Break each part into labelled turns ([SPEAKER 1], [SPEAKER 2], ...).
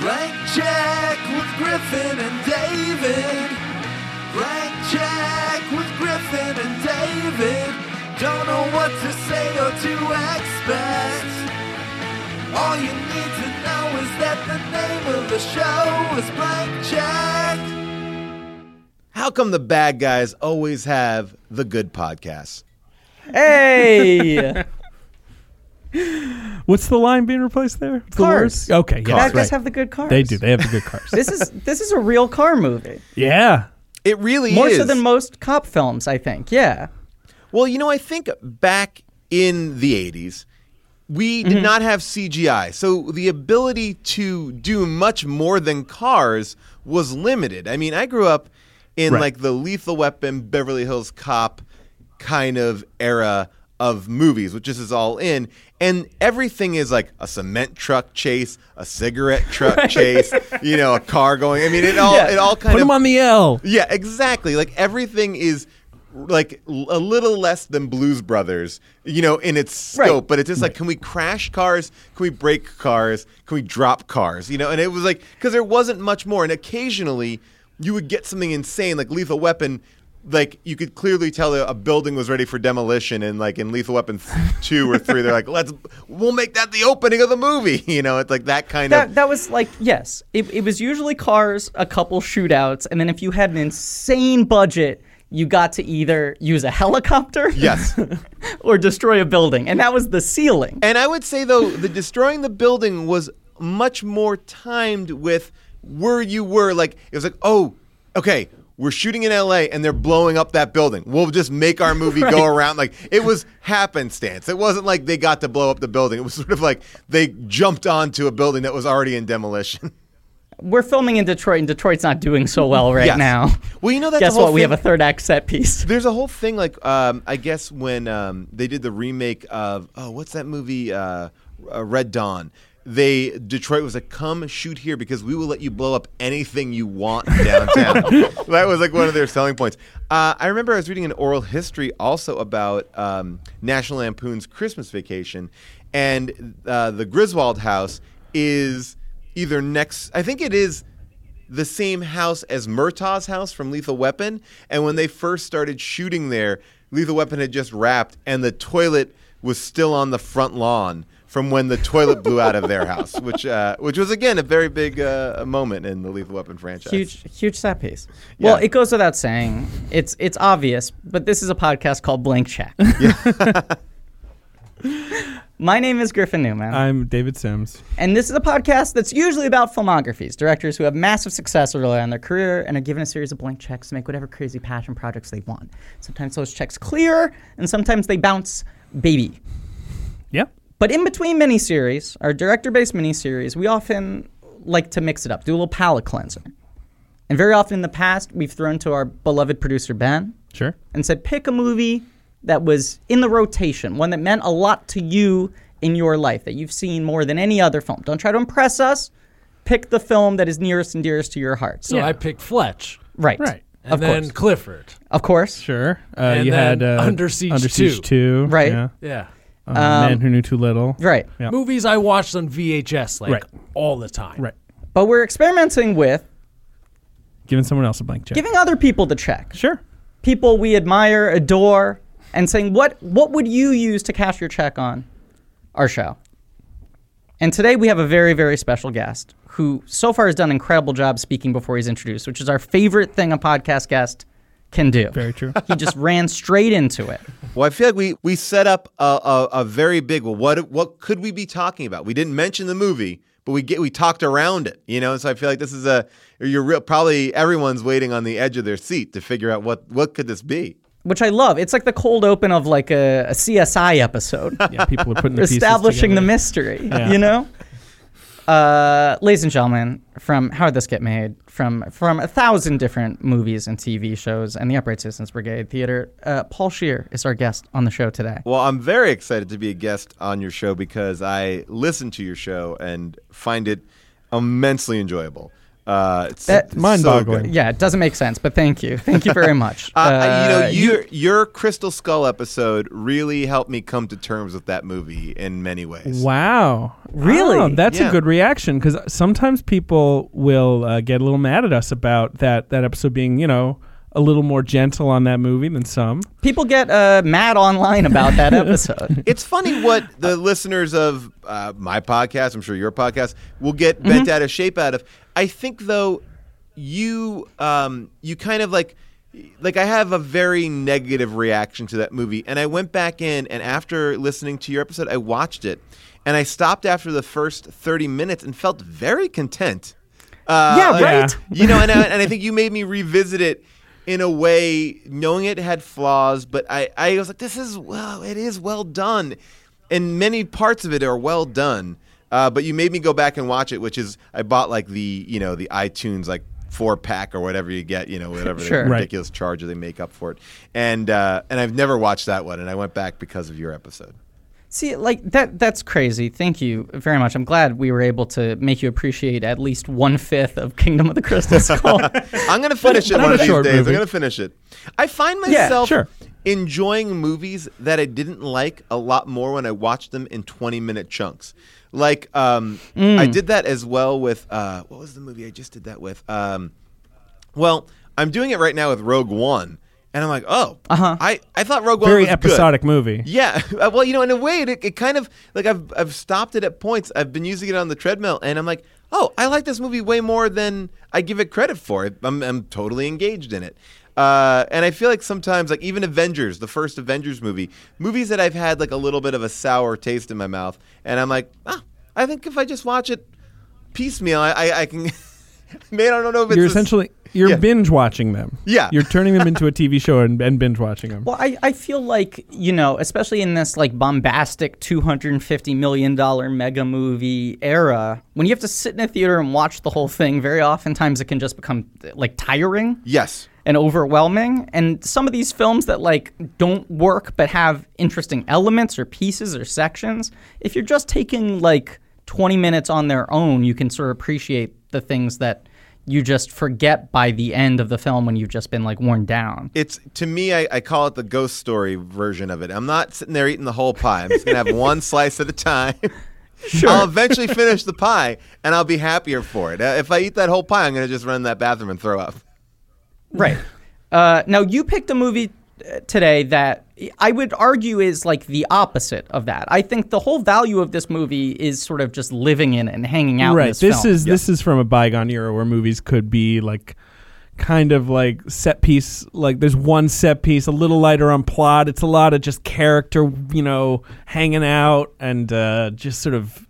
[SPEAKER 1] Blackjack with Griffin and David. Blackjack with Griffin and David. Don't know what to say or to expect. All you need to know is that the name of the show is Blackjack.
[SPEAKER 2] How come the bad guys always have the good podcasts?
[SPEAKER 3] Hey,
[SPEAKER 4] What's the line being replaced there? It's the
[SPEAKER 3] Cars.
[SPEAKER 4] words? Okay, yeah,
[SPEAKER 3] bad
[SPEAKER 4] that's
[SPEAKER 3] guys
[SPEAKER 4] right.
[SPEAKER 3] have the good cars.
[SPEAKER 4] They do. They have the good cars.
[SPEAKER 3] This is this is a real car movie,
[SPEAKER 4] yeah.
[SPEAKER 2] It really
[SPEAKER 3] more
[SPEAKER 2] is.
[SPEAKER 3] so than most cop films, I think. Yeah,
[SPEAKER 2] Well, you know, I think back in the 80s, we did
[SPEAKER 4] Mm-hmm.
[SPEAKER 2] not have CGI. So the ability to do much more than cars was limited. I mean, I grew up in
[SPEAKER 4] Right.
[SPEAKER 2] like the Lethal Weapon, Beverly Hills Cop kind of era of movies, which this is all in. And everything is like a cement truck chase, a cigarette truck chase, you know, a car going. I mean, it all it all kind
[SPEAKER 4] Put
[SPEAKER 2] of
[SPEAKER 4] them on the L.
[SPEAKER 2] yeah, exactly. Like everything is like l- a little less than Blues Brothers, you know, in its scope.
[SPEAKER 3] Right.
[SPEAKER 2] But it's just like, can we crash cars? Can we break cars? Can we drop cars? You know, and it was like because there wasn't much more. And occasionally, you would get something insane like Lethal Weapon. Like you could clearly tell a a building was ready for demolition, and like in Lethal Weapon two or three, they're like, "Let's, we'll make that the opening of the movie." You know, it's like that kind of
[SPEAKER 3] that that was like yes, it, it was usually cars, a couple shootouts, and then if you had an insane budget, you got to either use a helicopter,
[SPEAKER 2] yes.
[SPEAKER 3] or destroy a building, and that was the ceiling.
[SPEAKER 2] And I would say though, the destroying the building was much more timed with where you were. Like it was like, oh, okay, we're shooting in L.A. and they're blowing up that building. We'll just make our movie go around. Like it was happenstance. It wasn't like they got to blow up the building. It was sort of like they jumped onto a building that was already in demolition.
[SPEAKER 3] We're filming in Detroit, and Detroit's not doing so well right
[SPEAKER 2] Yes.
[SPEAKER 3] now.
[SPEAKER 2] Well, you know that's the
[SPEAKER 3] Guess
[SPEAKER 2] whole
[SPEAKER 3] what? We
[SPEAKER 2] thing-
[SPEAKER 3] have a third act set piece.
[SPEAKER 2] There's a whole thing like um, I guess when um, they did the remake of oh what's that movie uh, uh, Red Dawn. They Detroit was like come shoot here because we will let you blow up anything you want in downtown. that was like one of their selling points. Uh, I remember I was reading an oral history also about um, National Lampoon's Christmas Vacation, and uh, the Griswold house is either next. I think it is the same house as Murtaugh's house from Lethal Weapon. And when they first started shooting there, Lethal Weapon had just wrapped, and the toilet was still on the front lawn from when the toilet blew out of their house, which uh, which was again a very big uh, moment in the Lethal Weapon franchise.
[SPEAKER 3] Huge, huge set piece.
[SPEAKER 2] Yeah.
[SPEAKER 3] Well, it goes without saying. It's it's obvious, but this is a podcast called Blank Check. My name is Griffin Newman,
[SPEAKER 4] I'm David Sims.
[SPEAKER 3] and this is a podcast that's usually about filmographies, directors who have massive success early on in their career and are given a series of blank checks to make whatever crazy passion projects they want. Sometimes those checks clear, and sometimes they bounce baby.
[SPEAKER 4] Yeah.
[SPEAKER 3] But in between miniseries, our director-based miniseries, we often like to mix it up, do a little palate cleanser. And very often in the past, we've thrown to our beloved producer Ben
[SPEAKER 4] Sure.
[SPEAKER 3] and said, pick a movie that was in the rotation, one that meant a lot to you in your life, that you've seen more than any other film. Don't try to impress us. Pick the film that is nearest and dearest to your heart.
[SPEAKER 5] So
[SPEAKER 4] Yeah.
[SPEAKER 5] I picked Fletch.
[SPEAKER 3] right.
[SPEAKER 4] Right.
[SPEAKER 5] And
[SPEAKER 3] of
[SPEAKER 5] then
[SPEAKER 3] course.
[SPEAKER 5] Clifford.
[SPEAKER 3] Of course.
[SPEAKER 4] Sure. Uh,
[SPEAKER 5] And
[SPEAKER 4] you
[SPEAKER 5] then
[SPEAKER 4] had uh,
[SPEAKER 5] Under Siege
[SPEAKER 4] Under Siege 2.
[SPEAKER 5] 2.
[SPEAKER 3] Right. Um,
[SPEAKER 4] Yeah.
[SPEAKER 5] Yeah.
[SPEAKER 4] Uh, Man Who Knew Too Little.
[SPEAKER 3] Right.
[SPEAKER 4] Yeah.
[SPEAKER 5] Movies I watched on VHS like
[SPEAKER 4] Right.
[SPEAKER 5] all the time.
[SPEAKER 4] Right.
[SPEAKER 3] But we're experimenting with
[SPEAKER 4] Giving someone else a blank check.
[SPEAKER 3] giving other people the check.
[SPEAKER 4] sure.
[SPEAKER 3] people we admire, adore, and saying what what would you use to cash your check on our show? And today we have a very very special guest who so far has done an incredible job speaking before he's introduced, which is our favorite thing a podcast guest can do.
[SPEAKER 4] Very true.
[SPEAKER 3] he just ran straight into it.
[SPEAKER 2] Well, I feel like we we set up a, a, a very big. Well, what what could we be talking about? We didn't mention the movie, but we get we talked around it, you know. And so I feel like this is a you're real, probably everyone's waiting on the edge of their seat to figure out what what could this be.
[SPEAKER 3] Which I love. It's like the cold open of like a, a CSI episode.
[SPEAKER 4] yeah. People are putting the pieces
[SPEAKER 3] establishing the
[SPEAKER 4] together.
[SPEAKER 3] mystery. You know, uh, ladies and gentlemen, from how would this get made? From from a thousand different movies and TV shows and the Upright Citizens Brigade Theater. Uh, Paul Shear is our guest on the show today.
[SPEAKER 2] Well, I'm very excited to be a guest on your show because I listen to your show and find it immensely enjoyable. Uh, it's
[SPEAKER 3] That-
[SPEAKER 2] it's
[SPEAKER 4] Mind-boggling.
[SPEAKER 2] good.
[SPEAKER 3] Yeah, it doesn't make sense, but thank you. Thank you very much.
[SPEAKER 2] Uh,
[SPEAKER 3] Uh,
[SPEAKER 2] you know, your your Crystal Skull episode really helped me come to terms with that movie in many ways.
[SPEAKER 4] Wow.
[SPEAKER 3] Really?
[SPEAKER 4] Oh, that's
[SPEAKER 2] Yeah.
[SPEAKER 4] a good reaction because sometimes people will uh, get a little mad at us about that, that episode being, you know, a little more gentle on that movie than some.
[SPEAKER 3] people get uh, mad online about that episode.
[SPEAKER 2] It's funny what the listeners of uh, my podcast, I'm sure your podcast, will get bent out of shape out of. I think though, you um, you kind of like like I have a very negative reaction to that movie, and I went back in and after listening to your episode, I watched it, and I stopped after the first 30 minutes and felt very content. Uh,
[SPEAKER 3] Yeah,
[SPEAKER 2] like,
[SPEAKER 4] right?
[SPEAKER 2] You know, and I, and I think you made me revisit it in a way, knowing it had flaws, but I, I was like, this is well, it is well done, and many parts of it are well done. Uh, but you made me go back and watch it, which is I bought like the you know the iTunes like four pack or whatever you get, you know whatever the
[SPEAKER 3] Sure. Right.
[SPEAKER 2] ridiculous charge they make up for it, and uh, and I've never watched that one, and I went back because of your episode.
[SPEAKER 3] See, like that that's crazy. Thank you very much. I'm glad we were able to make you appreciate at least one fifth of Kingdom of the Crystal Skull.
[SPEAKER 2] I'm gonna finish it
[SPEAKER 4] But
[SPEAKER 2] one of
[SPEAKER 4] another
[SPEAKER 2] these
[SPEAKER 4] short
[SPEAKER 2] days.
[SPEAKER 4] movie.
[SPEAKER 2] I'm gonna finish it. I find myself
[SPEAKER 4] sure.
[SPEAKER 2] enjoying movies that I didn't like a lot more when I watched them in 20 minute chunks. Like um,
[SPEAKER 4] Hmm.
[SPEAKER 2] I did that as well with uh, what was the movie I just did that with? Um, well, I'm doing it right now with Rogue One, and I'm like, oh, uh-huh. I I thought Rogue One
[SPEAKER 4] Very
[SPEAKER 2] was good.
[SPEAKER 4] episodic movie.
[SPEAKER 2] Yeah. Uh, Well, you know, in a way, it, it kind of like I've I've stopped it at points. I've been using it on the treadmill, and I'm like, oh, I like this movie way more than I give it credit for. I'm I'm totally engaged in it. Uh, and I feel like sometimes, like even Avengers, the first Avengers movie, movies that I've had like a little bit of a sour taste in my mouth, and I'm like, ah, I think if I just watch it piecemeal, I I, I can. Man, I don't know if it's
[SPEAKER 4] You're
[SPEAKER 2] a s-
[SPEAKER 4] essentially you're
[SPEAKER 2] yeah.
[SPEAKER 4] binge watching them.
[SPEAKER 2] Yeah.
[SPEAKER 4] You're turning them into a TV show and, and binge watching them.
[SPEAKER 3] Well, I, I feel like, you know, especially in this like bombastic $250 million mega movie era, when you have to sit in a theater and watch the whole thing, very oftentimes it can just become like tiring
[SPEAKER 2] yes.
[SPEAKER 3] and overwhelming. And some of these films that like don't work but have interesting elements or pieces or sections, if you're just taking like 20 minutes on their own, you can sort of appreciate the things that you just forget by the end of the film when you've just been like worn down.
[SPEAKER 2] It's to me, I, I call it the ghost story version of it. I'm not sitting there eating the whole pie. I'm just gonna have one slice at a time. Sure. I'll eventually finish the pie, and I'll be happier for it. Uh, if I eat that whole pie, I'm gonna just run in that bathroom and throw up.
[SPEAKER 3] Right. Uh, now you picked a movie uh, today that I would argue is like the opposite of that. I think the whole value of this movie is sort of just living in it and hanging out. in
[SPEAKER 4] right.
[SPEAKER 3] this,
[SPEAKER 4] This
[SPEAKER 3] film.
[SPEAKER 4] is this is from a bygone era where movies could be like kind of like set piece like there's one set piece a little lighter on plot it's a lot of just character you know hanging out and uh just sort of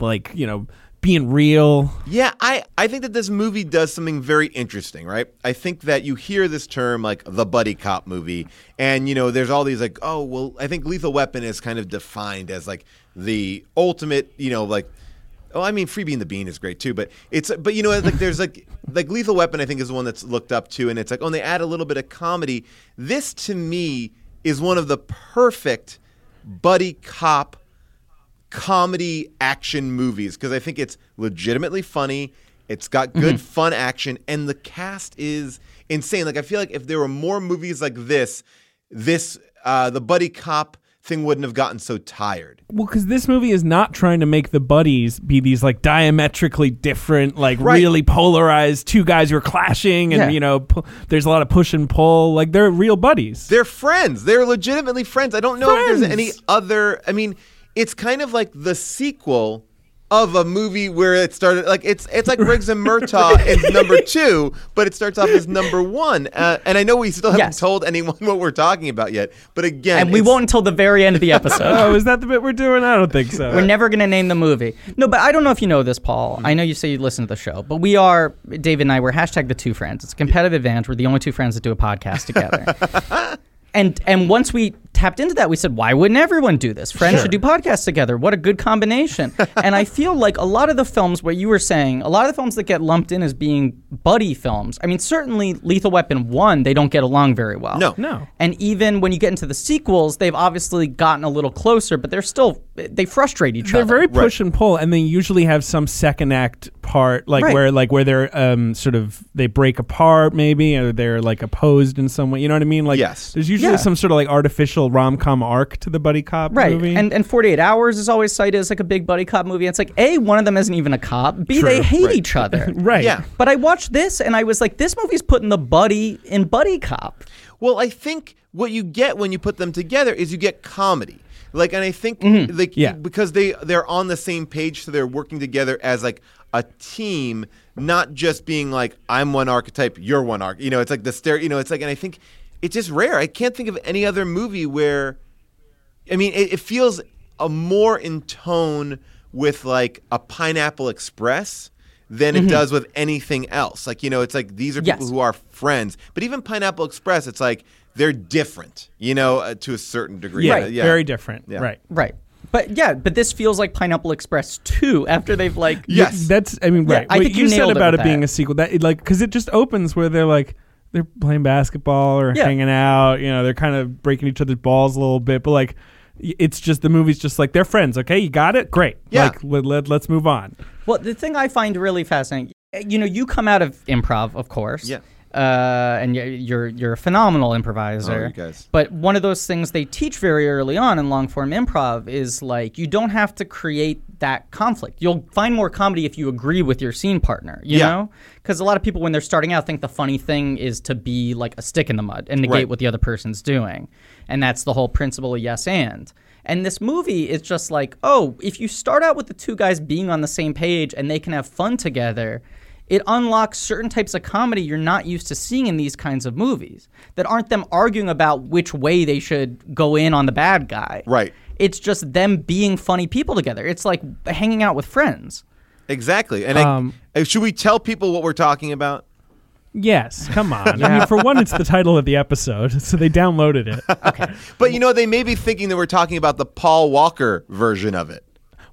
[SPEAKER 4] like you know being real
[SPEAKER 2] Yeah, I, I think that this movie does something very interesting, right? I think that you hear this term like the buddy cop movie, and you know, there's all these like, oh, well, I think Lethal Weapon is kind of defined as like the ultimate, you know, like, oh, I mean, Free Bean the Bean is great too, but it's, but you know, it's like there's like, like Lethal Weapon, I think is the one that's looked up to, and it's like, oh, and they add a little bit of comedy. This to me is one of the perfect buddy cop comedy action movies because I think it's legitimately funny. It's got good fun action, and the cast is insane. Like I feel like if there were more movies like this, this uh, the buddy cop thing wouldn't have gotten so tired.
[SPEAKER 4] Well, because this movie is not trying to make the buddies be these like diametrically different, like
[SPEAKER 2] Right.
[SPEAKER 4] really polarized two guys who are clashing, and
[SPEAKER 3] Yeah.
[SPEAKER 4] you know, pu- there's a lot of push and pull. Like they're real buddies.
[SPEAKER 2] They're friends. They're legitimately friends. I don't know if there's
[SPEAKER 4] Friends.
[SPEAKER 2] any other. I mean, it's kind of like the sequel of a movie where it started like it's it's like Riggs and Murtaugh is number two, but it starts off as number one. Uh, and I know we still haven't
[SPEAKER 3] Yes.
[SPEAKER 2] told anyone what we're talking about yet, but again,
[SPEAKER 3] and we
[SPEAKER 2] it's-
[SPEAKER 3] won't until the very end of the episode.
[SPEAKER 4] oh, is that the bit we're doing? I don't think so.
[SPEAKER 3] We're never going to name the movie. No, but I don't know if you know this, Paul. I know you say you listen to the show, but we are, David and I, we're hashtag the two friends. It's a competitive advantage. We're the only two friends that do a podcast together. and and once we tapped into that, we said, why wouldn't everyone do this? Friends should do podcasts together. What a good combination. and I feel like a lot of the films, what you were saying, a lot of the films that get lumped in as being buddy films. I mean, certainly Lethal Weapon 1, they don't get along very well.
[SPEAKER 2] No.
[SPEAKER 4] No.
[SPEAKER 3] And even when you get into the sequels, they've obviously gotten a little closer, but they're still, they frustrate each
[SPEAKER 4] They're
[SPEAKER 3] other.
[SPEAKER 4] very push and pull, and they usually have some second act part, like
[SPEAKER 3] Right.
[SPEAKER 4] where like where they're um, sort of they break apart, maybe, or they're like opposed in some way. You know what I mean? Like,
[SPEAKER 2] Yes.
[SPEAKER 4] there's usually
[SPEAKER 3] Yeah.
[SPEAKER 4] some sort of like artificial rom com arc to the buddy cop
[SPEAKER 3] Right.
[SPEAKER 4] movie.
[SPEAKER 3] And and 48 Hours is always cited as like a big buddy cop movie. It's like, A, one of them isn't even a cop. B, they hate each other.
[SPEAKER 4] right,
[SPEAKER 2] Yeah.
[SPEAKER 3] But I watched this and I was like, this movie's putting the buddy in buddy cop.
[SPEAKER 2] Well, I think what you get when you put them together is you get comedy. Like, and I think like
[SPEAKER 4] Yeah.
[SPEAKER 2] because they they're on the same page, so they're working together as like a team, not just being like I'm one archetype, you're one arch. You know, it's like the stare. You know, it's like, and I think it's just rare. I can't think of any other movie where, I mean, it, it feels a more in tone with like a Pineapple Express. Than
[SPEAKER 4] Mm-hmm.
[SPEAKER 2] it does with anything else. Like, you know, it's like these are people
[SPEAKER 3] Yes.
[SPEAKER 2] who are friends. But even Pineapple Express, it's like they're different, you know, uh, to a certain degree.
[SPEAKER 4] yeah,
[SPEAKER 2] Uh,
[SPEAKER 4] very different,
[SPEAKER 2] Yeah.
[SPEAKER 4] right.
[SPEAKER 3] Right. But yeah, but this feels like Pineapple Express 2 after they've like.
[SPEAKER 2] Yes.
[SPEAKER 4] That's I mean,
[SPEAKER 3] Yeah,
[SPEAKER 4] right.
[SPEAKER 3] I
[SPEAKER 4] what
[SPEAKER 3] think
[SPEAKER 4] you,
[SPEAKER 3] you
[SPEAKER 4] said
[SPEAKER 3] nailed it
[SPEAKER 4] about it,
[SPEAKER 3] with
[SPEAKER 4] being
[SPEAKER 3] that.
[SPEAKER 4] a sequel, that it, like because it just opens where they're like they're playing basketball or
[SPEAKER 3] Yeah.
[SPEAKER 4] hanging out. You know, they're kind of breaking each other's balls a little bit, but like. y- It's just the movie's just like they're friends. Okay, you got it. Great.
[SPEAKER 2] Yeah.
[SPEAKER 4] Like let, let, let's move on.
[SPEAKER 3] Well, the thing I find really fascinating, eh, you know, you come out of improv, of course.
[SPEAKER 2] Yeah.
[SPEAKER 3] Uh, and y- you're you're a phenomenal improviser.
[SPEAKER 2] Oh, you guys.
[SPEAKER 3] But one of those things they teach very early on in long form improv is like you don't have to create that conflict. You'll find more comedy if you agree with your scene partner. You
[SPEAKER 2] Yeah.
[SPEAKER 3] know, because a lot of people when they're starting out think the funny thing is to be like a stick in the mud and negate
[SPEAKER 2] Right.
[SPEAKER 3] what the other person's doing, and that's the whole principle of yes and. And this movie is just like, oh, if you start out with the two guys being on the same page and they can have fun together, it unlocks certain types of comedy you're not used to seeing in these kinds of movies that aren't them arguing about which way they should go in on the bad guy.
[SPEAKER 2] Right.
[SPEAKER 3] It's just them being funny people together. It's like hanging out with friends.
[SPEAKER 2] Exactly. And
[SPEAKER 4] Um,
[SPEAKER 2] I, uh, should we tell people what we're talking about?
[SPEAKER 4] Yes, come on. I mean, for one, it's the title of the episode, so they downloaded it.
[SPEAKER 2] But you know, they may be thinking that we're talking about the Paul Walker version of it.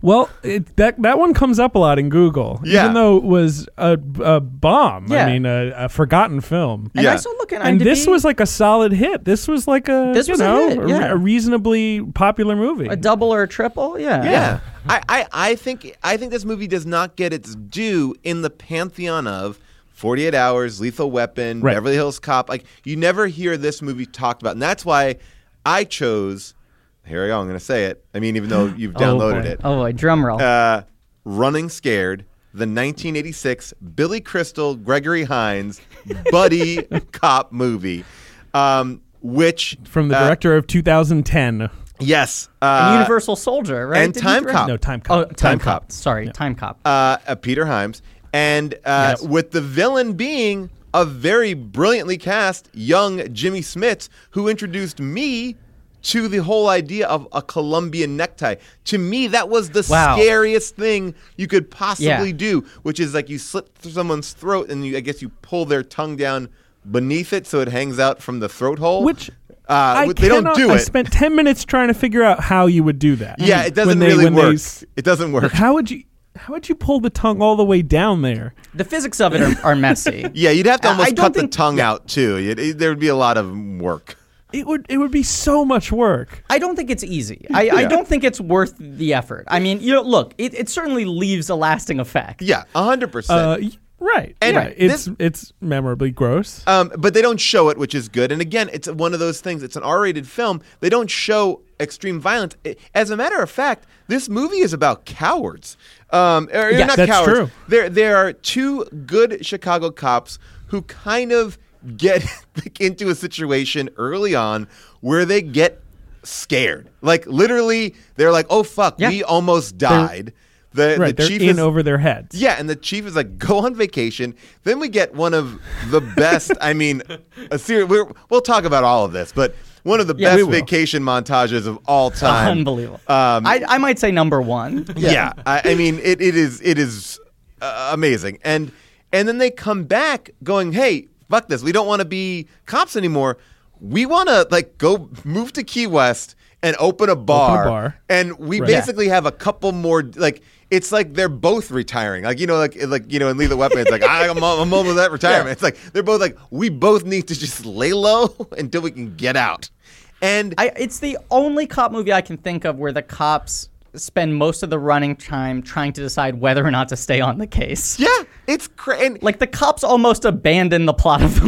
[SPEAKER 4] Well, it, that that one comes up a lot in Google,
[SPEAKER 2] Yeah.
[SPEAKER 4] even though it was a, a bomb.
[SPEAKER 3] Yeah.
[SPEAKER 4] I mean, a, a forgotten film.
[SPEAKER 3] And
[SPEAKER 2] Yeah.
[SPEAKER 3] I still look at
[SPEAKER 4] And
[SPEAKER 3] IMDb.
[SPEAKER 4] this was like a solid hit. This was like a
[SPEAKER 3] This
[SPEAKER 4] you
[SPEAKER 3] was a
[SPEAKER 4] know
[SPEAKER 3] hit,
[SPEAKER 4] re-
[SPEAKER 3] yeah.
[SPEAKER 4] a reasonably popular movie.
[SPEAKER 3] a double or a triple. Yeah.
[SPEAKER 2] Yeah. I, I, I think I think this movie does not get its due in the pantheon of 48 Hours, Lethal Weapon,
[SPEAKER 4] Right.
[SPEAKER 2] Beverly Hills Cop. Like you never hear this movie talked about. And that's why I chose here I go, I'm gonna say it. I mean, even though you've downloaded
[SPEAKER 4] boy.
[SPEAKER 2] it.
[SPEAKER 3] Oh boy, drum roll.
[SPEAKER 2] Uh, Running Scared, the 1986 Billy Crystal, Gregory Hines, buddy cop movie, um, which
[SPEAKER 4] from the
[SPEAKER 2] uh,
[SPEAKER 4] director of 2010.
[SPEAKER 2] yes, uh,
[SPEAKER 3] And Universal Soldier, right?
[SPEAKER 2] and
[SPEAKER 3] Did he
[SPEAKER 2] Time
[SPEAKER 3] direct-
[SPEAKER 2] Cop.
[SPEAKER 4] No, Time
[SPEAKER 3] Oh,
[SPEAKER 4] Cop.
[SPEAKER 3] Time,
[SPEAKER 2] Time
[SPEAKER 3] Cop.
[SPEAKER 2] Cop.
[SPEAKER 3] Sorry, Time Cop.
[SPEAKER 2] uh, uh, Peter Himes, and uh,
[SPEAKER 3] Yes.
[SPEAKER 2] with the villain being a very brilliantly cast young Jimmy Smits, who introduced me. To the whole idea of a Colombian necktie. To me, that was the
[SPEAKER 3] Wow.
[SPEAKER 2] scariest thing you could possibly
[SPEAKER 3] Yeah.
[SPEAKER 2] do, which is like you slit through someone's throat and you, I guess you pull their tongue down beneath it so it hangs out from the throat hole.
[SPEAKER 4] Which
[SPEAKER 2] uh,
[SPEAKER 4] I
[SPEAKER 2] they don't
[SPEAKER 4] cannot-
[SPEAKER 2] do
[SPEAKER 4] I
[SPEAKER 2] it.
[SPEAKER 4] spent 10 minutes trying to figure out how you would do that.
[SPEAKER 2] yeah, it doesn't
[SPEAKER 4] When they-
[SPEAKER 2] really
[SPEAKER 4] when they
[SPEAKER 2] work.
[SPEAKER 4] s-
[SPEAKER 2] It doesn't work.
[SPEAKER 4] How would you how would you pull the tongue all the way down there?
[SPEAKER 3] The physics of it are, are messy.
[SPEAKER 2] Yeah, you'd have to
[SPEAKER 3] I- I
[SPEAKER 2] almost
[SPEAKER 3] don't
[SPEAKER 2] cut
[SPEAKER 3] think-
[SPEAKER 2] the tongue out too. It, it- there would be a lot of work.
[SPEAKER 4] It would it would be so much work.
[SPEAKER 3] I don't think it's easy. I, I
[SPEAKER 2] Yeah.
[SPEAKER 3] don't think it's worth the effort. I mean, you know, look, it, it certainly leaves a lasting effect.
[SPEAKER 2] Yeah, hundred
[SPEAKER 4] Uh,
[SPEAKER 2] percent.
[SPEAKER 4] y- right.
[SPEAKER 2] And
[SPEAKER 4] yeah,
[SPEAKER 2] this-
[SPEAKER 4] it's it's memorably gross.
[SPEAKER 2] Um, but they don't show it, which is good. And again, it's one of those things. It's an R-rated film. They don't show extreme violence. I- As a matter of fact, this movie is about cowards. Um, or, or
[SPEAKER 4] Yeah,
[SPEAKER 2] not
[SPEAKER 4] that's
[SPEAKER 2] cowards.
[SPEAKER 4] true.
[SPEAKER 2] There, there are two good Chicago cops who kind of get into a situation early on where they get scared. Like literally, they're like, "Oh fuck,
[SPEAKER 3] Yeah.
[SPEAKER 2] we almost died." The,
[SPEAKER 4] right.
[SPEAKER 2] the
[SPEAKER 4] They're
[SPEAKER 2] chief
[SPEAKER 4] in
[SPEAKER 2] is,
[SPEAKER 4] over their heads.
[SPEAKER 2] Yeah, and the chief is like, go on vacation. Then we get one of the best. I mean, a series. We're, we'll talk about all of this, but one of the
[SPEAKER 3] Yeah, we
[SPEAKER 2] best
[SPEAKER 3] will.
[SPEAKER 2] vacation montages of all time.
[SPEAKER 3] Unbelievable.
[SPEAKER 2] Um,
[SPEAKER 3] I, I might say number one.
[SPEAKER 2] yeah, I, I mean, it, it is it is uh, amazing. And and then they come back going, hey, fuck this. We don't want to be cops anymore. We want to like go move to Key West and open a bar.
[SPEAKER 4] bar.
[SPEAKER 2] And we
[SPEAKER 4] Right.
[SPEAKER 2] basically have a couple more like. it- it's like they're both retiring. Like you know, like like you know, in Lethal Weapon, it's like I'm o- I'm over that retirement. It's like they're both like we both need to just lay low until we can get out. And
[SPEAKER 6] I, it's the only cop movie I can think of where the cops spend most of the running time trying to decide whether or not to stay on the case.
[SPEAKER 2] yeah, it's crazy. And
[SPEAKER 6] Like the cops almost abandon the plot of the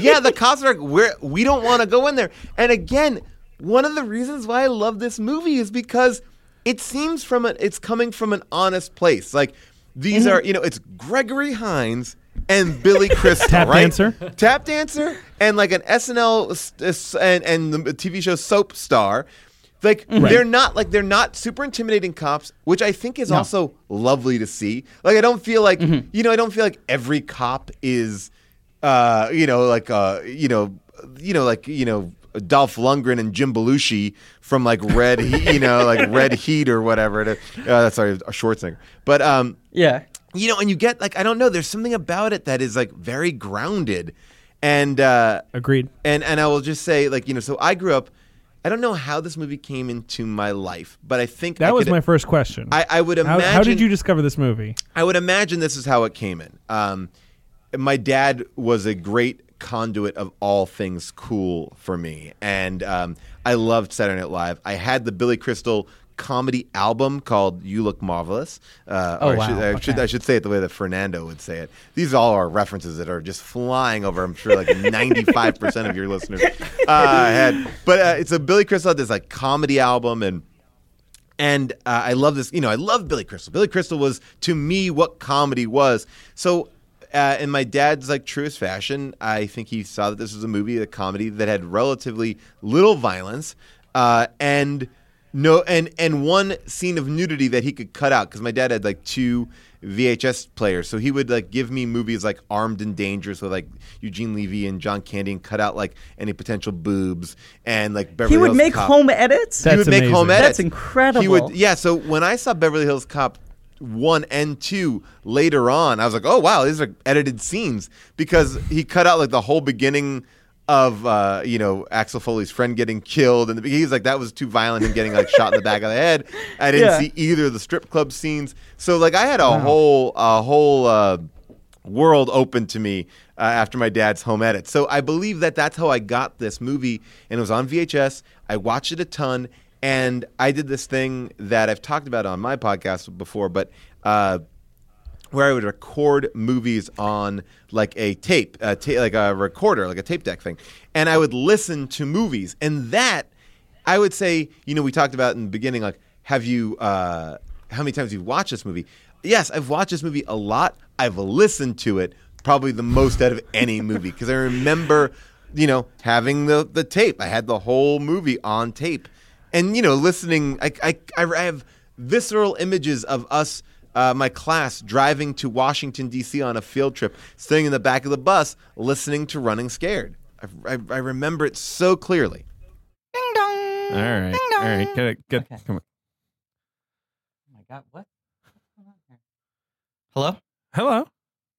[SPEAKER 2] yeah, the cops are like, we're, we don't want to go in there. And again, one of the reasons why I love this movie is because it seems from a, it's coming from an honest place. Like these are, you know, it's Gregory Hines and Billy Crystal,
[SPEAKER 7] Tap
[SPEAKER 2] right?
[SPEAKER 7] dancer.
[SPEAKER 2] tap dancer, and like an SNL s- s- and and the TV show soap star. Like
[SPEAKER 7] Mm-hmm.
[SPEAKER 2] they're not like they're not super intimidating cops, which I think is also lovely to see. Like I don't feel like
[SPEAKER 7] Mm-hmm.
[SPEAKER 2] you know I don't feel like every cop is, uh, you know like uh you know you know like you know Dolph Lundgren and Jim Belushi from like Red He- you know like Red Heat or whatever. it is. Uh, sorry, a Schwarzenegger, but um
[SPEAKER 6] yeah.
[SPEAKER 2] you know, and you get like I don't know. There's something about it that is like very grounded, and uh,
[SPEAKER 7] Agreed.
[SPEAKER 2] and and I will just say like you know, so I grew up. I don't know how this movie came into my life, but I think I
[SPEAKER 7] That was
[SPEAKER 2] could-
[SPEAKER 7] my first question.
[SPEAKER 2] I, I would
[SPEAKER 7] how,
[SPEAKER 2] imagine.
[SPEAKER 7] how did you discover this movie?
[SPEAKER 2] I would imagine this is how it came in. Um, my dad was a great conduit of all things cool for me, and um, I loved Saturday Night Live. I had the Billy Crystal comedy album called "You Look Marvelous." Uh,
[SPEAKER 6] Oh,
[SPEAKER 2] or I
[SPEAKER 6] wow.
[SPEAKER 2] should- I should
[SPEAKER 6] Okay.
[SPEAKER 2] I should say it the way that Fernando would say it. These all are references that are just flying over. I'm sure like 95 percent of your listeners uh, had, but uh, it's a Billy Crystal had this like comedy album and. And uh, I love this. You know, I love Billy Crystal. Billy Crystal was to me what comedy was. So, uh, in my dad's like truest fashion, I think he saw that this was a movie, a comedy that had relatively little violence, uh, and no, and and one scene of nudity that he could cut out because my dad had like two VHS players, so he would like give me movies like Armed and Dangerous with like Eugene Levy and John Candy, and cut out like any potential boobs and like Beverly
[SPEAKER 6] He would
[SPEAKER 2] Hills
[SPEAKER 6] make
[SPEAKER 2] Cop
[SPEAKER 6] home edits.
[SPEAKER 7] That-
[SPEAKER 2] he would
[SPEAKER 7] That's
[SPEAKER 2] make home
[SPEAKER 7] amazing.
[SPEAKER 2] edits.
[SPEAKER 6] That's incredible.
[SPEAKER 2] He would, yeah. So when I saw Beverly Hills Cop one and two later on, I was like, oh wow, these are edited scenes because he cut out like the whole beginning of uh, you know Axel Foley's friend getting killed, and the, he was like, that was too violent, him getting like shot in the back of the head. I didn't
[SPEAKER 6] Yeah.
[SPEAKER 2] see either of the strip club scenes. So like I had a whole a whole. Uh, world open to me uh, after my dad's home edit. So I believe that that's how I got this movie, and it was on VHS. I watched it a ton, and I did this thing that I've talked about on my podcast before, but. Uh, where I would record movies on like a tape, a ta- like a recorder, like a tape deck thing, and I would listen to movies. And that, I would say, you know, we talked about in the beginning, like, have you, uh, how many times you watched this movie? Yes, I've watched this movie a lot. I've listened to it probably the most out of any movie because I remember, you know, having the the tape. I had the whole movie on tape, and you know, listening. I I, I I have visceral images of us uh, my class driving to Washington D.C. on a field trip, sitting in the back of the bus, listening to Running Scared. I, I, I remember it so clearly.
[SPEAKER 7] All right. All right. Get it. Get come on.
[SPEAKER 6] my God, what? Hello?
[SPEAKER 7] Hello.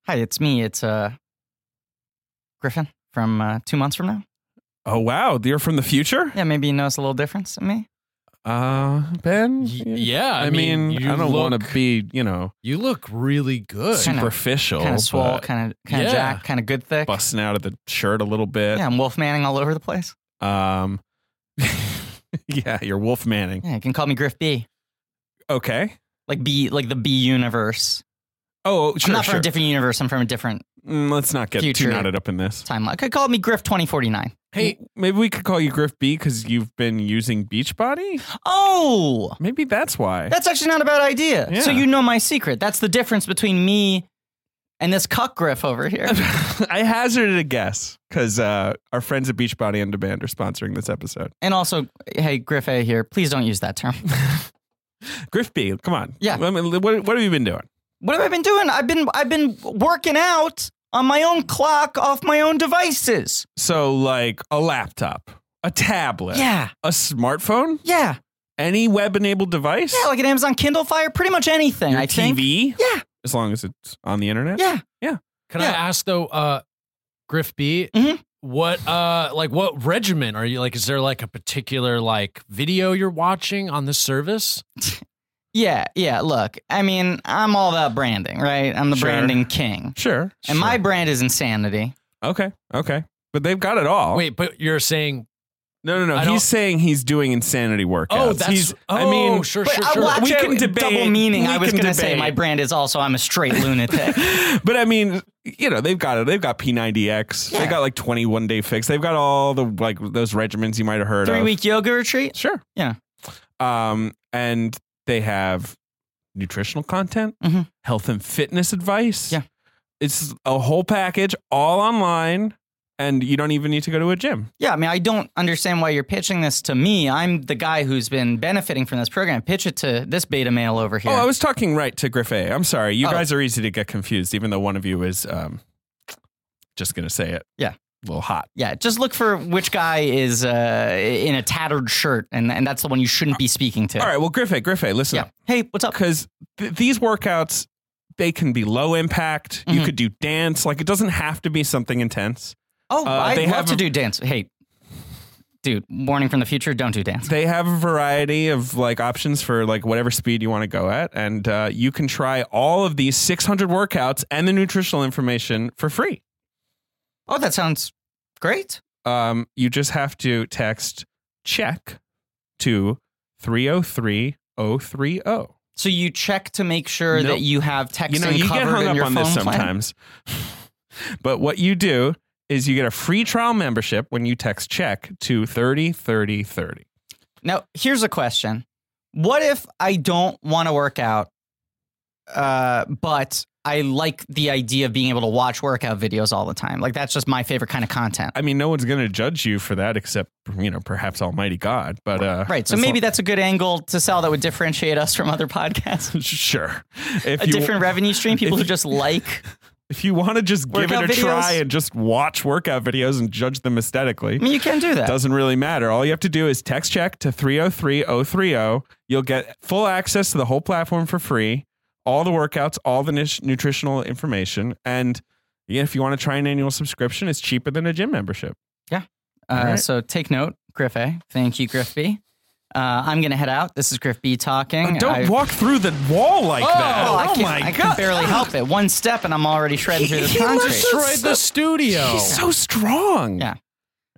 [SPEAKER 6] Hi, it's me. It's uh, Griffin from uh, two months from now.
[SPEAKER 4] Oh wow, you're from the future?
[SPEAKER 6] Yeah, maybe you notice a little difference in me.
[SPEAKER 4] Uh, Ben.
[SPEAKER 5] Y- yeah,
[SPEAKER 4] I,
[SPEAKER 5] I
[SPEAKER 4] mean,
[SPEAKER 5] mean, you
[SPEAKER 4] I don't want
[SPEAKER 5] look-
[SPEAKER 4] to be, you know,
[SPEAKER 5] You look really good.
[SPEAKER 4] Kinda- superficial,
[SPEAKER 3] kind of swole,
[SPEAKER 4] Oh, but
[SPEAKER 3] kind of kind of
[SPEAKER 5] Yeah.
[SPEAKER 3] jack, kind of good thick.
[SPEAKER 4] busting out of the shirt a little bit.
[SPEAKER 3] Yeah, I'm wolf manning all over the place.
[SPEAKER 4] Um, yeah, you're Wolf Manning.
[SPEAKER 3] Yeah, you can call me Griff B,
[SPEAKER 4] Okay.
[SPEAKER 3] like B, like the B universe.
[SPEAKER 4] Oh, sure,
[SPEAKER 3] I'm not
[SPEAKER 4] sure.
[SPEAKER 3] from a different universe. I'm from a different
[SPEAKER 4] Mm, Let's not get
[SPEAKER 3] Future.
[SPEAKER 4] too knotted up in this.
[SPEAKER 3] timeline. Okay, call me Griff 2049.
[SPEAKER 4] Hey, maybe we could call you Griff B because you've been using Beachbody.
[SPEAKER 3] Oh,
[SPEAKER 4] Maybe that's why.
[SPEAKER 3] that's actually not a bad idea.
[SPEAKER 4] Yeah.
[SPEAKER 3] So you know my secret. That's the difference between me and this cuck Griff over here.
[SPEAKER 4] I hazarded a guess because uh, our friends at Beachbody on Demand are sponsoring this episode.
[SPEAKER 3] and also, hey Griff A here, please don't use that term.
[SPEAKER 4] Griff B, come on.
[SPEAKER 3] Yeah.
[SPEAKER 4] I mean, what, what have you been doing?
[SPEAKER 3] what have I been doing? I've been I've been working out on my own clock off my own devices.
[SPEAKER 4] So, like a laptop, a tablet,
[SPEAKER 3] Yeah.
[SPEAKER 4] a smartphone,
[SPEAKER 3] Yeah.
[SPEAKER 4] any web enabled device,
[SPEAKER 3] Yeah, like an Amazon Kindle Fire, pretty much anything.
[SPEAKER 4] your
[SPEAKER 3] I
[SPEAKER 4] TV.
[SPEAKER 3] think. Yeah.
[SPEAKER 4] As long as it's on the internet.
[SPEAKER 3] Yeah.
[SPEAKER 5] Can
[SPEAKER 3] Yeah.
[SPEAKER 5] I ask though, uh, Griff B,
[SPEAKER 3] Mhm.
[SPEAKER 5] what uh, like what regimen are you like? Is there like a particular like video you're watching on this service?
[SPEAKER 3] Yeah, yeah. Look, I mean, I'm all about branding, right? I'm the
[SPEAKER 4] Sure.
[SPEAKER 3] branding king,
[SPEAKER 4] Sure.
[SPEAKER 3] and my brand is insanity.
[SPEAKER 4] Okay. Okay. But they've got it all.
[SPEAKER 5] Wait, but you're saying
[SPEAKER 4] No, no, no.
[SPEAKER 5] I don't-
[SPEAKER 4] He's saying he's doing insanity workouts.
[SPEAKER 5] oh that's
[SPEAKER 4] He's, I
[SPEAKER 5] oh,
[SPEAKER 4] mean,
[SPEAKER 5] sure
[SPEAKER 3] But
[SPEAKER 5] sure
[SPEAKER 3] I
[SPEAKER 5] sure.
[SPEAKER 3] watch
[SPEAKER 4] We
[SPEAKER 3] it-
[SPEAKER 4] can debate-
[SPEAKER 3] double meaning.
[SPEAKER 4] we
[SPEAKER 3] I was
[SPEAKER 4] can
[SPEAKER 3] going to say
[SPEAKER 4] debate.
[SPEAKER 3] my brand is also I'm a straight lunatic.
[SPEAKER 4] but I mean, you know, they've got it. They've got P90X. They've got like 21 day fix. They've got all the like those regimens you might have heard
[SPEAKER 3] Three
[SPEAKER 4] of.
[SPEAKER 3] week yoga retreat.
[SPEAKER 4] Sure.
[SPEAKER 3] Yeah.
[SPEAKER 4] Um, and they have nutritional content,
[SPEAKER 3] Mhm.
[SPEAKER 4] health and fitness advice.
[SPEAKER 3] Yeah.
[SPEAKER 4] It's a whole package all online and you don't even need to go to a gym.
[SPEAKER 3] Yeah, I mean, I don't understand why you're pitching this to me. I'm the guy who's been benefiting from this program. Pitch it to this beta male over here.
[SPEAKER 4] Oh, I was talking right to Griffey. I'm sorry. You
[SPEAKER 3] Oh.
[SPEAKER 4] guys are easy to get confused, even though one of you is um, just going to say it.
[SPEAKER 3] Yeah.
[SPEAKER 4] A little hot.
[SPEAKER 3] yeah, just look for which guy is uh, in a tattered shirt, and, and that's the one you shouldn't be speaking to.
[SPEAKER 4] All right. Well, Griffey, Griffey, listen
[SPEAKER 3] Yeah. Hey, what's up?
[SPEAKER 4] because th- these workouts they can be low impact. You
[SPEAKER 3] Mhm.
[SPEAKER 4] could do dance. Like it doesn't have to be something intense.
[SPEAKER 3] Oh,
[SPEAKER 4] Uh,
[SPEAKER 3] I'd
[SPEAKER 4] they
[SPEAKER 3] love
[SPEAKER 4] have
[SPEAKER 3] to
[SPEAKER 4] a-
[SPEAKER 3] do dance. Hey, dude, warning from the future: don't do dance.
[SPEAKER 4] They have a variety of like options for like whatever speed you want to go at, and uh, you can try all of these 600 workouts and the nutritional information for free.
[SPEAKER 3] Oh, that sounds great.
[SPEAKER 4] Um, you just have to text check to 303030.
[SPEAKER 3] So you check to make sure
[SPEAKER 4] Nope.
[SPEAKER 3] that you have texting
[SPEAKER 4] oh. you know, you get
[SPEAKER 3] covered
[SPEAKER 4] hung
[SPEAKER 3] in
[SPEAKER 4] up
[SPEAKER 3] your
[SPEAKER 4] on
[SPEAKER 3] phone
[SPEAKER 4] this
[SPEAKER 3] plan.
[SPEAKER 4] sometimes. but what you do is you get a free trial membership when you text check to 30 30 30.
[SPEAKER 3] Now, here's a question: What if I don't want to work out, uh, but I like the idea of being able to watch workout videos all the time? Like that's just my favorite kind of content.
[SPEAKER 4] I mean, no one's going to judge you for that except, you know, perhaps Almighty God. But, uh,
[SPEAKER 3] Right. So
[SPEAKER 4] as
[SPEAKER 3] maybe that's a good angle to sell that would differentiate us from other podcasts.
[SPEAKER 4] long- sure. If
[SPEAKER 3] A
[SPEAKER 4] you,
[SPEAKER 3] different revenue stream, people who just like
[SPEAKER 4] if you want to just give it a
[SPEAKER 3] Workout
[SPEAKER 4] try
[SPEAKER 3] videos?
[SPEAKER 4] and just watch workout videos and judge them aesthetically,
[SPEAKER 3] I mean you can do that.
[SPEAKER 4] doesn't really matter. All you have to do is text check to 303030. oh. You'll get full access to the whole platform for free, all the workouts, all the niche nutritional information. And yeah, if you want to try an annual subscription, it's cheaper than a gym membership.
[SPEAKER 3] Uh,
[SPEAKER 4] All right.
[SPEAKER 3] So take note, Griff A. Thank you, Griff B. Uh, I'm going to head out. This is Griff B talking.
[SPEAKER 4] Uh, Don't
[SPEAKER 3] I,
[SPEAKER 4] walk through the wall like that.
[SPEAKER 3] Oh, I
[SPEAKER 4] oh
[SPEAKER 3] can't,
[SPEAKER 4] my
[SPEAKER 3] I
[SPEAKER 4] God.
[SPEAKER 3] can barely help it. One step and I'm already shredding through the concrete.
[SPEAKER 5] destroyed the studio.
[SPEAKER 4] He's so strong.
[SPEAKER 3] Yeah.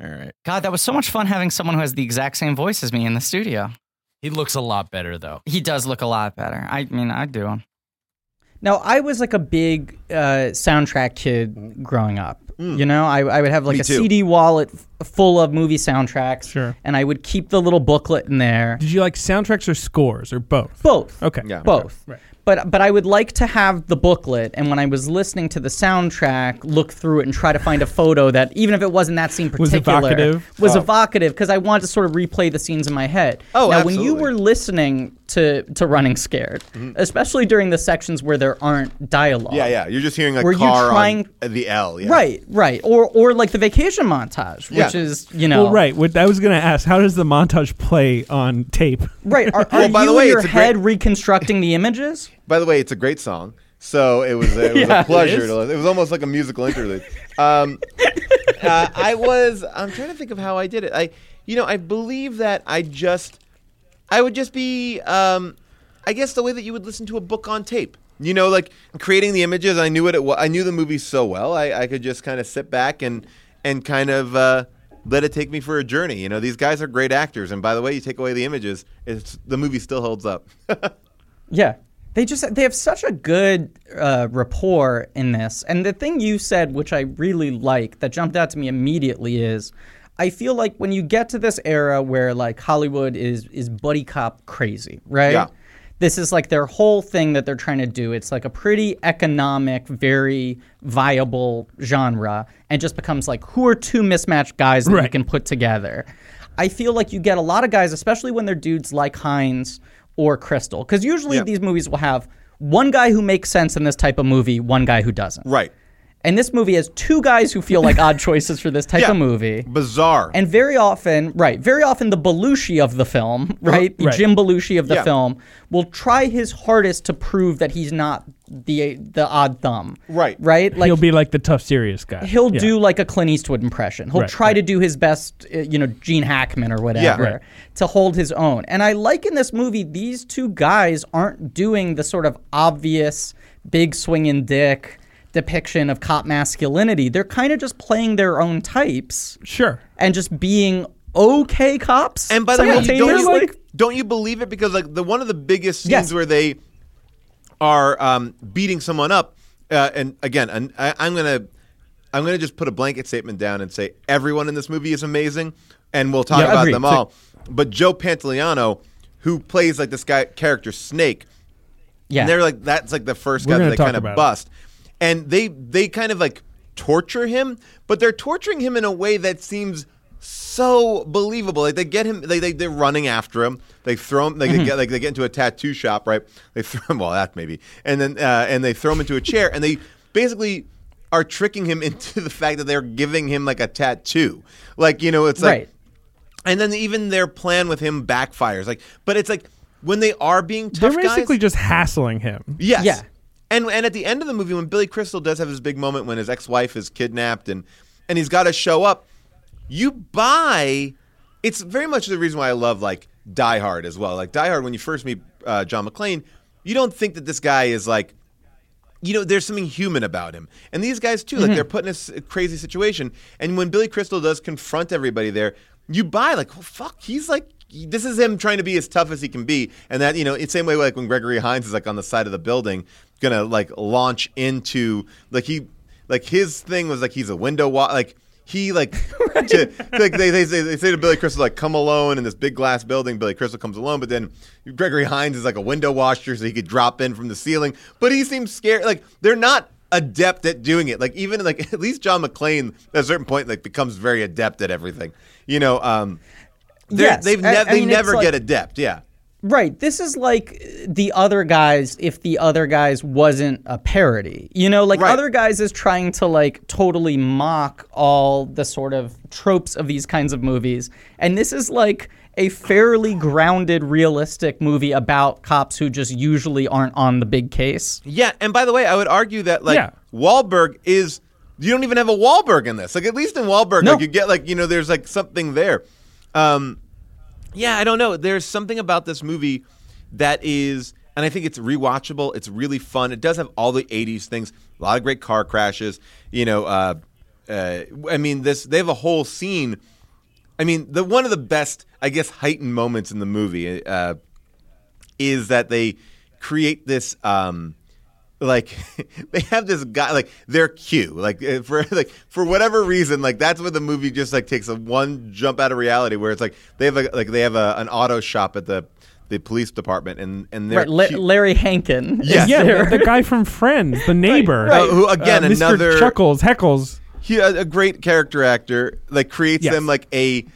[SPEAKER 4] All right.
[SPEAKER 3] God, that was so much fun having someone who has the exact same voice as me in the studio.
[SPEAKER 5] He looks a lot better though.
[SPEAKER 3] He does look a lot better. I mean, I do him.
[SPEAKER 6] Now, I was like a big uh, soundtrack kid growing up. You know, I, I would have like
[SPEAKER 2] Hmm. Me
[SPEAKER 6] a
[SPEAKER 2] too.
[SPEAKER 6] CD wallet f- full of movie soundtracks.
[SPEAKER 7] Sure.
[SPEAKER 6] And I would keep the little booklet in there.
[SPEAKER 7] Did you like soundtracks or scores or both?
[SPEAKER 6] Both.
[SPEAKER 7] Okay.
[SPEAKER 2] Yeah.
[SPEAKER 6] Both. But but I would like to have the booklet, and when I was listening to the soundtrack, look through it and try to find a photo that, even if it wasn't that scene
[SPEAKER 7] Was
[SPEAKER 6] particular,
[SPEAKER 7] evocative?
[SPEAKER 6] was evocative because I wanted to sort of replay the scenes in my head.
[SPEAKER 2] Oh,
[SPEAKER 6] now when you
[SPEAKER 2] absolutely.
[SPEAKER 6] were listening to to Running Scared, especially during the sections where there aren't dialogue.
[SPEAKER 2] Mm-hmm. Yeah, yeah. You're just hearing a
[SPEAKER 6] Were you
[SPEAKER 2] car
[SPEAKER 6] trying-
[SPEAKER 2] on the L. Yeah.
[SPEAKER 6] Right, right, or or like the vacation montage,
[SPEAKER 2] Yeah.
[SPEAKER 6] which is you know,
[SPEAKER 7] Well, Oh, right. What I was going to ask, how does the montage play on tape?
[SPEAKER 6] right. Are, are
[SPEAKER 2] Well, by
[SPEAKER 6] you
[SPEAKER 2] the way,
[SPEAKER 6] in your
[SPEAKER 2] it's a great-
[SPEAKER 6] head reconstructing the images?
[SPEAKER 2] By the way, it's a great song. So it was it was
[SPEAKER 7] Yeah,
[SPEAKER 2] a
[SPEAKER 7] it
[SPEAKER 2] pleasure
[SPEAKER 7] is.
[SPEAKER 2] to listen. It was almost like a musical interlude. Um, uh, I was I'm trying to think of how I did it. I you know I believe that I just I would just be um, I guess the way that you would listen to a book on tape. You know, like creating the images. I knew what it was. I knew the movie so well. I, I could just kind of sit back and and kind of. Uh, let it take me for a journey. You know, these guys are great actors. And by the way, you take away the images, it's, the movie still holds up.
[SPEAKER 6] Yeah. They just they have such a good uh, rapport in this. And the thing you said, which I really like, that jumped out to me immediately is I feel like when you get to this era where like Hollywood is is buddy cop crazy, right?
[SPEAKER 2] Yeah.
[SPEAKER 6] This is like their whole thing that they're trying to do. It's like a pretty economic, very viable genre and just becomes like who are two mismatched guys that you
[SPEAKER 7] Right.
[SPEAKER 6] can put together. I feel like you get a lot of guys, especially when they're dudes like Hines or Crystal, because usually
[SPEAKER 2] Yeah.
[SPEAKER 6] these movies will have one guy who makes sense in this type of movie, one guy who doesn't.
[SPEAKER 2] right.
[SPEAKER 6] And this movie has two guys who feel like odd choices for this type
[SPEAKER 2] Yeah.
[SPEAKER 6] of movie.
[SPEAKER 2] Bizarre.
[SPEAKER 6] And very often, right, very often the Belushi of the film, right,
[SPEAKER 7] right.
[SPEAKER 6] Jim Belushi of the
[SPEAKER 2] Yeah.
[SPEAKER 6] film, will try his hardest to prove that he's not the the odd thumb,
[SPEAKER 2] Right.
[SPEAKER 6] right? Like
[SPEAKER 7] he'll be like the tough, serious guy.
[SPEAKER 6] he'll
[SPEAKER 7] Yeah.
[SPEAKER 6] do like a Clint Eastwood impression. He'll
[SPEAKER 7] Right,
[SPEAKER 6] try
[SPEAKER 7] right.
[SPEAKER 6] to do his best, uh, you know, Gene Hackman or whatever,
[SPEAKER 2] Right.
[SPEAKER 6] to hold his own. And I like in this movie, these two guys aren't doing the sort of obvious big swinging dick depiction of cop masculinity. They're kind of just playing their own types
[SPEAKER 7] sure.
[SPEAKER 6] and just being okay cops.
[SPEAKER 2] And by the way, you- don't you,
[SPEAKER 6] simultaneously.
[SPEAKER 2] like, don't you believe it? Because like the one of the biggest scenes
[SPEAKER 6] Yes.
[SPEAKER 2] where they are um, beating someone up, uh, and again, and I, I'm gonna I'm gonna just put a blanket statement down and say everyone in this movie is amazing, and we'll talk
[SPEAKER 6] Yeah,
[SPEAKER 2] about
[SPEAKER 6] agreed.
[SPEAKER 2] them all. But Joe Pantoliano, who plays like this guy character Snake,
[SPEAKER 6] yeah.
[SPEAKER 2] and they're like, that's like the 1st
[SPEAKER 7] We're
[SPEAKER 2] guy that
[SPEAKER 7] gonna
[SPEAKER 2] they
[SPEAKER 7] talk
[SPEAKER 2] kind of
[SPEAKER 7] about it.
[SPEAKER 2] bust. And they they kind of like torture him, but they're torturing him in a way that seems so believable. Like they get him, they, they they're running after him. They throw him, like they get like they get into a tattoo shop, right? They throw him, well, that maybe, and then uh, and they throw him into a chair, and they basically are tricking him into the fact that they're giving him like a tattoo, like you know, it's like
[SPEAKER 6] right.
[SPEAKER 2] and then even their plan with him backfires. Like, but it's like when they are being
[SPEAKER 7] They're
[SPEAKER 2] tough
[SPEAKER 7] basically
[SPEAKER 2] guys,
[SPEAKER 7] just hassling him.
[SPEAKER 2] Yes.
[SPEAKER 6] Yeah.
[SPEAKER 2] And and at the end of the movie, when Billy Crystal does have his big moment when his ex wife is kidnapped and and he's got to show up, you buy. It's very much the reason why I love like Die Hard as well. Like Die Hard, when you first meet uh, John McClane, you don't think that this guy is like you know, there's something human about him. And these guys too, like they're put in a s- crazy situation. And when Billy Crystal does confront everybody there, you buy like, oh, fuck, he's like, he- this is him trying to be as tough as he can be. And that, you know, it's same way like when Gregory Hines is like on the side of the building, gonna like launch into like he, like his thing was like he's a window wa- like. He like, to, like they, they, say, they say to Billy Crystal like come alone in this big glass building. Billy Crystal comes alone, but then Gregory Hines is like a window washer, so he could drop in from the ceiling. But he seems scared. Like they're not adept at doing it. Like even like at least John McClane at a certain point like becomes very adept at everything. You know, um, they're-
[SPEAKER 6] Yes,
[SPEAKER 2] they've
[SPEAKER 6] I-
[SPEAKER 2] nev-
[SPEAKER 6] I
[SPEAKER 2] they
[SPEAKER 6] mean, it's
[SPEAKER 2] never
[SPEAKER 6] like-
[SPEAKER 2] get adept. Yeah,
[SPEAKER 6] Right. This is like the other guys if the other guys wasn't a parody. You know, like
[SPEAKER 2] Right.
[SPEAKER 6] other guys is trying to like totally mock all the sort of tropes of these kinds of movies. And this is like a fairly grounded realistic movie about cops who just usually aren't on the big case.
[SPEAKER 2] yeah. And by the way, I would argue that like
[SPEAKER 7] Yeah.
[SPEAKER 2] Wahlberg is. You don't even have a Wahlberg in this. Like at least in Wahlberg,
[SPEAKER 6] No.
[SPEAKER 2] like you get like you know there's like something there. Um, Yeah, I don't know. There's something about this movie that is, and I think it's rewatchable. It's really fun. It does have all the '80s things. A lot of great car crashes. You know, uh, uh, I mean, this they have a whole scene. I mean, the one of the best, I guess, heightened moments in the movie uh, is that they create this. Um, like they have this guy like their cue like uh, for like for whatever reason like that's when the movie just like takes a one jump out of reality where it's like they have a like they have a, an auto shop at the the police department and and they're
[SPEAKER 6] Right. La- Larry Hankin.
[SPEAKER 2] Yes.
[SPEAKER 7] Yeah,
[SPEAKER 2] Sure.
[SPEAKER 7] the, the guy from Friends, the neighbor,
[SPEAKER 2] right. Uh, who, again,
[SPEAKER 7] Mr.
[SPEAKER 2] another-
[SPEAKER 7] Chuckles, Heckles.
[SPEAKER 2] he a, a great character actor like creates
[SPEAKER 7] Yes.
[SPEAKER 2] them like a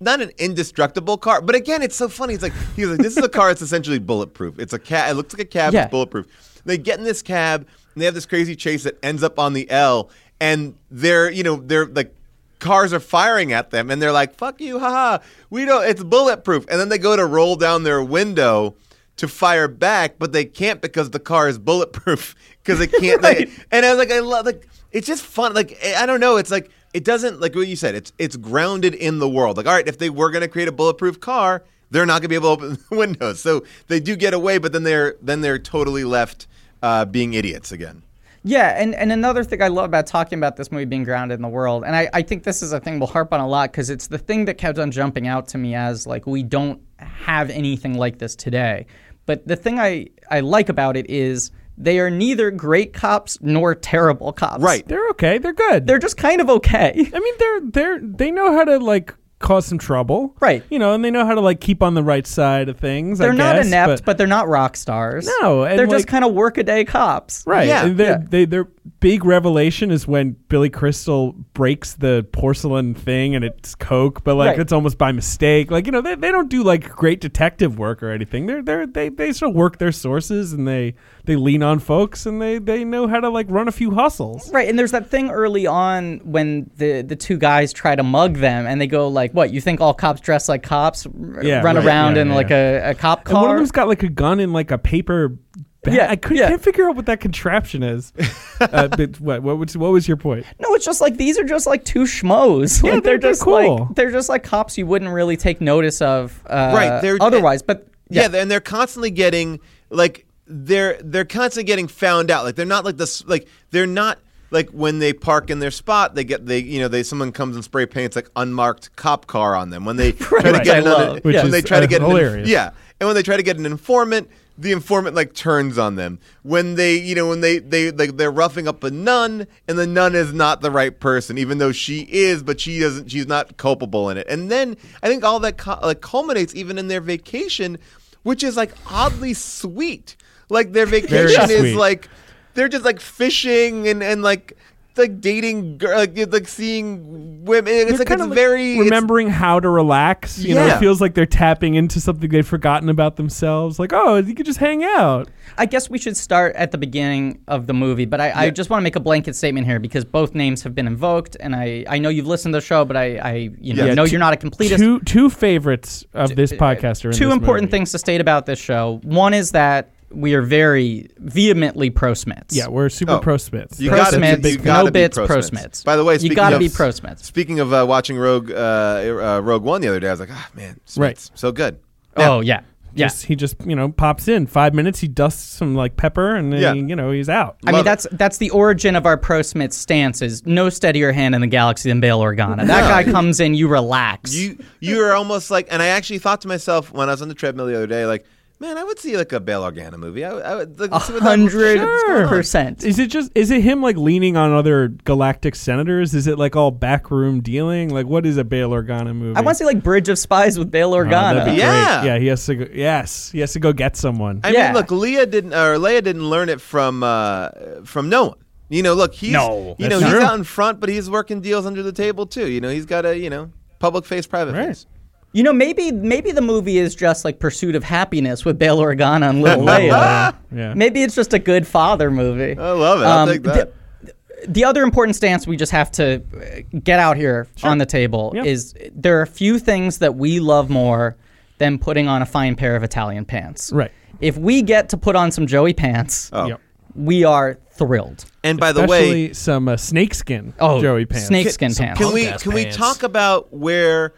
[SPEAKER 2] not an indestructible car but again it's so funny it's like he's like this is a car that's essentially bulletproof it's a cab it looks like a cab
[SPEAKER 6] Yeah.
[SPEAKER 2] it's bulletproof they get in this cab and they have this crazy chase that ends up on the l and they're you know they're like cars are firing at them and they're like fuck you haha we don't it's bulletproof and then they go to roll down their window to fire back but they can't because the car is bulletproof because they can't they, and i was like i love like it's just fun like i I don't know it's like it doesn't like what you said it's it's grounded in the world like all right if they were going to create a bulletproof car they're not going to be able to open the windows so they do get away but then they're then they're totally left uh, being idiots again
[SPEAKER 6] Yeah, and, and another thing I love about talking about this movie being grounded in the world, and I, I think this is a thing we'll harp on a lot because it's the thing that kept on jumping out to me as like we don't have anything like this today. But the thing I, I like about it is they are neither great cops nor terrible cops.
[SPEAKER 2] Right.
[SPEAKER 7] They're okay. They're good.
[SPEAKER 6] They're just kind of okay.
[SPEAKER 7] I mean, they're they're they know how to like cause some trouble,
[SPEAKER 6] Right.
[SPEAKER 7] You know, and they know how to like keep on the right side of things. I
[SPEAKER 6] They're not
[SPEAKER 7] guess,
[SPEAKER 6] inept, but, they're not rock stars.
[SPEAKER 7] No, and
[SPEAKER 6] They're just
[SPEAKER 7] like-
[SPEAKER 6] kind of workaday cops.
[SPEAKER 7] right.
[SPEAKER 2] Yeah,
[SPEAKER 7] And they're-
[SPEAKER 2] yeah.
[SPEAKER 7] They, their big revelation is when Billy Crystal breaks the porcelain thing and it's Coke, but like
[SPEAKER 6] Right.
[SPEAKER 7] it's almost by mistake. Like you know, they, they don't do like great detective work or anything. They're they're they they sort of work their sources and they they lean on folks and they they know how to like run a few hustles.
[SPEAKER 6] Right, and there's that thing early on when the the two guys try to mug them, and they go like, "What? You think all cops dress like cops? R-
[SPEAKER 7] Yeah,
[SPEAKER 6] run
[SPEAKER 7] right,
[SPEAKER 6] around
[SPEAKER 7] yeah,
[SPEAKER 6] in
[SPEAKER 7] yeah.
[SPEAKER 6] like a, a cop car?"
[SPEAKER 7] And one of them's got like a gun in like a paper. Bag.
[SPEAKER 6] Yeah,
[SPEAKER 7] I could,
[SPEAKER 6] yeah.
[SPEAKER 7] can't figure out what that contraption is. uh, but what what was, what was your point?
[SPEAKER 6] no, it's just like these are just like two schmoes.
[SPEAKER 7] Yeah,
[SPEAKER 6] like,
[SPEAKER 7] they're- they're
[SPEAKER 6] just
[SPEAKER 7] cool.
[SPEAKER 6] like they're just like cops you wouldn't really take notice of. Uh,
[SPEAKER 2] Right, they're-
[SPEAKER 6] otherwise, but yeah,
[SPEAKER 2] yeah. and they're constantly getting like they're they're constantly getting found out like they're not like this like they're not like when they park in their spot they get they you know they someone comes and spray paints like unmarked cop car on them when they try to
[SPEAKER 7] Right.
[SPEAKER 2] get
[SPEAKER 7] I
[SPEAKER 2] another
[SPEAKER 7] love. Which
[SPEAKER 2] when
[SPEAKER 7] is,
[SPEAKER 2] they try to
[SPEAKER 7] uh,
[SPEAKER 2] get an-
[SPEAKER 7] hilarious.
[SPEAKER 2] yeah and when they try to get an informant the informant like turns on them when they you know when they they like they're roughing up a nun and the nun is not the right person even though she is but she doesn't she's not culpable in it and then i think all that cu- like culminates even in their vacation which is like oddly sweet like their vacation is
[SPEAKER 7] sweet.
[SPEAKER 2] like they're just like fishing and and like like dating girl like, it's, like seeing women it's
[SPEAKER 7] They're
[SPEAKER 2] like it's
[SPEAKER 7] kinda, like,
[SPEAKER 2] very it's-
[SPEAKER 7] remembering how to relax. You know,
[SPEAKER 2] Yeah.
[SPEAKER 7] it feels like they're tapping into something they'd forgotten about themselves. Like, oh, you could just hang out.
[SPEAKER 6] I guess we should start at the beginning of the movie, but I, I just want to make a blanket statement here because both names have been invoked, and I, I know you've listened to the show, but I, I you know,
[SPEAKER 2] Yeah,
[SPEAKER 6] know
[SPEAKER 7] two-
[SPEAKER 6] you're not a completist.
[SPEAKER 7] Two two favorites of
[SPEAKER 2] uh,
[SPEAKER 7] this podcast are in
[SPEAKER 6] two
[SPEAKER 7] this
[SPEAKER 6] important
[SPEAKER 7] movie.
[SPEAKER 6] things to state about this show. One is that we are very vehemently pro Smiths.
[SPEAKER 7] Yeah, we're super
[SPEAKER 2] Oh.
[SPEAKER 7] pro Smiths.
[SPEAKER 2] You
[SPEAKER 6] Pro
[SPEAKER 2] gotta,
[SPEAKER 6] Smiths,
[SPEAKER 2] be, you
[SPEAKER 6] no
[SPEAKER 2] gotta be
[SPEAKER 6] bits,
[SPEAKER 2] pro
[SPEAKER 6] pro
[SPEAKER 2] Smiths.
[SPEAKER 6] Smiths.
[SPEAKER 2] By the way,
[SPEAKER 6] You
[SPEAKER 2] speaking
[SPEAKER 6] gotta
[SPEAKER 2] of,
[SPEAKER 6] be pro Smiths.
[SPEAKER 2] Speaking of uh, watching Rogue uh, uh, Rogue One the other day, I was like, ah, man, Smiths,
[SPEAKER 7] Right.
[SPEAKER 2] so good.
[SPEAKER 6] Oh yeah. Yeah.
[SPEAKER 7] Just- he just you know pops in five minutes. He dusts some like pepper and then
[SPEAKER 2] Yeah.
[SPEAKER 7] he, you know he's out.
[SPEAKER 6] I mean
[SPEAKER 2] love it.
[SPEAKER 6] that's that's the origin of our pro Smith stance is no steadier hand in the galaxy than Bail Organa. That guy comes in, you relax.
[SPEAKER 2] You you are almost like, and I actually thought to myself when I was on the treadmill the other day, like, man, I would see like a Bail Organa movie. I, would- I would like,
[SPEAKER 6] A
[SPEAKER 2] see what that- what's going
[SPEAKER 6] hundred
[SPEAKER 2] on.
[SPEAKER 6] percent.
[SPEAKER 7] Is it just is it him like leaning on other galactic senators? Is it like all backroom dealing? Like what is a Bail Organa movie?
[SPEAKER 6] I want to see like Bridge of Spies with Bail
[SPEAKER 7] Oh, that'd
[SPEAKER 6] Organa.
[SPEAKER 7] be
[SPEAKER 2] Yeah.
[SPEAKER 7] great. yeah. He has to go. Yes, he has to go get someone.
[SPEAKER 2] I
[SPEAKER 6] Yeah.
[SPEAKER 2] mean, look, Leah didn't or Leia didn't learn it from uh, from no one. You know, look, he's
[SPEAKER 7] No,
[SPEAKER 2] you
[SPEAKER 7] that's
[SPEAKER 2] know
[SPEAKER 7] not
[SPEAKER 2] he's
[SPEAKER 7] true.
[SPEAKER 2] out in front, but he's working deals under the table too. You know, he's got a you know public face, private
[SPEAKER 7] Right.
[SPEAKER 2] face.
[SPEAKER 6] You know, maybe maybe the movie is just like Pursuit of Happiness with Bail Organa and Little Leia.
[SPEAKER 7] yeah.
[SPEAKER 6] Maybe it's just a good father movie.
[SPEAKER 2] I love it. I'll
[SPEAKER 6] Um,
[SPEAKER 2] take
[SPEAKER 6] the-
[SPEAKER 2] that.
[SPEAKER 6] the other important stance we just have to uh, get out here on the table
[SPEAKER 7] Yeah.
[SPEAKER 6] is there are few things that we love more than putting on a fine pair of Italian pants.
[SPEAKER 7] Right.
[SPEAKER 6] If we get to put on some Joey pants,
[SPEAKER 2] Oh.
[SPEAKER 7] Yep.
[SPEAKER 6] we are thrilled.
[SPEAKER 2] and by the
[SPEAKER 7] Especially
[SPEAKER 2] way,
[SPEAKER 7] some uh, snakeskin
[SPEAKER 6] Oh,
[SPEAKER 7] Joey pants.
[SPEAKER 6] snakeskin pants.
[SPEAKER 2] Can we
[SPEAKER 5] Punk-ass
[SPEAKER 2] can we
[SPEAKER 5] pants.
[SPEAKER 2] talk about where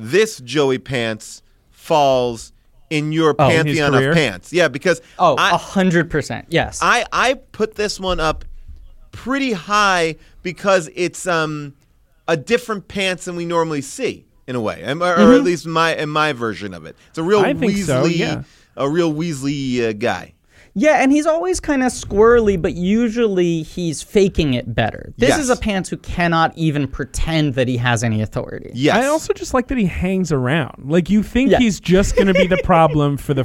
[SPEAKER 2] this Joey Pants falls in your
[SPEAKER 7] Oh, in his
[SPEAKER 2] pantheon
[SPEAKER 7] career?
[SPEAKER 2] of pants? Yeah, because
[SPEAKER 6] Oh,
[SPEAKER 2] I,
[SPEAKER 6] a hundred percent. Yes.
[SPEAKER 2] I I put this one up pretty high because it's um a different pants than we normally see in a way, Um, or, or at least my in my version of it. It's a real
[SPEAKER 7] Mm-hmm. I think
[SPEAKER 2] Weasley,
[SPEAKER 7] so, yeah.
[SPEAKER 2] a real Weasley uh, guy.
[SPEAKER 6] yeah, and he's always kind of squirrely, but usually he's faking it better. This
[SPEAKER 2] Yes.
[SPEAKER 6] is a pants who cannot even pretend that he has any authority.
[SPEAKER 2] Yes,
[SPEAKER 7] I also just like that he hangs around. Like you think
[SPEAKER 6] Yeah.
[SPEAKER 7] he's just going to be the problem for the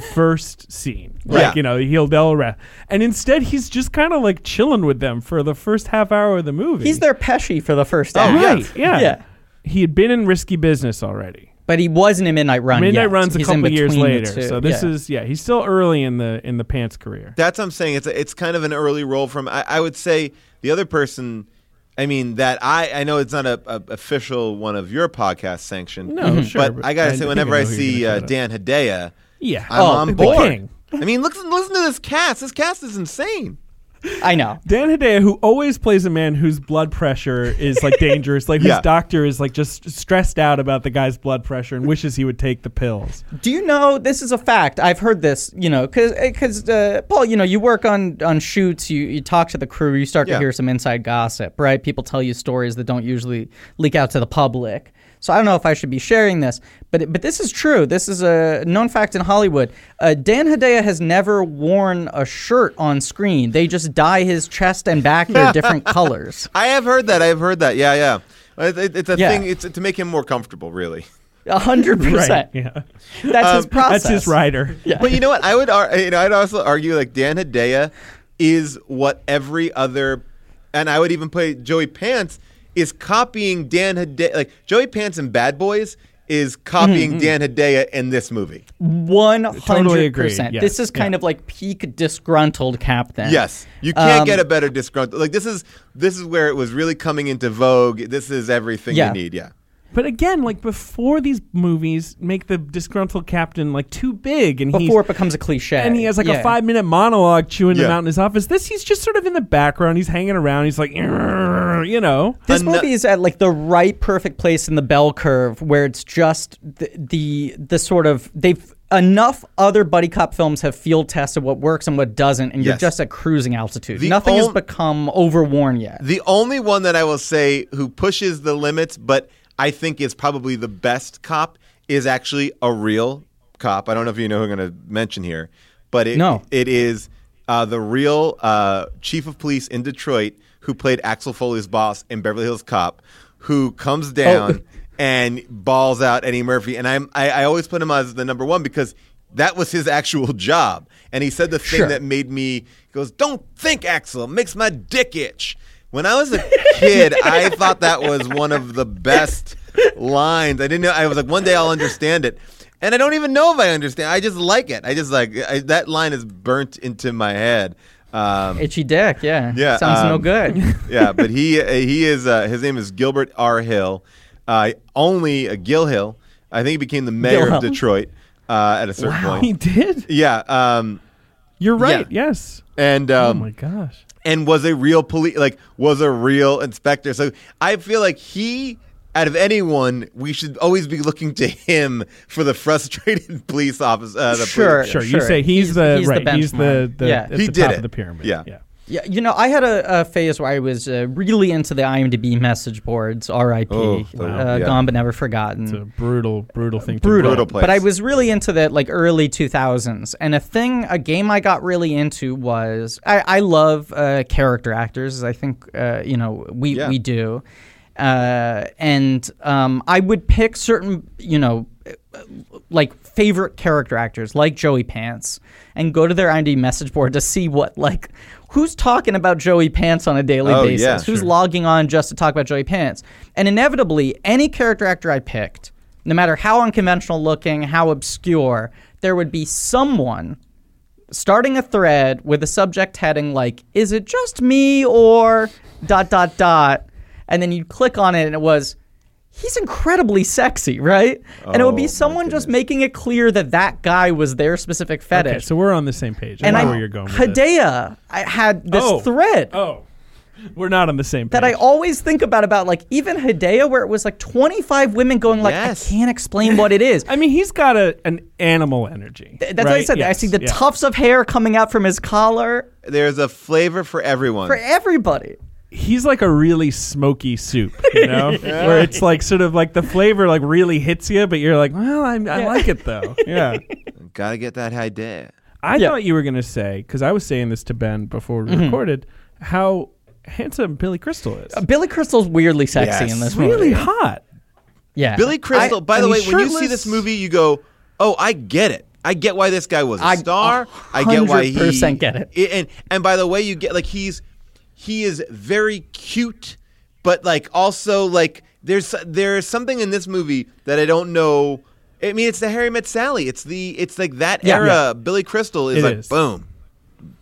[SPEAKER 7] first scene. Like
[SPEAKER 2] Yeah.
[SPEAKER 7] you know, he'll they'll ra- and instead he's just kind of like chilling with them for the first half hour of the movie.
[SPEAKER 6] He's their Pesci for the first
[SPEAKER 2] Oh, yeah.
[SPEAKER 6] act.
[SPEAKER 7] right. Yeah.
[SPEAKER 6] Yeah.
[SPEAKER 7] He had been in risky business already.
[SPEAKER 6] But he wasn't in Midnight Run.
[SPEAKER 7] Midnight
[SPEAKER 6] yet.
[SPEAKER 7] runs a
[SPEAKER 6] Uh, He's in
[SPEAKER 7] couple years
[SPEAKER 6] between the
[SPEAKER 7] later.
[SPEAKER 6] two.
[SPEAKER 7] So this
[SPEAKER 6] Yeah.
[SPEAKER 7] is yeah, he's still early in the in the pants career.
[SPEAKER 2] That's what I'm saying. It's a, it's kind of an early role from. I, I would say the other person. I mean that I I know it's not a, a official one of your podcast sanctioned.
[SPEAKER 7] No, Mhm. sure,
[SPEAKER 2] But,
[SPEAKER 7] but
[SPEAKER 2] I gotta
[SPEAKER 7] I
[SPEAKER 2] say,
[SPEAKER 7] think
[SPEAKER 2] whenever
[SPEAKER 7] I
[SPEAKER 2] I,
[SPEAKER 7] know who you're
[SPEAKER 2] see
[SPEAKER 7] gonna
[SPEAKER 2] uh,
[SPEAKER 7] shout
[SPEAKER 2] Dan Hedaya,
[SPEAKER 7] Yeah.
[SPEAKER 6] Oh,
[SPEAKER 7] Oh,
[SPEAKER 2] I'm on
[SPEAKER 7] the
[SPEAKER 2] board.
[SPEAKER 7] king.
[SPEAKER 2] I mean, listen listen to this cast. This cast is insane.
[SPEAKER 6] I know.
[SPEAKER 7] Dan Hedaya, who always plays a man whose blood pressure is like dangerous, like
[SPEAKER 2] Yeah.
[SPEAKER 7] his doctor is like just stressed out about the guy's blood pressure and wishes he would take the pills.
[SPEAKER 6] Do you know this is a fact? I've heard this. You know, because uh, Paul, you know, you work on on shoots. You you talk to the crew. You start
[SPEAKER 2] Yeah.
[SPEAKER 6] to hear some inside gossip, right? People tell you stories that don't usually leak out to the public. So I don't know if I should be sharing this, but it- but this is true. This is a known fact in Hollywood. Uh, Dan Hedaya has never worn a shirt on screen. They just dye his chest and back their different colors.
[SPEAKER 2] I have heard that. I have heard that. Yeah, yeah. It, it- it's a
[SPEAKER 6] Yeah.
[SPEAKER 2] thing. It's to make him more comfortable, really.
[SPEAKER 6] A hundred percent.
[SPEAKER 7] Yeah.
[SPEAKER 6] That's his process.
[SPEAKER 7] Um, That's his rider. Yeah.
[SPEAKER 2] But you know what? I would, ar- you know, I'd also argue like Dan Hedaya is what every other, and I would even play Joey Pants is copying Dan Hedaya. Like Joey Pants in Bad Boys is copying
[SPEAKER 6] Mm-hmm.
[SPEAKER 2] Dan Hedaya in this movie.
[SPEAKER 6] One
[SPEAKER 7] Totally
[SPEAKER 6] hundred
[SPEAKER 7] agree,
[SPEAKER 6] percent.
[SPEAKER 7] yeah,
[SPEAKER 6] This is kind of like peak disgruntled Captain.
[SPEAKER 2] Yes, you can't
[SPEAKER 6] Um,
[SPEAKER 2] get a better disgruntled. Like this is this is where it was really coming into vogue. This is everything
[SPEAKER 6] Yeah.
[SPEAKER 2] you need. Yeah.
[SPEAKER 7] But again, like before these movies make the disgruntled captain like too big, and he's
[SPEAKER 6] Before it becomes a cliche.
[SPEAKER 7] and he has like
[SPEAKER 6] Yeah.
[SPEAKER 7] a five minute monologue chewing them
[SPEAKER 2] Yeah.
[SPEAKER 7] out in his office. This he's just sort of in the background. He's hanging around. He's like, "Err," you know,
[SPEAKER 6] This
[SPEAKER 2] Ano-
[SPEAKER 6] movie is at like the right perfect place in the bell curve where it's just the the, the sort of they've enough other buddy cop films have field tested what works and what doesn't and you're
[SPEAKER 2] Yes.
[SPEAKER 6] just at cruising altitude.
[SPEAKER 2] The
[SPEAKER 6] Nothing has
[SPEAKER 2] on-
[SPEAKER 6] become overworn yet.
[SPEAKER 2] The only one that I will say who pushes the limits, but I think is probably the best cop, is actually a real cop. I don't know if you know who I'm going to mention here, but it,
[SPEAKER 6] No.
[SPEAKER 2] it is uh, the real uh, chief of police in Detroit who played Axel Foley's boss in Beverly Hills Cop, who comes down and balls out Eddie Murphy. And I'm, I, I always put him as the number one because that was his actual job. And he said the thing
[SPEAKER 6] Sure.
[SPEAKER 2] that made me he goes, "Don't think, Axel. It makes my dick itch." When I was a kid, I thought that was one of the best lines. I didn't know. I was like, one day I'll understand it, and I don't even know if I understand. I just like it. I just like I, that line is burnt into my head. Um,
[SPEAKER 6] Itchy dick, yeah.
[SPEAKER 2] Yeah,
[SPEAKER 6] Sounds no
[SPEAKER 2] um,
[SPEAKER 6] good.
[SPEAKER 2] yeah, but he uh, he is uh, his name is Gilbert R. Hill, uh, only uh, Gil Hill. I think he became the mayor
[SPEAKER 6] Gil
[SPEAKER 2] of
[SPEAKER 6] Hill.
[SPEAKER 2] Detroit uh, at a certain
[SPEAKER 7] he
[SPEAKER 2] point.
[SPEAKER 7] did.
[SPEAKER 2] Yeah, um,
[SPEAKER 7] You're right. Yes.
[SPEAKER 2] and
[SPEAKER 7] Oh
[SPEAKER 2] um,
[SPEAKER 7] my gosh.
[SPEAKER 2] and was a real police like was a real inspector so i feel like he out of anyone we should always be looking to him for the frustrated police officer uh, the police-
[SPEAKER 6] Sure.
[SPEAKER 7] Sure,
[SPEAKER 6] Sure.
[SPEAKER 7] you say he's,
[SPEAKER 6] He's-
[SPEAKER 7] the
[SPEAKER 6] he's the
[SPEAKER 7] right. he's the,
[SPEAKER 6] benchmark.
[SPEAKER 7] the
[SPEAKER 6] Yeah.
[SPEAKER 7] at
[SPEAKER 2] He
[SPEAKER 7] the
[SPEAKER 2] did
[SPEAKER 7] top
[SPEAKER 2] it.
[SPEAKER 7] of the pyramid.
[SPEAKER 2] Yeah.
[SPEAKER 7] yeah.
[SPEAKER 6] yeah, you know, I had a, a phase where I was uh, really into the IMDb message boards, RIP,
[SPEAKER 2] Oh, the-
[SPEAKER 6] uh,
[SPEAKER 2] yeah.
[SPEAKER 6] gone but never forgotten.
[SPEAKER 7] It's a brutal, brutal thing. to do.
[SPEAKER 6] brutal.
[SPEAKER 2] Brutal place.
[SPEAKER 6] But I was really into that like early 2000s. And a thing, a game I got really into was I, I love uh, character actors. as I think uh, you know we
[SPEAKER 2] Yeah.
[SPEAKER 6] we do. Uh, and um, I would pick certain you know like favorite character actors like Joey Pants and go to their IMDb message board to see what like who's talking about Joey Pants on a daily
[SPEAKER 2] Oh,
[SPEAKER 6] basis.
[SPEAKER 2] yeah,
[SPEAKER 6] who's logging on just to talk about Joey Pants? And inevitably, any character actor I picked, no matter how unconventional looking, how obscure, there would be someone starting a thread with a subject heading like is it just me or dot dot dot and then you'd click on it and it was he's incredibly sexy right and it
[SPEAKER 2] Oh,
[SPEAKER 6] would
[SPEAKER 2] my
[SPEAKER 6] be someone just making it clear that that guy was their specific fetish
[SPEAKER 7] Okay, so we're on the same page.
[SPEAKER 6] and
[SPEAKER 7] I
[SPEAKER 6] I,
[SPEAKER 7] know where you're going. With this.
[SPEAKER 6] Hidea, I had this
[SPEAKER 7] Oh.
[SPEAKER 6] thread
[SPEAKER 7] Oh, we're not on the same page.
[SPEAKER 6] that I always think about about like even Hidea where it was like 25 women going like
[SPEAKER 2] Yes.
[SPEAKER 6] I can't explain what it is.
[SPEAKER 7] I mean, he's got a, an animal energy.
[SPEAKER 6] That's what I
[SPEAKER 7] right?
[SPEAKER 6] said. I
[SPEAKER 7] Yes,
[SPEAKER 6] see the
[SPEAKER 7] yeah.
[SPEAKER 6] tufts of hair coming out from his collar
[SPEAKER 2] there's a flavor for everyone
[SPEAKER 6] for e- everybody.
[SPEAKER 7] He's like a really smoky soup, you know, where it's like sort of like the flavor like really hits you, but you're like, well, i I like it though. Yeah.
[SPEAKER 2] gotta get that high day
[SPEAKER 7] I thought you were gonna say because I was saying this to Ben before we
[SPEAKER 6] Mm-hmm.
[SPEAKER 7] recorded how handsome Billy Crystal is.
[SPEAKER 6] Billy Crystal's weirdly sexy
[SPEAKER 2] Yes.
[SPEAKER 6] in this movie.
[SPEAKER 7] really hot.
[SPEAKER 6] Yeah.
[SPEAKER 2] billy crystal
[SPEAKER 6] I-
[SPEAKER 2] by
[SPEAKER 7] and
[SPEAKER 2] the way
[SPEAKER 7] he's
[SPEAKER 2] when you see this
[SPEAKER 7] shirtless.
[SPEAKER 2] movie you go oh i get it I get why this guy was a
[SPEAKER 6] I
[SPEAKER 2] star. I get why he
[SPEAKER 6] 100% get it.
[SPEAKER 2] I- And and by the way, you get like he's he is very cute, but like also like there's there's something in this movie that I don't know. I mean, it's the Harry Met Sally. It's the it's like that
[SPEAKER 6] Yeah.
[SPEAKER 2] era. Billy Crystal is
[SPEAKER 7] It
[SPEAKER 2] like
[SPEAKER 7] is.
[SPEAKER 2] boom,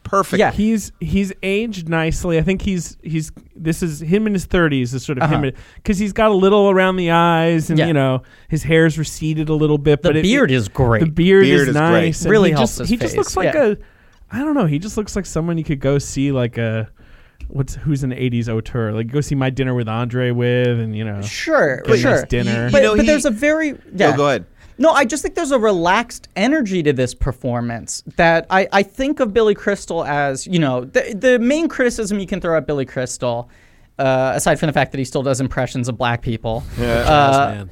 [SPEAKER 2] perfect.
[SPEAKER 6] Yeah.
[SPEAKER 7] He's he's aged nicely. I think he's he's this is him in his thirties is sort of him because he's got a little around the eyes and
[SPEAKER 6] Uh-huh. Yeah.
[SPEAKER 7] you know his hair's receded a little bit.
[SPEAKER 6] the
[SPEAKER 7] but it-
[SPEAKER 6] beard is great.
[SPEAKER 7] the beard,
[SPEAKER 2] Beard
[SPEAKER 7] is,
[SPEAKER 2] is great.
[SPEAKER 7] nice. and
[SPEAKER 6] Really
[SPEAKER 7] he
[SPEAKER 6] helps
[SPEAKER 7] just,
[SPEAKER 6] his
[SPEAKER 7] He just
[SPEAKER 6] face,
[SPEAKER 7] looks like
[SPEAKER 6] yeah.
[SPEAKER 7] a I don't know. He just looks like someone you could go see like a what's who's an '80s auteur like go see My Dinner with Andre with and you know
[SPEAKER 6] sure,
[SPEAKER 7] get a
[SPEAKER 6] sure.
[SPEAKER 7] nice dinner.
[SPEAKER 2] You
[SPEAKER 6] But,
[SPEAKER 2] know,
[SPEAKER 6] but
[SPEAKER 2] he- Oh,
[SPEAKER 6] there's a very yeah.
[SPEAKER 2] go ahead.
[SPEAKER 6] No, I just think there's a relaxed energy to this performance that I, I think of Billy Crystal as you know the the main criticism you can throw at Billy Crystal, uh, aside from the fact that he still does impressions of black people, uh,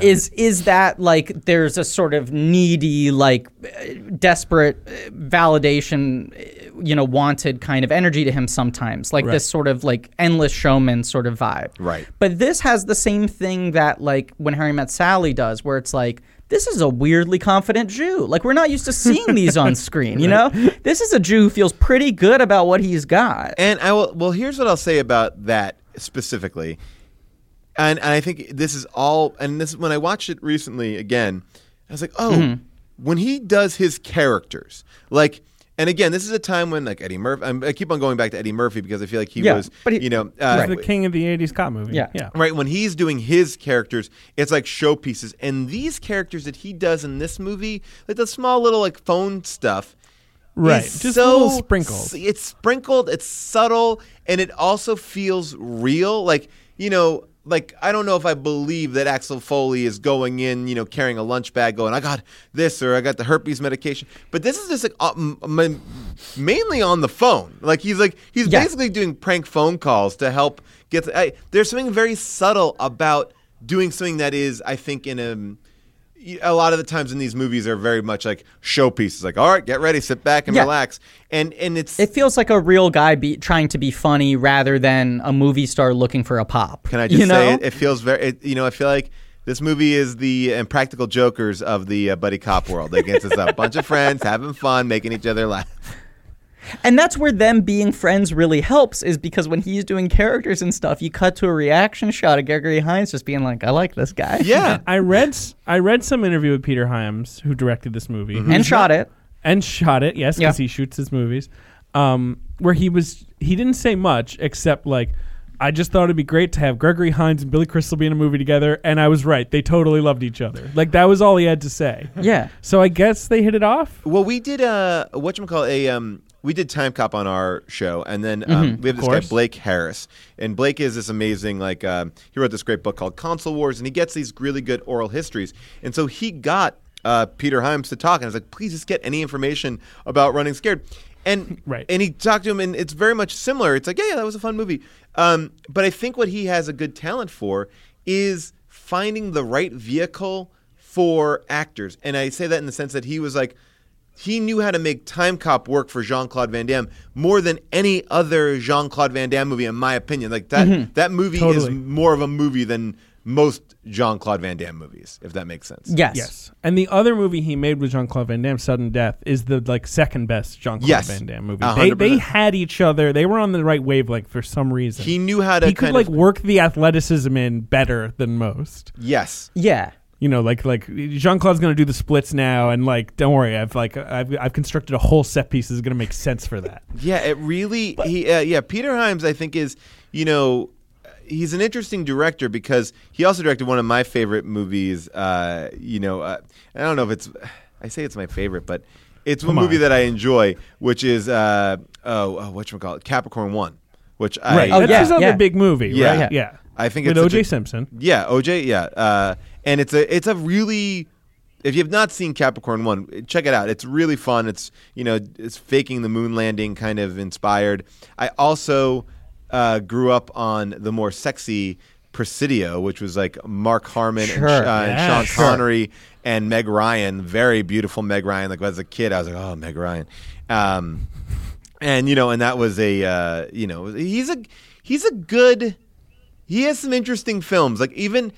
[SPEAKER 6] is is that like there's a sort of needy like uh, desperate uh, validation uh, you know wanted kind of energy to him sometimes like this sort of like endless showman sort of vibe
[SPEAKER 2] Right.
[SPEAKER 6] but this has the same thing that like when harry met sally does where it's like this is a weirdly confident jew like we're not used to seeing these on screen you know this is a jew who feels pretty good about what he's got
[SPEAKER 2] And I will. Well, here's what I'll say about that specifically. and, and I think this is all. And this when I watched it recently again, I was like, oh, when he does his characters, like, and again, this is a time when like Eddie Murphy. I'm, I keep on going back to Eddie Murphy because I feel like he
[SPEAKER 6] Yeah,
[SPEAKER 2] was,
[SPEAKER 6] but he-
[SPEAKER 2] you know, uh,
[SPEAKER 7] He's the king of the 80s cop movie.
[SPEAKER 6] Yeah.
[SPEAKER 7] Yeah.
[SPEAKER 2] Right when he's doing his characters, it's like showpieces, and these characters that he does in this movie, like the small little like phone stuff,
[SPEAKER 7] Right.
[SPEAKER 2] is
[SPEAKER 7] Just
[SPEAKER 2] so
[SPEAKER 7] little sprinkles.
[SPEAKER 2] s- It's sprinkled. It's subtle, and it also feels real. Like you know, like I don't know if I believe that Axel Foley is going in, you know, carrying a lunch bag, going, "I got this" or "I got the herpes medication." But this is just like uh, m- m- mainly on the phone. Like he's like he's
[SPEAKER 6] Yeah.
[SPEAKER 2] basically doing prank phone calls to help get. The, I, there's something very subtle about doing something that is, I think, in a you- a lot of the times in these movies are very much like showpieces. Like, all right, get ready, sit back and
[SPEAKER 6] Yeah.
[SPEAKER 2] relax. And and it's
[SPEAKER 6] It feels like a real guy be, trying to be funny rather than a movie star looking for a pop.
[SPEAKER 2] can I just
[SPEAKER 6] you know?
[SPEAKER 2] say it, it feels very. It, you know, I feel like this movie is the impractical jokers of the uh, buddy cop world. Like, it's just a bunch of friends having fun, making each other laugh.
[SPEAKER 6] And that's where them being friends really helps, is because when he's doing characters and stuff, you cut to a reaction shot of Gregory Hines just being like, "I like this guy,"
[SPEAKER 2] Yeah,
[SPEAKER 7] I read s- I read some interview with Peter Hyams, who directed this movie,
[SPEAKER 2] Mm-hmm.
[SPEAKER 6] and shot it.
[SPEAKER 7] and shot it. Yes, because
[SPEAKER 6] Yeah.
[SPEAKER 7] he shoots his movies. Um, where he was, he didn't say much except like, I just thought it'd be great to have Gregory Hines and Billy Crystal be in a movie together, and I was right. They totally loved each other. Like that was all he had to say.
[SPEAKER 6] Yeah.
[SPEAKER 7] So I guess they hit it off.
[SPEAKER 2] Well, we did uh, what you call a um, we did Time Cop on our show, and then um, we have this guy
[SPEAKER 7] Mm-hmm. course.
[SPEAKER 2] Blake Harris, and Blake is this amazing like um, he wrote this great book called Console Wars, and he gets these really good oral histories, and so he got uh, Peter Himes to talk, and I was like, please just get any information about Running Scared, and
[SPEAKER 7] Right.
[SPEAKER 2] and he talked to him, and it's very much similar. It's like, yeah, yeah that was a fun movie, um, but I think what he has a good talent for is finding the right vehicle for actors, and I say that in the sense that he was like he knew how to make Time Cop work for Jean Claude Van Damme more than any other Jean Claude Van Damme movie, in my opinion. Like that, that movie is
[SPEAKER 7] Mm-hmm. Totally.
[SPEAKER 2] more of a movie than most Jean Claude Van Damme movies, if that makes sense.
[SPEAKER 6] Yes.
[SPEAKER 7] Yes. And the other movie he made with Jean Claude Van Damme, Sudden Death, is the like second best Jean Claude
[SPEAKER 2] Yes.
[SPEAKER 7] Van Damme movie.
[SPEAKER 2] A
[SPEAKER 7] They,
[SPEAKER 2] hundred
[SPEAKER 7] they
[SPEAKER 2] percent.
[SPEAKER 7] had each other. They were on the right wavelength for some reason.
[SPEAKER 2] He knew how to
[SPEAKER 7] he could
[SPEAKER 2] kind
[SPEAKER 7] like
[SPEAKER 2] of
[SPEAKER 7] work the athleticism in better than most.
[SPEAKER 2] yes,
[SPEAKER 6] Yeah.
[SPEAKER 7] You know, like like Jean Claude's gonna do the splits now, and like don't worry, I've like I've I've constructed a whole set piece that's gonna make sense for that.
[SPEAKER 2] yeah. It really, he, uh, yeah. Peter Himes, I think, is you know. He's an interesting director because he also directed one of my favorite movies. Uh, you know, uh, I don't know if it's, I say it's my favorite, but it's one movie that I enjoy, which is uh, oh, oh what call it, Capricorn One, which I
[SPEAKER 6] Oh,
[SPEAKER 7] That's
[SPEAKER 6] yeah,
[SPEAKER 7] his other
[SPEAKER 6] yeah.
[SPEAKER 7] big movie.
[SPEAKER 2] Yeah.
[SPEAKER 7] right?
[SPEAKER 2] Yeah.
[SPEAKER 7] yeah.
[SPEAKER 2] I think
[SPEAKER 7] with
[SPEAKER 2] it's
[SPEAKER 7] O.J.
[SPEAKER 2] such a-
[SPEAKER 7] Simpson.
[SPEAKER 2] Yeah, OJ. Yeah, uh, and it's a it's a really if you've not seen Capricorn One, check it out. It's really fun. It's you know it's faking the moon landing kind of inspired. I also uh, grew up on the more sexy Presidio, which was like Mark Harmon
[SPEAKER 6] Sure.
[SPEAKER 2] and, Sh- uh, and
[SPEAKER 7] Yeah,
[SPEAKER 2] Sean
[SPEAKER 7] sure.
[SPEAKER 2] Connery and Meg Ryan. Very beautiful Meg Ryan. Like as a kid, I was like, oh Meg Ryan. Um, and you know, and that was a uh, you know he's a he's a good he has some interesting films. Like even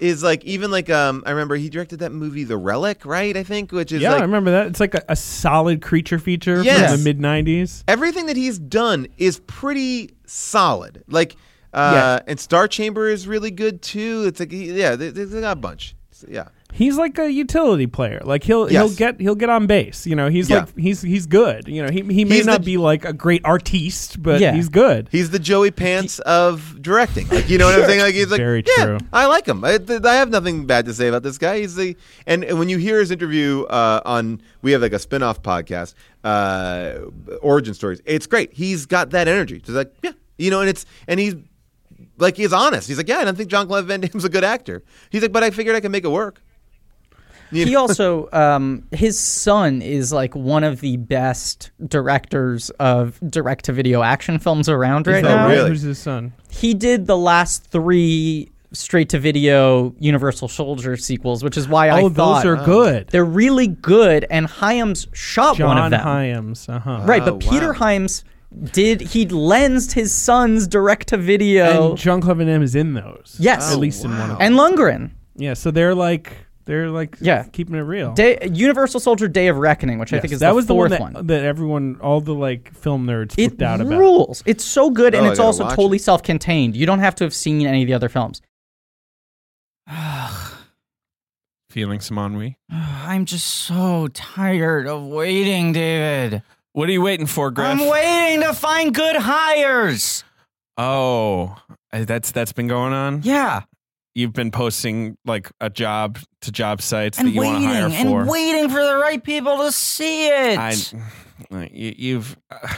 [SPEAKER 2] is like even like um I remember he directed that movie The Relic, right? I think, which is
[SPEAKER 7] Yeah,
[SPEAKER 2] like
[SPEAKER 7] I remember that. It's like a, a solid creature feature
[SPEAKER 2] Yes.
[SPEAKER 7] from the mid '90s.
[SPEAKER 2] everything that he's done is pretty solid. Like uh and Star Chamber is really good too. It's like he- yeah, they, they they got a bunch. So, yeah.
[SPEAKER 7] He's like a utility player. Like he'll
[SPEAKER 2] Yes.
[SPEAKER 7] he'll get he'll get on base. You know, he's
[SPEAKER 2] Yeah.
[SPEAKER 7] like he's he's good. You know, he he may
[SPEAKER 2] He's the-
[SPEAKER 7] not be like a great artiste, but
[SPEAKER 6] Yeah.
[SPEAKER 7] he's good.
[SPEAKER 2] He's the Joey Pants of directing. Like you know what I'm saying? Like he's like,
[SPEAKER 7] Very
[SPEAKER 2] yeah,
[SPEAKER 7] true.
[SPEAKER 2] I like him. I, th- I have nothing bad to say about this guy. He's the and, and when you hear his interview uh, on, we have like a spin-off podcast, uh, Origin Stories. It's great. He's got that energy. Just like yeah, you know, and it's and he's like he's honest. He's like yeah, I don't think John Claude Van Damme's a good actor. He's like, but I figured I can make it work. You
[SPEAKER 6] He
[SPEAKER 2] know?
[SPEAKER 6] also, um, his son is like one of the best directors of direct to video action films around right
[SPEAKER 7] Is that
[SPEAKER 6] now.
[SPEAKER 2] really?
[SPEAKER 7] Who's his son?
[SPEAKER 6] He did the last three straight to video Universal Soldier sequels, which is why I
[SPEAKER 7] oh,
[SPEAKER 6] thought
[SPEAKER 7] those
[SPEAKER 2] uh,
[SPEAKER 7] are good.
[SPEAKER 6] they're really good. And Hyams shot one of
[SPEAKER 7] John
[SPEAKER 6] them.
[SPEAKER 7] Hyams. Uh huh.
[SPEAKER 6] Right,
[SPEAKER 2] Oh,
[SPEAKER 6] but Peter
[SPEAKER 2] wow.
[SPEAKER 6] Himes did he lensed his son's direct to video
[SPEAKER 7] And John Claude Van Damme is in those.
[SPEAKER 6] Yes.
[SPEAKER 7] At least in
[SPEAKER 2] Oh, wow.
[SPEAKER 7] one of them.
[SPEAKER 6] and Lundgren.
[SPEAKER 7] Yeah. So they're like they're like
[SPEAKER 6] Yeah.
[SPEAKER 7] keeping it real.
[SPEAKER 6] Day, Universal Soldier: Day of Reckoning, which I
[SPEAKER 7] Yes,
[SPEAKER 6] think is
[SPEAKER 7] that
[SPEAKER 6] the
[SPEAKER 7] was the one
[SPEAKER 6] fourth
[SPEAKER 7] that,
[SPEAKER 6] one.
[SPEAKER 7] that everyone, all the like film nerds,
[SPEAKER 6] It
[SPEAKER 7] freaked out about.
[SPEAKER 6] rules. It's so good,
[SPEAKER 2] Oh,
[SPEAKER 6] and
[SPEAKER 2] I
[SPEAKER 6] it's
[SPEAKER 2] gotta
[SPEAKER 6] also
[SPEAKER 2] watch
[SPEAKER 6] totally
[SPEAKER 2] it.
[SPEAKER 6] self-contained. You don't have to have seen any of the other films.
[SPEAKER 4] Feeling some ennui.
[SPEAKER 3] I'm just so tired of waiting, David.
[SPEAKER 4] What are you waiting for, Griff?
[SPEAKER 3] I'm waiting to find good hires.
[SPEAKER 4] oh, uh, that's that's been going on.
[SPEAKER 3] Yeah.
[SPEAKER 4] You've been posting like a job to job sites that
[SPEAKER 3] And
[SPEAKER 4] you want
[SPEAKER 3] waiting
[SPEAKER 4] to hire for.
[SPEAKER 3] and waiting for the right people to see it.
[SPEAKER 4] I, you, you've uh,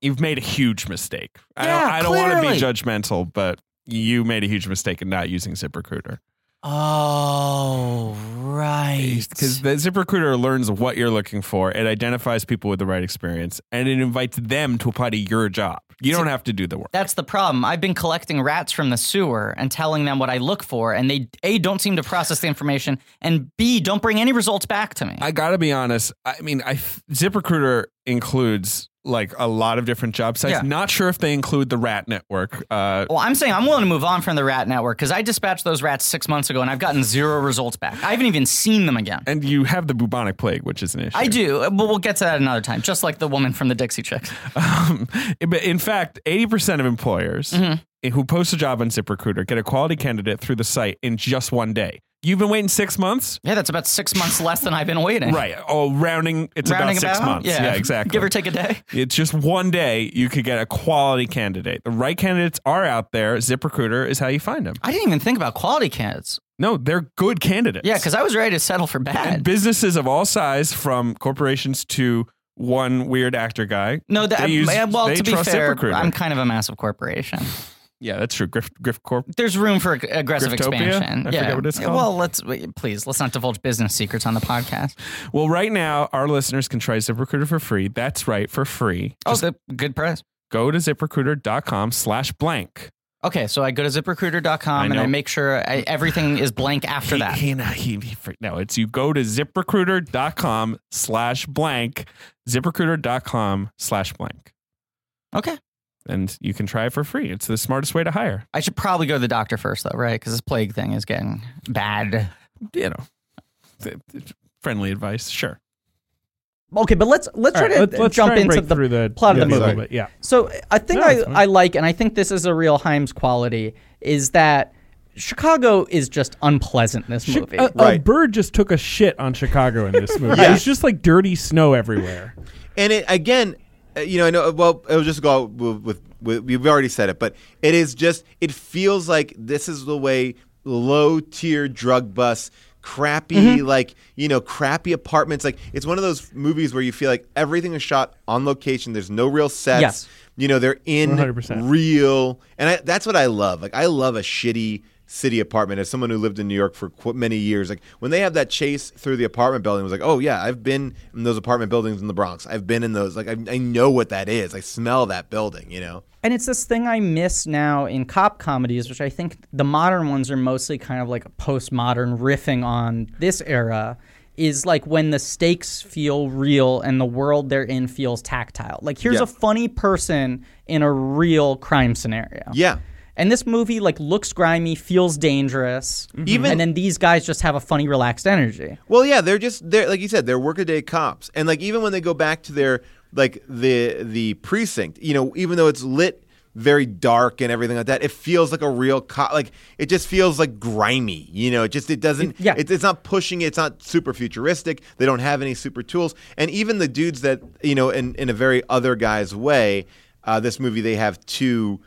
[SPEAKER 4] you've made a huge mistake.
[SPEAKER 3] Yeah,
[SPEAKER 4] I don't, I don't want to be
[SPEAKER 3] clearly.
[SPEAKER 4] judgmental, but you made a huge mistake in not using ZipRecruiter
[SPEAKER 3] oh, right.
[SPEAKER 4] because the ZipRecruiter learns what you're looking for. It identifies people with the right experience, and it invites them to apply to your job. You don't have to do the work.
[SPEAKER 3] That's the problem. I've been collecting rats from the sewer and telling them what I look for, and they A, don't seem to process the information, and B, don't bring any results back to me.
[SPEAKER 4] I gotta be honest. I mean, I ZipRecruiter includes like a lot of different job sites.
[SPEAKER 3] Yeah.
[SPEAKER 4] Not sure if they include the Rat Network. Uh,
[SPEAKER 3] well, I'm saying I'm willing to move on from the rat network because I dispatched those rats six months ago and I've gotten zero results back. I haven't even seen them again.
[SPEAKER 4] and you have the bubonic plague, which is an issue.
[SPEAKER 3] I do, but we'll get to that another time, just like the woman from the Dixie Chicks.
[SPEAKER 4] Um, but in fact, 80% of employers
[SPEAKER 3] Mm-hmm.
[SPEAKER 4] who post a job on ZipRecruiter get a quality candidate through the site in just one day. You've been waiting six months?
[SPEAKER 3] Yeah, that's about six months less than I've been waiting.
[SPEAKER 4] Right. Oh, rounding, it's
[SPEAKER 3] Rounding
[SPEAKER 4] about six months. Yeah, exactly.
[SPEAKER 3] Give or take a day.
[SPEAKER 4] It's just one day you could get a quality candidate. The right candidates are out there. ZipRecruiter is how you find them.
[SPEAKER 3] I didn't even think about quality candidates.
[SPEAKER 4] No, they're good candidates.
[SPEAKER 3] Yeah, because I was ready to settle for
[SPEAKER 4] And
[SPEAKER 3] bad.
[SPEAKER 4] businesses of all size, from corporations to one weird actor guy.
[SPEAKER 3] no, that
[SPEAKER 4] they use-
[SPEAKER 3] uh, well,
[SPEAKER 4] they
[SPEAKER 3] to be
[SPEAKER 4] trust
[SPEAKER 3] fair,
[SPEAKER 4] ZipRecruiter.
[SPEAKER 3] I'm kind of a massive corporation.
[SPEAKER 4] yeah, that's true. Griff, Griff Corp.
[SPEAKER 3] There's room for ag- aggressive
[SPEAKER 4] Griftopia?
[SPEAKER 3] expansion.
[SPEAKER 4] I
[SPEAKER 3] yeah.
[SPEAKER 4] forget what it's called.
[SPEAKER 3] Well, let's wait, please let's not divulge business secrets on the podcast.
[SPEAKER 4] Well, right now, our listeners can try ZipRecruiter for free. That's right, for free.
[SPEAKER 3] Oh, the good price.
[SPEAKER 4] Go to ziprecruiter.com slash blank.
[SPEAKER 3] Okay, so I go to
[SPEAKER 4] I
[SPEAKER 3] ziprecruiter.com and I
[SPEAKER 4] know.
[SPEAKER 3] make sure I, everything is blank after
[SPEAKER 4] He-
[SPEAKER 3] that.
[SPEAKER 4] he- no, he- he- for- no, it's you go to ziprecruiter.com slash blank, ziprecruiter.com slash blank,
[SPEAKER 3] Okay.
[SPEAKER 4] and you can try it for free. It's the smartest way to hire.
[SPEAKER 3] I should probably go to the doctor first, though, right? Because this plague thing is getting bad.
[SPEAKER 4] You know, th- th- friendly advice, sure.
[SPEAKER 6] Okay, but let's let's
[SPEAKER 7] All
[SPEAKER 6] try
[SPEAKER 7] right,
[SPEAKER 6] to
[SPEAKER 7] let, let's
[SPEAKER 6] jump
[SPEAKER 7] try and
[SPEAKER 6] into
[SPEAKER 7] break
[SPEAKER 6] the
[SPEAKER 7] through the
[SPEAKER 6] plot
[SPEAKER 7] yeah,
[SPEAKER 6] of the movie.
[SPEAKER 7] a little bit, Yeah.
[SPEAKER 6] So I think
[SPEAKER 7] No, it's fine.
[SPEAKER 6] I, I like, and I think this is a real Himes quality, is that Chicago is just unpleasant in this movie.
[SPEAKER 7] A, a
[SPEAKER 2] Right.
[SPEAKER 7] Uh, bird just took a shit on Chicago in this movie. There's just like dirty snow everywhere.
[SPEAKER 2] And it again, uh, you know, I know. Well, it'll just go out with, with, with we've already said it, but it is just it feels like this is the way low tier drug bus, crappy like you know crappy apartments. Like it's one of those movies where you feel like everything is shot on location. There's no real sets.
[SPEAKER 6] Yes.
[SPEAKER 2] You know, they're in
[SPEAKER 7] 100%.
[SPEAKER 2] real, and I, that's what I love. Like I love a shitty city apartment. As someone who lived in New York for qu- many years, like when they have that chase through the apartment building, it was like, oh yeah, I've been in those apartment buildings in the Bronx. I've been in those. Like I, I know what that is. I smell that building. You know.
[SPEAKER 6] and it's this thing I miss now in cop comedies, which I think the modern ones are mostly kind of like a postmodern riffing on this era. Is like when the stakes feel real and the world they're in feels tactile. Like here's
[SPEAKER 2] Yeah.
[SPEAKER 6] a funny person in a real crime scenario.
[SPEAKER 2] Yeah.
[SPEAKER 6] And this movie like looks grimy, feels dangerous,
[SPEAKER 2] Even-
[SPEAKER 6] and then these guys just have a funny, relaxed energy.
[SPEAKER 2] Well, yeah, they're just they're like you said, they're workaday cops, and like even when they go back to their like the the precinct, you know, even though it's lit very dark and everything like that, it feels like a real cop. Like it just feels like grimy, you know. It just it doesn't.
[SPEAKER 6] yeah.
[SPEAKER 2] It, it's not pushing. it, It's not super futuristic. They don't have any super tools, and even the dudes that you know, in in a very other guy's way, uh, this movie they have two.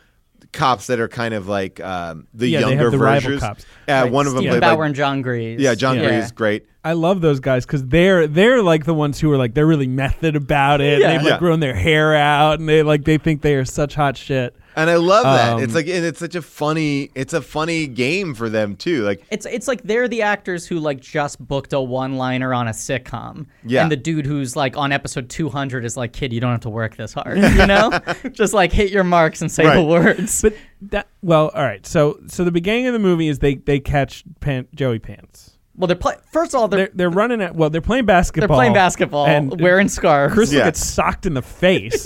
[SPEAKER 2] Cops that are kind of like um, the
[SPEAKER 7] Yeah, they have
[SPEAKER 2] younger
[SPEAKER 7] the rival
[SPEAKER 2] versions.
[SPEAKER 7] cops.
[SPEAKER 2] Uh, One of them
[SPEAKER 6] Stephen
[SPEAKER 2] played
[SPEAKER 6] Bauer
[SPEAKER 2] by-
[SPEAKER 6] and John Grease.
[SPEAKER 2] yeah, John Gray is great.
[SPEAKER 7] I love those guys because they're they're like the ones who are like they're really method about it. They've like
[SPEAKER 2] Yeah.
[SPEAKER 7] grown their hair out and they like they think they are such hot shit.
[SPEAKER 2] And I love that.
[SPEAKER 7] Um,
[SPEAKER 2] it's like and it's such a funny it's a funny game for them too. Like
[SPEAKER 6] It's it's like they're the actors who like just booked a one liner on a sitcom.
[SPEAKER 2] Yeah.
[SPEAKER 6] And the dude who's like on episode two hundred is like, kid, you don't have to work this hard. You know? just like hit your marks and say the
[SPEAKER 2] Right.
[SPEAKER 6] words.
[SPEAKER 7] But that well, all right. So so the beginning of the movie is they they catch Pan, Joey Pants.
[SPEAKER 6] well they're play- first of all they're
[SPEAKER 7] They're they're running at well they're playing basketball.
[SPEAKER 6] they're playing basketball,
[SPEAKER 7] and
[SPEAKER 6] wearing scarves.
[SPEAKER 7] Crystal
[SPEAKER 2] Yeah.
[SPEAKER 7] gets socked in the face.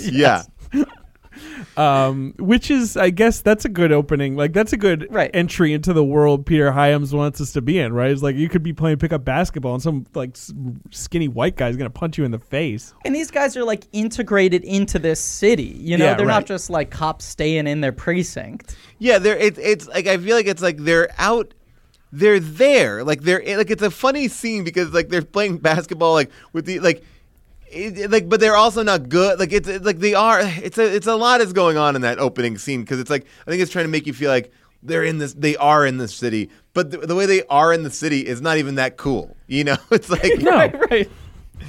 [SPEAKER 2] yeah.
[SPEAKER 7] um, which is I guess that's a good opening. Like that's a good
[SPEAKER 6] Right.
[SPEAKER 7] entry into the world Peter Hyams wants us to be in. Right? It's like you could be playing pickup basketball and some like s- skinny white guy's gonna punch you in the face.
[SPEAKER 6] And these guys are like integrated into this city. You know,
[SPEAKER 7] Yeah,
[SPEAKER 6] they're not
[SPEAKER 7] right.
[SPEAKER 6] just like cops staying in their precinct.
[SPEAKER 2] Yeah, they're it, it's like I feel like it's like they're out they're there. Like they're like it's a funny scene because like they're playing basketball like with the like it, it- like but they're also not good like it's it's like they are it's a it's a lot is going on in that opening scene because it's like i think it's trying to make you feel like they're in this they are in this city but the, the way they are in the city is not even that cool you know it's like
[SPEAKER 7] No,
[SPEAKER 6] right.
[SPEAKER 2] it's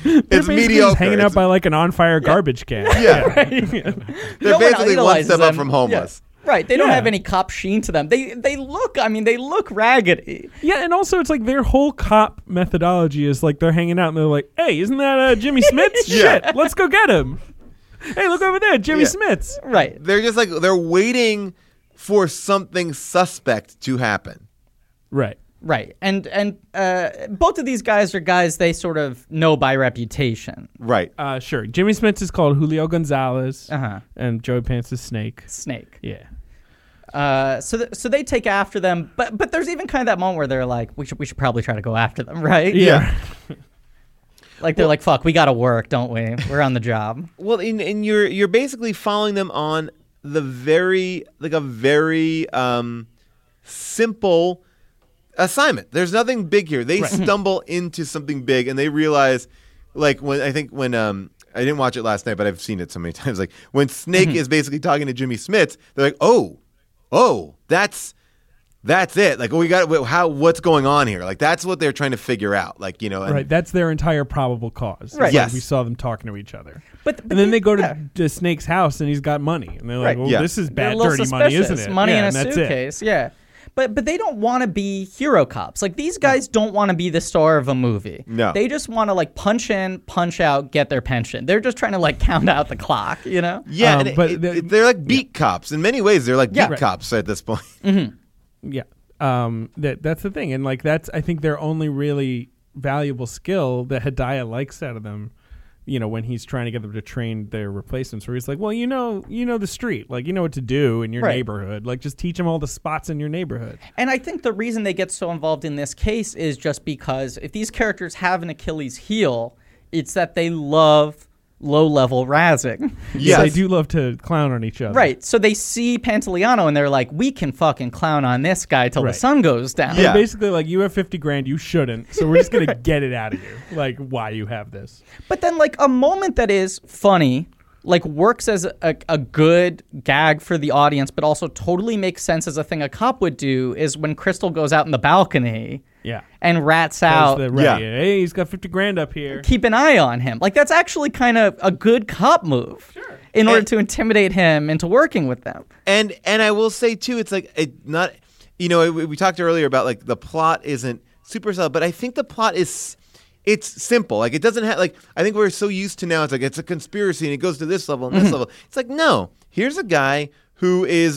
[SPEAKER 7] Basically just
[SPEAKER 2] mediocre
[SPEAKER 7] Hanging
[SPEAKER 2] It's-
[SPEAKER 7] out by like an on-fire garbage can.
[SPEAKER 2] yeah they're
[SPEAKER 6] No one
[SPEAKER 2] basically one
[SPEAKER 6] idolizes
[SPEAKER 2] step
[SPEAKER 6] them.
[SPEAKER 2] up from
[SPEAKER 6] Yeah.
[SPEAKER 2] homeless
[SPEAKER 6] Right. They don't
[SPEAKER 7] Yeah.
[SPEAKER 6] have any cop sheen to them. They they look. I mean, they look raggedy.
[SPEAKER 7] Yeah, and also it's like their whole cop methodology is like they're hanging out and they're like, "Hey, isn't that uh, Jimmy Smith's
[SPEAKER 2] Yeah.
[SPEAKER 7] shit? Let's go get him." Hey, look over there, Jimmy
[SPEAKER 2] Yeah.
[SPEAKER 7] Smith's.
[SPEAKER 6] Right.
[SPEAKER 2] they're just like they're waiting for something suspect to happen
[SPEAKER 7] Right.
[SPEAKER 6] Right. And and uh, both of these guys are guys they sort of know by reputation.
[SPEAKER 2] right
[SPEAKER 7] Uh, sure. Jimmy Smith's is called Julio Gonzalez,
[SPEAKER 6] Uh-huh.
[SPEAKER 7] and Joey Pants is Snake.
[SPEAKER 6] Snake.
[SPEAKER 7] Yeah.
[SPEAKER 6] Uh, so th- so they take after them, but but there's even kind of that moment where they're like, we should we should probably try to go after them, right?
[SPEAKER 7] Yeah.
[SPEAKER 6] Like they're like, fuck, we gotta work, don't we? We're on the job.
[SPEAKER 2] Well, and, and you're you're basically following them on the very like a very um, simple assignment. There's nothing big here. They stumble into something big and they realize, like when I think when um, I didn't watch it last night, but I've seen it so many times. Like when Snake is basically talking to Jimmy Smits, they're like, oh, oh, that's that's it. Like we got how what's going on here? Like that's what they're trying to figure out. Like you know, and-
[SPEAKER 7] Right. That's their entire probable cause. It's
[SPEAKER 6] Right.
[SPEAKER 7] like
[SPEAKER 2] Yes.
[SPEAKER 7] We saw them talking to each other.
[SPEAKER 6] But- but
[SPEAKER 7] and then
[SPEAKER 6] the-
[SPEAKER 7] they go to,
[SPEAKER 6] yeah.
[SPEAKER 7] to Snake's house and he's got money. And they're like,
[SPEAKER 6] Right.
[SPEAKER 7] well,
[SPEAKER 2] Yeah.
[SPEAKER 7] this is
[SPEAKER 6] They're
[SPEAKER 7] bad,
[SPEAKER 6] a little
[SPEAKER 7] dirty money, isn't
[SPEAKER 6] suspicious.
[SPEAKER 7] it?
[SPEAKER 6] Money
[SPEAKER 7] yeah,
[SPEAKER 6] in
[SPEAKER 7] and
[SPEAKER 6] a
[SPEAKER 7] that's It.
[SPEAKER 6] suitcase, yeah. But but they don't want to be hero cops. Like these guys don't want to be the star of a movie.
[SPEAKER 2] No.
[SPEAKER 6] they just want to like punch in, punch out, get their pension. They're just trying to like count out the clock, you know?
[SPEAKER 2] Yeah,
[SPEAKER 7] Um,
[SPEAKER 2] and
[SPEAKER 7] but
[SPEAKER 2] it-
[SPEAKER 7] the-
[SPEAKER 2] it- they're like beat cops in many ways. They're like beat
[SPEAKER 6] Yeah. Right.
[SPEAKER 2] cops at this point.
[SPEAKER 7] Yeah. Um, that that's the thing, and like that's I think their only really valuable skill that Hadaya likes out of them. You know, when he's trying to get them to train their replacements, where he's like, "Well, you know, you know the street, like you know what to do in your
[SPEAKER 6] Right.
[SPEAKER 7] neighborhood. Like just teach them all the spots in your neighborhood."
[SPEAKER 6] And I think the reason they get so involved in this case is just because if these characters have an Achilles heel, it's that they love low level razzing.
[SPEAKER 7] Yeah, they
[SPEAKER 2] Yes.
[SPEAKER 7] do love to clown on each other.
[SPEAKER 6] Right. So they see Pantaleano and they're like, we can fucking clown on this guy till
[SPEAKER 7] Right.
[SPEAKER 6] the sun goes down.
[SPEAKER 7] They're
[SPEAKER 2] Yeah.
[SPEAKER 7] basically like, "You have fifty grand, you shouldn't. So we're just gonna get it out of you. Like why you have this?
[SPEAKER 6] But then, like, a moment that is funny, like, works as a, a good gag for the audience, but also totally makes sense as a thing a cop would do is when Crystal goes out in the balcony
[SPEAKER 7] Yeah.
[SPEAKER 6] and rats
[SPEAKER 7] How's
[SPEAKER 6] out.
[SPEAKER 7] the- right,
[SPEAKER 2] Yeah.
[SPEAKER 7] yeah. Hey, he's got fifty grand up here.
[SPEAKER 6] keep an eye on him. Like that's actually kind of a good cop move. Sure. In order
[SPEAKER 2] And-
[SPEAKER 6] to intimidate him into working with them.
[SPEAKER 2] and and I will say too, it's like it not. You know, we, we talked earlier about like the plot isn't super solid, but I think the plot is it's simple. Like it doesn't have like I think we're so used to now. It's like it's a conspiracy and it goes to this level
[SPEAKER 7] Mm-hmm.
[SPEAKER 2] and this level. It's like no, here's a guy who is,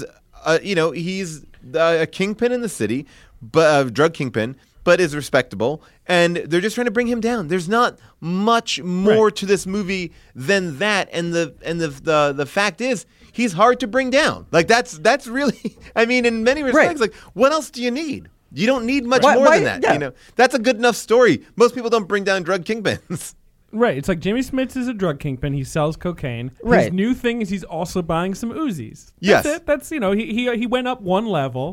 [SPEAKER 2] uh, you know, he's uh, a kingpin in the city, but a drug kingpin. But is respectable, and they're just trying to bring him down. There's not much more to this movie than that, and the and the, the the fact is, he's hard to bring down. Like that's that's really, I mean, in many respects, like what else do you need? You don't need much
[SPEAKER 6] Why-
[SPEAKER 2] more
[SPEAKER 6] why-
[SPEAKER 2] than that.
[SPEAKER 6] yeah.
[SPEAKER 2] You know, that's a good enough story. Most people don't bring down drug kingpins.
[SPEAKER 7] Right. It's like Jimmy Smits is a drug kingpin. He sells cocaine. His
[SPEAKER 6] Right.
[SPEAKER 7] new thing is he's also buying some Uzis. That's
[SPEAKER 2] Yes.
[SPEAKER 7] it. That's you know he he he went up one level.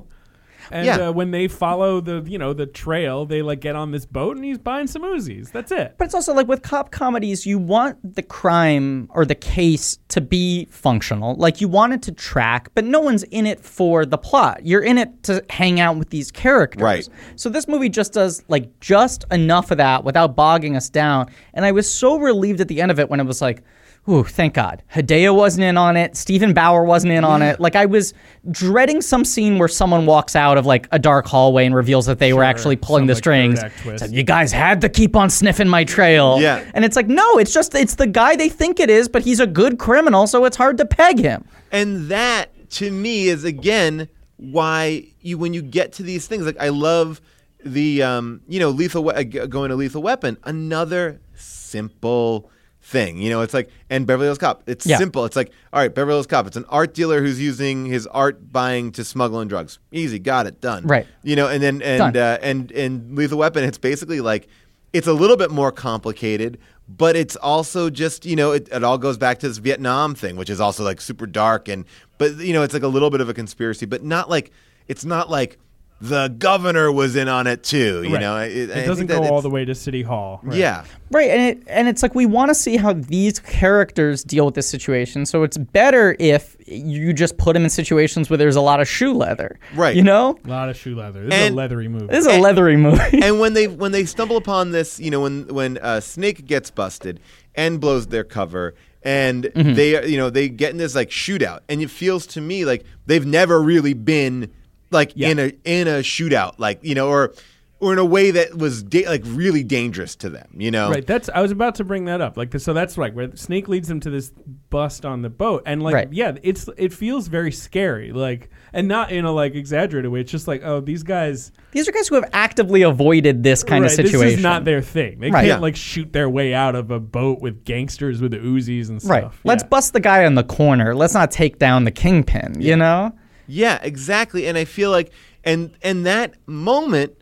[SPEAKER 7] And
[SPEAKER 2] Yeah.
[SPEAKER 7] uh, when they follow the you know the trail, they like get on this boat and he's buying some Uzis. That's it.
[SPEAKER 6] But it's also like with cop comedies, you want the crime or the case to be functional. Like you want it to track, but no one's in it for the plot. You're in it to hang out with these characters.
[SPEAKER 2] Right.
[SPEAKER 6] So this movie just does like just enough of that without bogging us down. And I was so relieved at the end of it when it was like, ooh, thank God. Hideo wasn't in on it. Stephen Bauer wasn't in on it. Like I was dreading some scene where someone walks out of like a dark hallway and reveals that they were actually pulling
[SPEAKER 7] some,
[SPEAKER 6] the
[SPEAKER 7] like,
[SPEAKER 6] strings.
[SPEAKER 7] third act
[SPEAKER 6] It's like,
[SPEAKER 7] twist.
[SPEAKER 6] you guys had to keep on sniffing my trail.
[SPEAKER 2] Yeah.
[SPEAKER 6] And it's like, no, it's just it's the guy they think it is, but he's a good criminal, so it's hard to peg him.
[SPEAKER 2] And that to me is again why you when you get to these things like I love the um, you know lethal we- uh, g- going to lethal weapon another simple thing you know it's like and Beverly Hills Cop it's
[SPEAKER 6] Yeah.
[SPEAKER 2] simple it's like all right Beverly Hills Cop it's an art dealer who's using his art buying to smuggle in drugs easy got it done
[SPEAKER 6] Right.
[SPEAKER 2] you know and then and
[SPEAKER 6] Done.
[SPEAKER 2] uh, and and lethal weapon it's basically like it's a little bit more complicated but it's also just you know it, it all goes back to this vietnam thing which is also like super dark and but you know it's like a little bit of a conspiracy but not like it's not like the governor was in on it too. You
[SPEAKER 7] Right.
[SPEAKER 2] know, it,
[SPEAKER 7] It doesn't go all the way to City Hall. Right.
[SPEAKER 2] Yeah,
[SPEAKER 6] Right, and it and it's like we want to see how these characters deal with this situation. So it's better if you just put them in situations where there's a lot of shoe leather.
[SPEAKER 2] Right.
[SPEAKER 6] You know,
[SPEAKER 7] A lot of shoe leather. This is
[SPEAKER 2] And-
[SPEAKER 7] a leathery movie.
[SPEAKER 6] this is a leathery movie.
[SPEAKER 2] and when they when they stumble upon this, you know, when when uh, Snake gets busted and blows their cover, and they are you know they get in this like shootout, and it feels to me like they've never really been like in a in a shootout, like you know, or or in a way that was da- like really dangerous to them, you know.
[SPEAKER 7] Right. That's. I was about to bring that up. Like, so that's right. Where Snake leads them to this bust on the boat, and like,
[SPEAKER 6] Right.
[SPEAKER 7] yeah, it's it feels very scary. Like, and not in a like exaggerated way. It's just like, oh, these guys.
[SPEAKER 6] These are guys who have actively avoided this kind
[SPEAKER 7] right,
[SPEAKER 6] of situation.
[SPEAKER 7] This is not their thing. They
[SPEAKER 6] Right.
[SPEAKER 7] can't
[SPEAKER 2] Yeah.
[SPEAKER 7] like shoot their way out of a boat with gangsters with the Uzis and stuff.
[SPEAKER 6] Right. Let's
[SPEAKER 7] Yeah.
[SPEAKER 6] bust the guy on the corner. Let's not take down the kingpin. You know.
[SPEAKER 2] Yeah, exactly. And I feel like and and that moment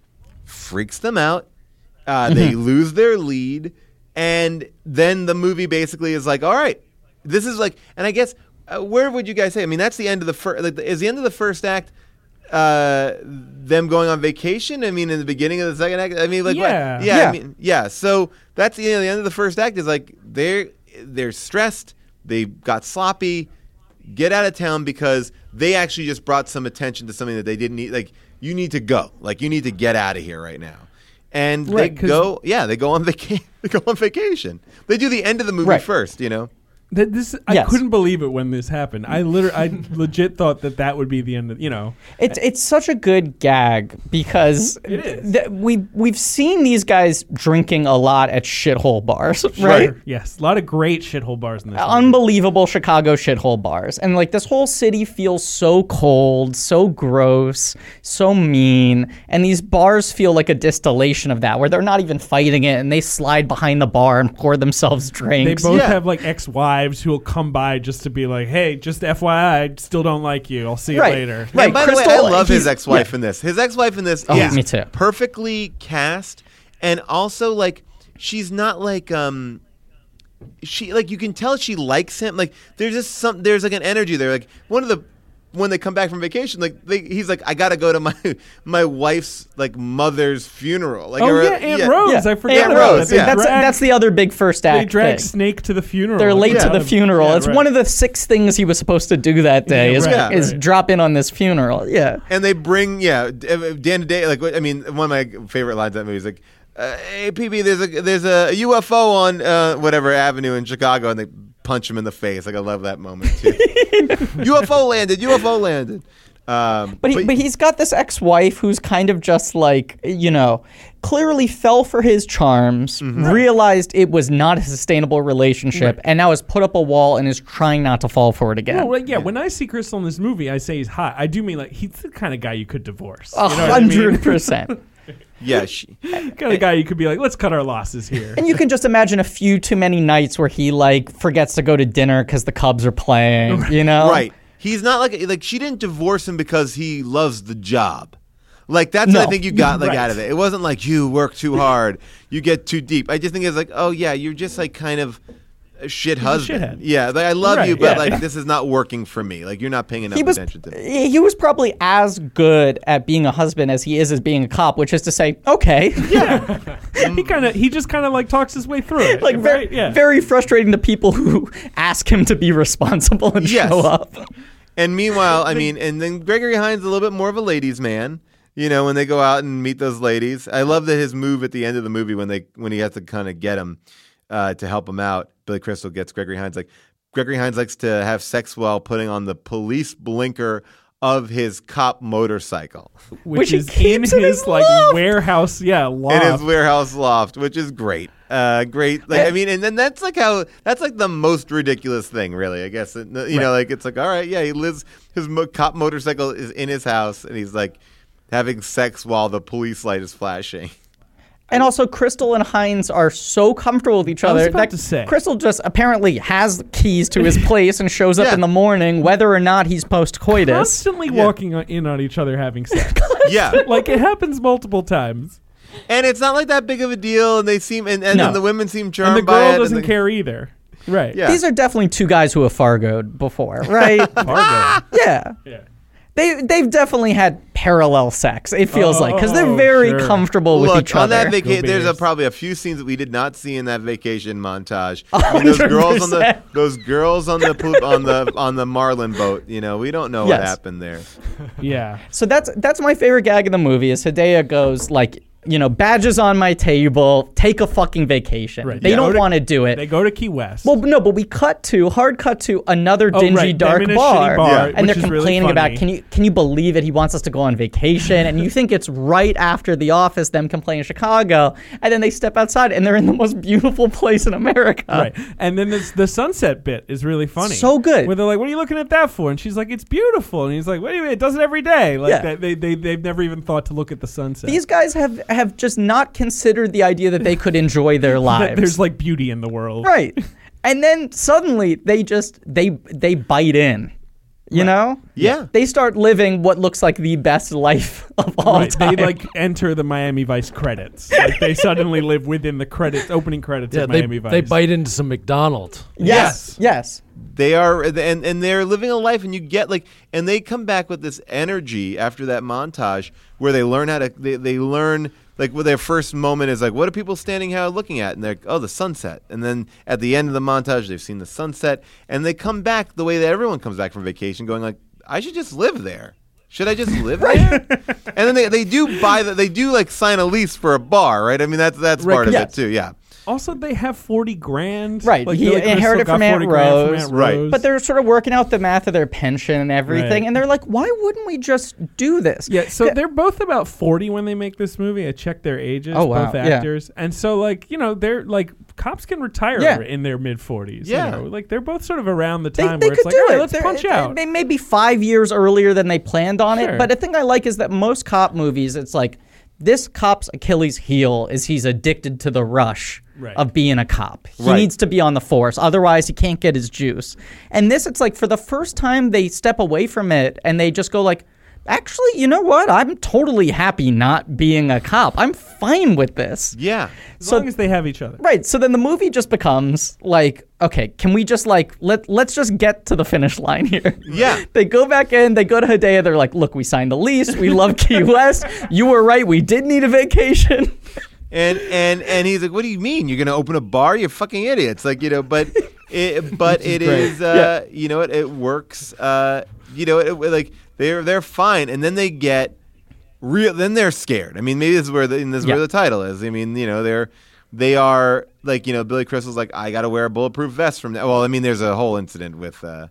[SPEAKER 2] freaks them out. Uh, they lose their lead, and then the movie basically is like, "All right, this is like." And I guess uh, where would you guys say? I mean, that's the end of the first. Like, is the end of the first act uh, them going on vacation? I mean, in the beginning of the second act. I mean, like, what-
[SPEAKER 7] Yeah.
[SPEAKER 2] yeah,
[SPEAKER 6] Yeah.
[SPEAKER 2] I mean, yeah. So that's the end, the end of the first act is like they're they're stressed. They got sloppy. Get out of town because they actually just brought some attention to something that they didn't need. Like you need to go. Like you need to get out of here right now. And
[SPEAKER 7] Right,
[SPEAKER 2] they
[SPEAKER 7] 'cause-
[SPEAKER 2] go. Yeah, they go on vacation. they go on vacation. They do the end of the movie
[SPEAKER 6] Right.
[SPEAKER 2] first. You know.
[SPEAKER 7] Th- this. I
[SPEAKER 6] Yes.
[SPEAKER 7] couldn't believe it when this happened. I literally, I legit thought that that would be the end of. You know.
[SPEAKER 6] It's it's such a good gag because
[SPEAKER 7] is.
[SPEAKER 6] th- we we've seen these guys drinking a lot at shithole bars, right?
[SPEAKER 7] Sure. Yes. A lot of great shithole bars in this. movie.
[SPEAKER 6] Unbelievable Chicago shithole bars, and like this whole city feels so cold, so gross, so mean, and these bars feel like a distillation of that, where they're not even fighting it, and they slide behind the bar and pour themselves
[SPEAKER 7] They
[SPEAKER 6] drinks.
[SPEAKER 7] both
[SPEAKER 2] Yeah.
[SPEAKER 7] have like ex-wives who'll come by just to be like, "Hey, just FYI, I still don't like you. I'll see you
[SPEAKER 6] Right.
[SPEAKER 7] later."
[SPEAKER 6] Right.
[SPEAKER 2] And by the
[SPEAKER 6] Crystal,
[SPEAKER 2] way, I love his
[SPEAKER 6] he's-
[SPEAKER 2] ex-wife in this. His ex-wife in this is
[SPEAKER 6] me too.
[SPEAKER 2] perfectly cast, and also like she's not like um. She like you can tell she likes him. Like there's just some there's like an energy there. Like one of the when they come back from vacation, like they, he's like I gotta go to my my wife's like mother's funeral. Like
[SPEAKER 7] Oh
[SPEAKER 2] or-
[SPEAKER 7] yeah, Aunt Rose. I forgot
[SPEAKER 2] Aunt
[SPEAKER 7] about
[SPEAKER 2] Rose,
[SPEAKER 7] that. They
[SPEAKER 2] yeah.
[SPEAKER 6] That's
[SPEAKER 7] drag-
[SPEAKER 6] that's the other big first act.
[SPEAKER 7] They drag
[SPEAKER 6] thing.
[SPEAKER 7] Snake to the funeral.
[SPEAKER 6] They're late
[SPEAKER 2] Yeah.
[SPEAKER 6] to the funeral. it's one of the six things he was supposed to do that day
[SPEAKER 7] Yeah,
[SPEAKER 6] is,
[SPEAKER 7] right,
[SPEAKER 6] is
[SPEAKER 7] right.
[SPEAKER 6] drop in on this funeral. Yeah.
[SPEAKER 2] And they bring yeah, D- uh, Dan Day. Like what- I mean, one of my favorite lines in that movie is like, uh, "Hey PB, there's a there's a UFO on uh, whatever avenue in Chicago," and they punch him in the face. Like I love that moment too. UFO landed. UFO landed. Um,
[SPEAKER 6] But, he, but, he's got this ex-wife who's kind of just like, you know, clearly fell for his charms,
[SPEAKER 7] Mm-hmm.
[SPEAKER 6] realized it was not a sustainable relationship, and now has put up a wall and is trying not to fall for it again.
[SPEAKER 7] No, like, yeah, When I see Crystal in this movie, I say he's hot. I do mean like he's the kind of guy you could divorce.
[SPEAKER 6] A
[SPEAKER 7] you know what I mean?
[SPEAKER 6] hundred percent.
[SPEAKER 2] yeah, she,
[SPEAKER 7] kind of guy you could be like, let's cut our losses here.
[SPEAKER 6] And you can just imagine a few too many nights where he like forgets to go to dinner because the Cubs are playing, you know?
[SPEAKER 2] right. He's not like like she didn't divorce him because he loves the job. Like that's what I
[SPEAKER 6] No.
[SPEAKER 2] think you got like
[SPEAKER 7] Right.
[SPEAKER 2] out of it. It wasn't like you work too hard, you get too deep. I just think it's like, oh yeah, you're just like kind of a shit husband.
[SPEAKER 7] shithead.
[SPEAKER 2] Yeah, like, I love
[SPEAKER 7] Right,
[SPEAKER 2] you, but
[SPEAKER 7] yeah.
[SPEAKER 2] like this is not working for me. Like you're not paying enough
[SPEAKER 6] he was
[SPEAKER 2] attention to me.
[SPEAKER 6] he was probably as good at being a husband as he is as being a cop, which is to say, okay,
[SPEAKER 2] Mm.
[SPEAKER 7] he kind of he just kind of like talks his way through it.
[SPEAKER 6] like very
[SPEAKER 7] right? yeah.
[SPEAKER 6] very frustrating to people who ask him to be responsible and
[SPEAKER 2] Yes.
[SPEAKER 6] show up.
[SPEAKER 2] And meanwhile, I mean, and then Gregory Hines is a little bit more of a ladies' man. You know, when they go out and meet those ladies, I love that his move at the end of the movie when they when he has to kind of get him uh, to help him out. Billy Crystal gets Gregory Hines like Gregory Hines likes to have sex while putting on the police blinker of his cop motorcycle
[SPEAKER 7] Which,
[SPEAKER 6] Which he
[SPEAKER 7] is in
[SPEAKER 6] keeps
[SPEAKER 7] his,
[SPEAKER 6] in his
[SPEAKER 7] like
[SPEAKER 6] loft.
[SPEAKER 7] warehouse. Yeah, loft.
[SPEAKER 2] in his warehouse loft, which is great. Uh, great.
[SPEAKER 7] Eh.
[SPEAKER 2] Like I mean, and then that's like how that's like the most ridiculous thing, really. I guess you know, like it's like all right, yeah, he lives his mo- cop motorcycle is in his house, and he's like having sex while the police light is flashing.
[SPEAKER 6] And also, Crystal and Heinz are so comfortable with each
[SPEAKER 7] was
[SPEAKER 6] other
[SPEAKER 7] about
[SPEAKER 6] that
[SPEAKER 7] to say.
[SPEAKER 6] Crystal just apparently has the keys to his place and shows up
[SPEAKER 2] Yeah.
[SPEAKER 6] in the morning, whether or not he's post coitus.
[SPEAKER 7] constantly walking on, in on each other having sex.
[SPEAKER 2] yeah,
[SPEAKER 7] like it happens multiple times.
[SPEAKER 2] and it's not like that big of a deal, and they seem and, and
[SPEAKER 6] No.
[SPEAKER 2] then the women seem charmed
[SPEAKER 7] And the
[SPEAKER 2] by it.
[SPEAKER 7] girl
[SPEAKER 2] and
[SPEAKER 7] doesn't
[SPEAKER 2] the-
[SPEAKER 7] care either. Right.
[SPEAKER 2] Yeah.
[SPEAKER 6] These are definitely two guys who have fargoed before, right?
[SPEAKER 7] Fargo.
[SPEAKER 6] yeah.
[SPEAKER 7] Yeah.
[SPEAKER 6] They they've definitely had parallel sex. It feels like because they're
[SPEAKER 7] Oh,
[SPEAKER 6] very
[SPEAKER 7] sure.
[SPEAKER 6] comfortable with
[SPEAKER 2] Look,
[SPEAKER 6] each
[SPEAKER 2] on
[SPEAKER 6] other.
[SPEAKER 2] that vacation, there's a,
[SPEAKER 7] Bears.
[SPEAKER 2] probably a few scenes that we did not see in that vacation montage. I mean, those girls on the
[SPEAKER 6] 100%.
[SPEAKER 2] those girls on the poop, on the on the Marlin boat. You know, we don't know what
[SPEAKER 6] Yes.
[SPEAKER 2] happened there.
[SPEAKER 7] Yeah.
[SPEAKER 6] So that's that's my favorite gag in the movie is Hideo goes like, you know, badges on my table, take a fucking vacation.
[SPEAKER 7] Right.
[SPEAKER 6] They
[SPEAKER 7] Yeah.
[SPEAKER 6] don't
[SPEAKER 7] Go to-
[SPEAKER 6] want to do it.
[SPEAKER 7] They go to Key West.
[SPEAKER 6] well, no, but we cut to hard cut to another
[SPEAKER 7] Oh,
[SPEAKER 6] dingy
[SPEAKER 7] right, them
[SPEAKER 6] dark
[SPEAKER 7] in a shitty
[SPEAKER 6] bar,
[SPEAKER 7] bar,
[SPEAKER 2] Yeah.
[SPEAKER 6] and
[SPEAKER 7] which
[SPEAKER 6] they're
[SPEAKER 7] is really
[SPEAKER 6] complaining about
[SPEAKER 7] funny.
[SPEAKER 6] can you can you believe it? He wants us to go on vacation, and you think it's right after the office them complaining Chicago, and then they step outside and they're in the most beautiful place in America.
[SPEAKER 7] Right. And then this, the sunset bit is really funny.
[SPEAKER 6] So good.
[SPEAKER 7] Where they're like, what are you looking at that for? And she's like, it's beautiful. And he's like, wait a minute, it does it every day. Like,
[SPEAKER 6] Yeah.
[SPEAKER 7] that, they, they, they've never even thought to look at the sunset.
[SPEAKER 6] These guys have have just not considered the idea that they could enjoy their
[SPEAKER 7] That
[SPEAKER 6] lives.
[SPEAKER 7] there's like beauty in the world.
[SPEAKER 6] right and then suddenly they just they they bite in you know
[SPEAKER 2] Yeah.
[SPEAKER 6] they start living what looks like the best life of all
[SPEAKER 7] Right.
[SPEAKER 6] time
[SPEAKER 7] They like enter the Miami Vice credits. Like, they suddenly live within the credits, opening credits
[SPEAKER 5] Yeah,
[SPEAKER 7] of
[SPEAKER 5] they,
[SPEAKER 7] Miami Vice.
[SPEAKER 5] they bite into some McDonald's.
[SPEAKER 6] yes yes,
[SPEAKER 2] They are and and they're living a life, and you get like, and they come back with this energy after that montage where they learn how to they, they learn. Like well, their first moment is like, what are people standing here looking at? And they're oh, the sunset. And then at the end of the montage, they've seen the sunset, and they come back the way that everyone comes back from vacation, going like, I should just live there. Should I just live there? and then they, they do buy the, they do like sign a lease for a bar, right? I mean that's that's
[SPEAKER 7] Right,
[SPEAKER 2] part of it
[SPEAKER 6] yes.
[SPEAKER 2] too, yeah.
[SPEAKER 7] Also, they have 40 grand.
[SPEAKER 6] Right,
[SPEAKER 7] Like,
[SPEAKER 6] he
[SPEAKER 7] Billy Crystal
[SPEAKER 6] inherited
[SPEAKER 7] got
[SPEAKER 6] from Aunt
[SPEAKER 7] 40 grand
[SPEAKER 6] Rose.
[SPEAKER 7] From Aunt
[SPEAKER 2] Right.
[SPEAKER 7] Rose.
[SPEAKER 6] but they're sort of working out the math of their pension and everything
[SPEAKER 7] Right.
[SPEAKER 6] and they're like why wouldn't we just do this
[SPEAKER 7] Yeah, so they're both about 40 when they make this movie. I checked their ages,
[SPEAKER 6] Oh, wow.
[SPEAKER 7] both
[SPEAKER 6] Yeah.
[SPEAKER 7] actors. And so like, you know, they're like cops can retire
[SPEAKER 6] Yeah.
[SPEAKER 7] in their mid 40s,
[SPEAKER 2] Yeah.
[SPEAKER 7] you know. Like they're both sort of around the
[SPEAKER 6] they,
[SPEAKER 7] time
[SPEAKER 6] they
[SPEAKER 7] where it's
[SPEAKER 6] could
[SPEAKER 7] like,
[SPEAKER 6] do
[SPEAKER 7] all right,
[SPEAKER 6] it.
[SPEAKER 7] let's
[SPEAKER 6] They're-
[SPEAKER 7] punch
[SPEAKER 6] they-
[SPEAKER 7] out.
[SPEAKER 6] They may be five years earlier than they planned on it.
[SPEAKER 7] Sure.
[SPEAKER 6] But the thing I like is that most cop movies, it's like this cop's Achilles heel is he's addicted to the rush
[SPEAKER 7] Right.
[SPEAKER 6] of being a cop. He
[SPEAKER 2] Right.
[SPEAKER 6] needs to be on the force, otherwise he can't get his juice. And this, it's like for the first time they step away from it and they just go like. Actually, you know what? I'm totally happy not being a cop. I'm fine with this.
[SPEAKER 2] Yeah.
[SPEAKER 7] as
[SPEAKER 6] so-
[SPEAKER 7] long as they have each other.
[SPEAKER 6] Right. So then the movie just becomes like, okay, can we just like let let's just get to the finish line here?
[SPEAKER 2] Yeah.
[SPEAKER 6] they go back in. They go to Hideo. They're like, look, we signed the lease. We love Key West. You were right. We did need a vacation.
[SPEAKER 2] and and and he's like, "What do you mean? You're gonna open a bar? You're fucking idiots!" Like you know, but it, but it is uh, you know it, it works. Uh, you know, it, it- like they're they're fine, and then they get real. Then they're scared. I mean, maybe this is where the and this is
[SPEAKER 6] Yeah.
[SPEAKER 2] where the title is. I mean, you know, they're they are like you know Billy Crystal's like, "I got to wear a bulletproof vest from now." Well, I mean, there's a whole incident with. Uh,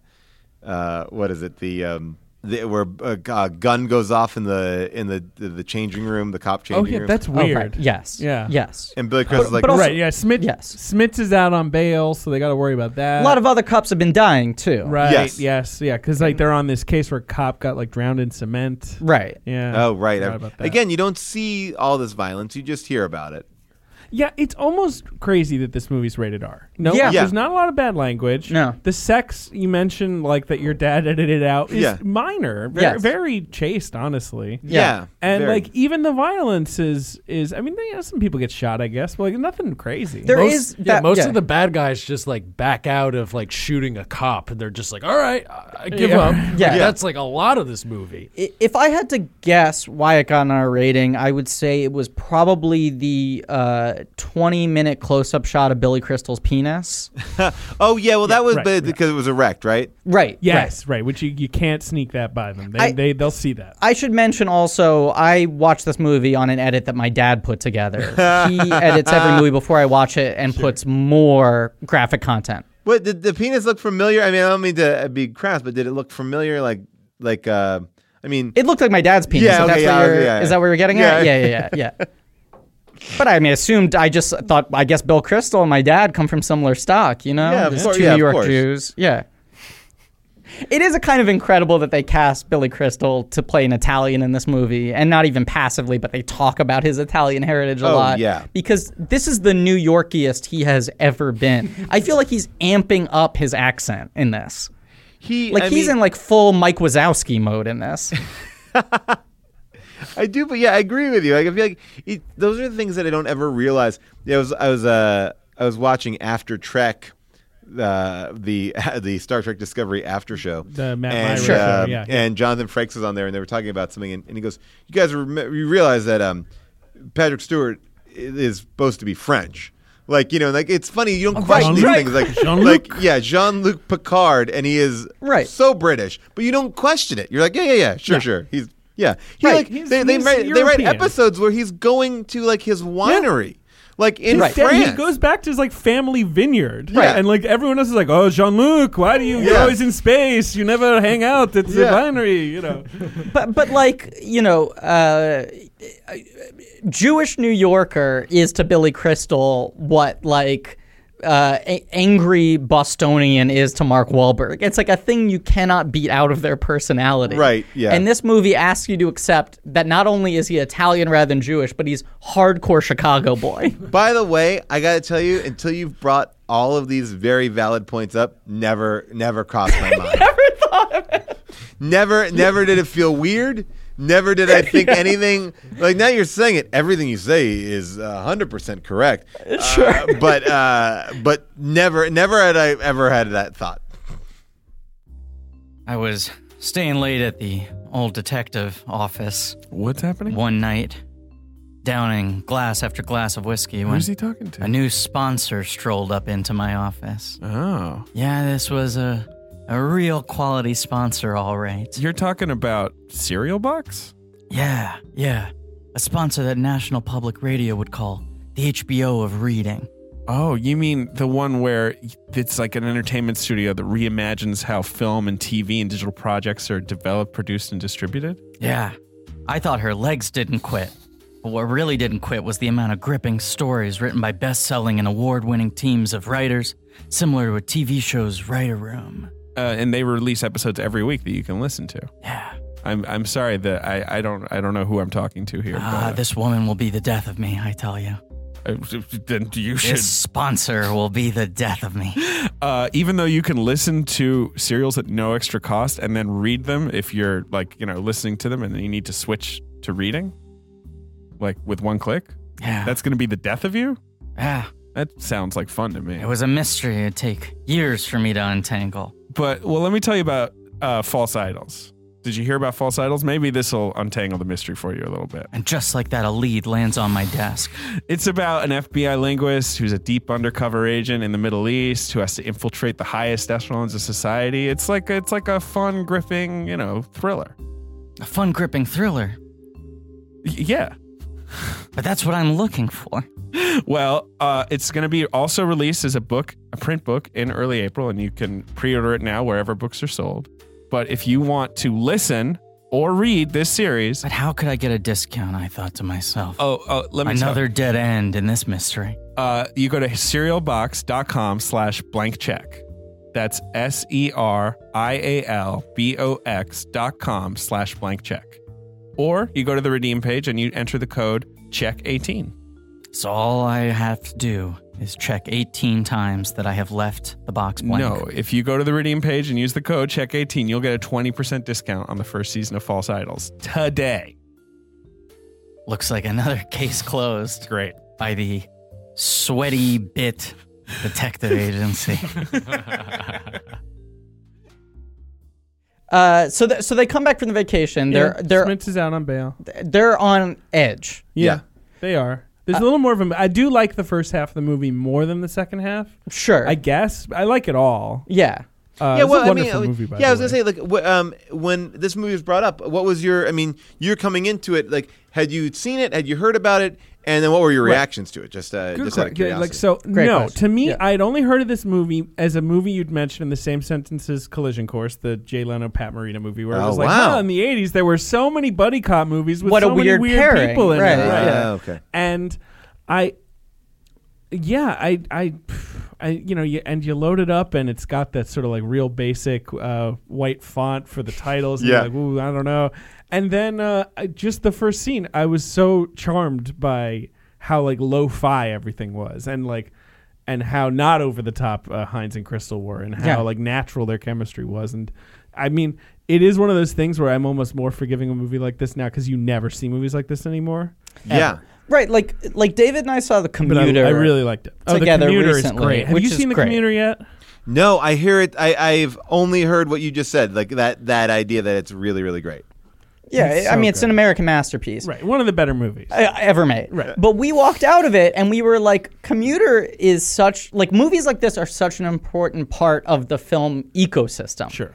[SPEAKER 2] uh, what is it? The um, the, where a g- a gun goes off in the in the the, the changing room, the cop
[SPEAKER 7] Oh
[SPEAKER 2] changing
[SPEAKER 7] yeah,
[SPEAKER 2] room.
[SPEAKER 7] that's
[SPEAKER 6] Oh,
[SPEAKER 7] weird.
[SPEAKER 6] right. Yes.
[SPEAKER 7] Yeah.
[SPEAKER 6] Yes.
[SPEAKER 2] and Billy Crystal's like,
[SPEAKER 6] but also-
[SPEAKER 7] right, yeah, Smith
[SPEAKER 6] Yes.
[SPEAKER 7] Smits is out on bail, so they got to worry about that.
[SPEAKER 6] A lot of other cops have been dying too.
[SPEAKER 7] Right.
[SPEAKER 2] Yes.
[SPEAKER 7] Yes. yeah, cuz like they're on this case where a cop got like drowned in cement.
[SPEAKER 6] Right.
[SPEAKER 7] Yeah.
[SPEAKER 2] Oh right.
[SPEAKER 7] Forgot about that.
[SPEAKER 2] Again, you don't see all this violence; you just hear about it.
[SPEAKER 7] Yeah, it's almost crazy that this movie's rated R. No,
[SPEAKER 6] Yeah.
[SPEAKER 7] there's
[SPEAKER 2] Yeah.
[SPEAKER 7] not a lot of bad language.
[SPEAKER 6] No.
[SPEAKER 7] the sex you mentioned, like that your dad edited out, is
[SPEAKER 2] Yeah.
[SPEAKER 7] minor, very,
[SPEAKER 6] Yes.
[SPEAKER 7] very chaste, honestly.
[SPEAKER 2] Yeah,
[SPEAKER 7] And
[SPEAKER 2] very.
[SPEAKER 7] like even the violence is is I mean you know, some people get shot I guess but like nothing crazy.
[SPEAKER 6] There
[SPEAKER 5] most,
[SPEAKER 6] is
[SPEAKER 5] yeah,
[SPEAKER 6] that-
[SPEAKER 5] most
[SPEAKER 6] yeah.
[SPEAKER 5] of the bad guys just like back out of like shooting a cop and they're just like, all right, I I give
[SPEAKER 7] Yeah.
[SPEAKER 5] up.
[SPEAKER 6] Yeah.
[SPEAKER 5] Like, that's like a lot of this movie.
[SPEAKER 6] I- If I had to guess why it got an R rating, I would say it was probably the uh, 20 minute close up shot of Billy Crystal's penis.
[SPEAKER 2] Oh yeah. Well, that was
[SPEAKER 7] right,
[SPEAKER 2] but
[SPEAKER 7] yeah.
[SPEAKER 2] because it was erect, right?
[SPEAKER 6] Right. Right.
[SPEAKER 7] yes, right. which you, you can't sneak that by them. They
[SPEAKER 6] I-
[SPEAKER 7] they they'll see that.
[SPEAKER 6] I should mention also, I watched this movie on an edit that my dad put together. he edits every movie before I watch it and puts more graphic content.
[SPEAKER 2] What did the penis look familiar? I mean, I don't mean to be crass, but did it look familiar? Like like uh, I mean,
[SPEAKER 6] It looked like my dad's penis.
[SPEAKER 2] Yeah,
[SPEAKER 6] if that's
[SPEAKER 2] okay,
[SPEAKER 6] what
[SPEAKER 2] yeah,
[SPEAKER 6] you're-
[SPEAKER 2] yeah, yeah.
[SPEAKER 6] Is that what you're getting at? Yeah, yeah, yeah, yeah. But I mean, assumed I just thought. I guess Bill Crystal and my dad come from similar stock, you know.
[SPEAKER 2] Yeah, of
[SPEAKER 6] Just
[SPEAKER 2] course-
[SPEAKER 6] two
[SPEAKER 2] yeah,
[SPEAKER 6] New
[SPEAKER 2] of
[SPEAKER 6] York
[SPEAKER 2] course.
[SPEAKER 6] Jews. Yeah. It is a kind of incredible that they cast Billy Crystal to play an Italian in this movie, and not even passively, but they talk about his Italian heritage a
[SPEAKER 2] Oh,
[SPEAKER 6] lot.
[SPEAKER 2] yeah.
[SPEAKER 6] Because this is the New Yorkiest he has ever been. I feel like he's amping up his accent in this.
[SPEAKER 2] he
[SPEAKER 6] Like
[SPEAKER 2] I
[SPEAKER 6] he's
[SPEAKER 2] mean,
[SPEAKER 6] in like full Mike Wazowski mode in this.
[SPEAKER 2] I do, but yeah, I agree with you. Like, I feel like it, those are the things that I don't ever realize. Yeah, I was I was uh I was watching After Trek uh, the the Star Trek Discovery after show.
[SPEAKER 7] The Matt
[SPEAKER 2] and,
[SPEAKER 7] Myra show,
[SPEAKER 2] um,
[SPEAKER 7] yeah.
[SPEAKER 2] and Jonathan Frakes was on there, and they were talking about something, and, and he goes, "You guys, rem- you realize that um, Patrick Stewart i- is supposed to be French." Like you know, like it's funny you don't question these
[SPEAKER 7] Jean-Luc.
[SPEAKER 2] things. Like,
[SPEAKER 7] Jean-Luc.
[SPEAKER 2] like yeah, Jean Luc Picard, and he is
[SPEAKER 6] Right.
[SPEAKER 2] so British, but you don't question it. You're like, yeah, yeah, yeah, sure, sure. He's yeah. He
[SPEAKER 7] Right.
[SPEAKER 2] like
[SPEAKER 7] He's-
[SPEAKER 2] they, they
[SPEAKER 7] he's
[SPEAKER 2] write they write
[SPEAKER 7] European.
[SPEAKER 2] episodes where he's going to like his winery, like in
[SPEAKER 7] Instead,
[SPEAKER 2] France.
[SPEAKER 7] he goes back to his like family vineyard,
[SPEAKER 2] Right.
[SPEAKER 7] and like everyone else is like, "Oh, Jean Luc, why do you you're
[SPEAKER 2] Yeah.
[SPEAKER 7] always in space? You never hang out. It's
[SPEAKER 2] Yeah.
[SPEAKER 7] a winery, you know."
[SPEAKER 6] but but like you know, uh, Jewish New Yorker is to Billy Crystal what like uh, a- angry Bostonian is to Mark Wahlberg. It's like a thing you cannot beat out of their personality.
[SPEAKER 2] Right, yeah.
[SPEAKER 6] And this movie asks you to accept that not only is he Italian rather than Jewish, but he's hardcore Chicago boy.
[SPEAKER 2] By the way, I gotta tell you, until you've brought all of these very valid points up, never, never crossed my mind. never thought of it. Never, never did it feel weird. Never did I think anything like now. You're saying it. Everything you say is hundred percent correct. Sure, but uh, but never, never had I ever had that thought.
[SPEAKER 3] I was staying late at the old detective office
[SPEAKER 4] What's happening?
[SPEAKER 3] one night, downing glass after glass of whiskey when
[SPEAKER 4] Who's he talking
[SPEAKER 3] a
[SPEAKER 4] to?
[SPEAKER 3] new sponsor strolled up into my office.
[SPEAKER 4] Oh,
[SPEAKER 3] Yeah, this was a a real quality sponsor, all right.
[SPEAKER 4] you're talking about cereal box?
[SPEAKER 3] Yeah, yeah. A sponsor that National Public Radio would call the HBO of reading.
[SPEAKER 4] Oh, you mean the one where it's like an entertainment studio that reimagines how film and TV and digital projects are developed, produced, and distributed?
[SPEAKER 3] Yeah. I thought her legs didn't quit. But what really didn't quit was the amount of gripping stories written by best selling and award winning teams of writers, similar to a TV show's writer room.
[SPEAKER 4] Uh, and they release episodes every week that you can listen to.
[SPEAKER 3] Yeah.
[SPEAKER 4] I'm I'm sorry that I, I don't I don't know who I'm talking to here.
[SPEAKER 3] Ah,
[SPEAKER 4] but,
[SPEAKER 3] this woman will be the death of me, I tell you.
[SPEAKER 4] uh, then you should.
[SPEAKER 3] This sponsor will be the death of me.
[SPEAKER 4] Uh, even though you can listen to serials at no extra cost and then read them if you're like you know listening to them and then you need to switch to reading, like with one click,
[SPEAKER 3] Yeah.
[SPEAKER 4] that's going to be the death of you.
[SPEAKER 3] yeah.
[SPEAKER 4] That sounds like fun to me.
[SPEAKER 3] Ah, It was a mystery it'd take years for me to untangle.
[SPEAKER 4] But well, let me tell you about uh, false idols. Did you hear about false idols? Maybe this will untangle the mystery for you a little bit.
[SPEAKER 3] And just like that, a lead lands on my desk.
[SPEAKER 4] It's about an FBI linguist who's a deep undercover agent in the Middle East who has to infiltrate the highest echelons of society. It's like it's like a fun, gripping, you know, thriller.
[SPEAKER 3] A fun, gripping thriller.
[SPEAKER 4] Y- yeah.
[SPEAKER 3] But that's what I'm looking for.
[SPEAKER 4] Well, uh, it's going to be also released as a book, a print book, in early April, and you can pre-order it now wherever books are sold. But if you want to listen or read this series,
[SPEAKER 3] But how could I get a discount? I thought to myself.
[SPEAKER 4] oh, oh let me tell-
[SPEAKER 3] Another dead end in this mystery.
[SPEAKER 4] uh, you go to cerealbox.com slash blank check. That's S E R I A L B O X dot com slash blank check. Or you go to the redeem page and you enter the code check18.
[SPEAKER 3] So all I have to do is check 18 times that I have left the box blank.
[SPEAKER 4] No, if you go to the redeem page and use the code check18, you'll get a 20% discount on the first season of False Idols today.
[SPEAKER 3] Looks like another case closed
[SPEAKER 4] Great.
[SPEAKER 3] by the sweaty bit detective agency.
[SPEAKER 6] Uh, so th- so they come back from the vacation. They're
[SPEAKER 7] Yeah,
[SPEAKER 6] they're
[SPEAKER 7] Smith is out on bail.
[SPEAKER 6] they're on edge.
[SPEAKER 2] Yeah. Uh,
[SPEAKER 7] they are. There's a little more of them. I do like the first half of the movie more than the second half.
[SPEAKER 6] Sure.
[SPEAKER 7] I guess I like it all.
[SPEAKER 6] yeah.
[SPEAKER 7] Uh,
[SPEAKER 2] yeah,
[SPEAKER 7] it's
[SPEAKER 2] well,
[SPEAKER 7] a wonderful
[SPEAKER 2] I mean,
[SPEAKER 7] movie. By
[SPEAKER 2] yeah, I was
[SPEAKER 7] the way.
[SPEAKER 2] gonna say like wh- um, when this movie was brought up, what was your? I mean, you're coming into it like had you seen it, had you heard about it, and then what were your reactions to it? Just uh,
[SPEAKER 7] Good
[SPEAKER 2] just out of
[SPEAKER 7] que- yeah,
[SPEAKER 2] curiosity.
[SPEAKER 7] Like so,
[SPEAKER 6] Great
[SPEAKER 7] no.
[SPEAKER 6] question.
[SPEAKER 7] To me,
[SPEAKER 6] Yeah.
[SPEAKER 7] I had only heard of this movie as a movie you'd mentioned in the same sentence as Collision Course, the Jay Leno Pat Morita movie, where it
[SPEAKER 2] Oh,
[SPEAKER 7] was like,
[SPEAKER 2] wow.
[SPEAKER 7] wow, in the '80s there were so many buddy cop movies with
[SPEAKER 6] What a
[SPEAKER 7] so many
[SPEAKER 6] weird
[SPEAKER 7] weird
[SPEAKER 6] pairing,
[SPEAKER 7] people in
[SPEAKER 6] right,
[SPEAKER 7] it.
[SPEAKER 6] right.
[SPEAKER 7] Yeah.
[SPEAKER 2] Ah, okay.
[SPEAKER 7] And I, yeah, I, I, I, you know, you, and you load it up, and it's got that sort of like real basic uh, white font for the titles. And
[SPEAKER 2] Yeah.
[SPEAKER 7] you're like, ooh, I don't know. And then uh, I- just the first scene, I was so charmed by how like lo-fi everything was, and like, and how not over the top uh, Heinz and Crystal were, and how
[SPEAKER 6] Yeah.
[SPEAKER 7] like natural their chemistry was, and I mean. It is one of those things where I'm almost more forgiving of a movie like this now because you never see movies like this anymore.
[SPEAKER 2] yeah,
[SPEAKER 6] Right. Like like David and I saw the
[SPEAKER 7] But I,
[SPEAKER 6] commuter.
[SPEAKER 7] I really liked it. Oh, the
[SPEAKER 6] together
[SPEAKER 7] commuter
[SPEAKER 6] recently,
[SPEAKER 7] is great. Have
[SPEAKER 6] which
[SPEAKER 7] you
[SPEAKER 6] is
[SPEAKER 7] seen the
[SPEAKER 6] great.
[SPEAKER 7] commuter yet?
[SPEAKER 2] No, I hear it. I, I've only heard what you just said, like that that idea that it's really really great.
[SPEAKER 6] Yeah, I mean, it's an American masterpiece.
[SPEAKER 7] Right, one of the better movies.
[SPEAKER 6] uh, ever made. Right. But we walked out of it and we were like, commuter is such like movies like this are such an important part of the film ecosystem.
[SPEAKER 7] Sure.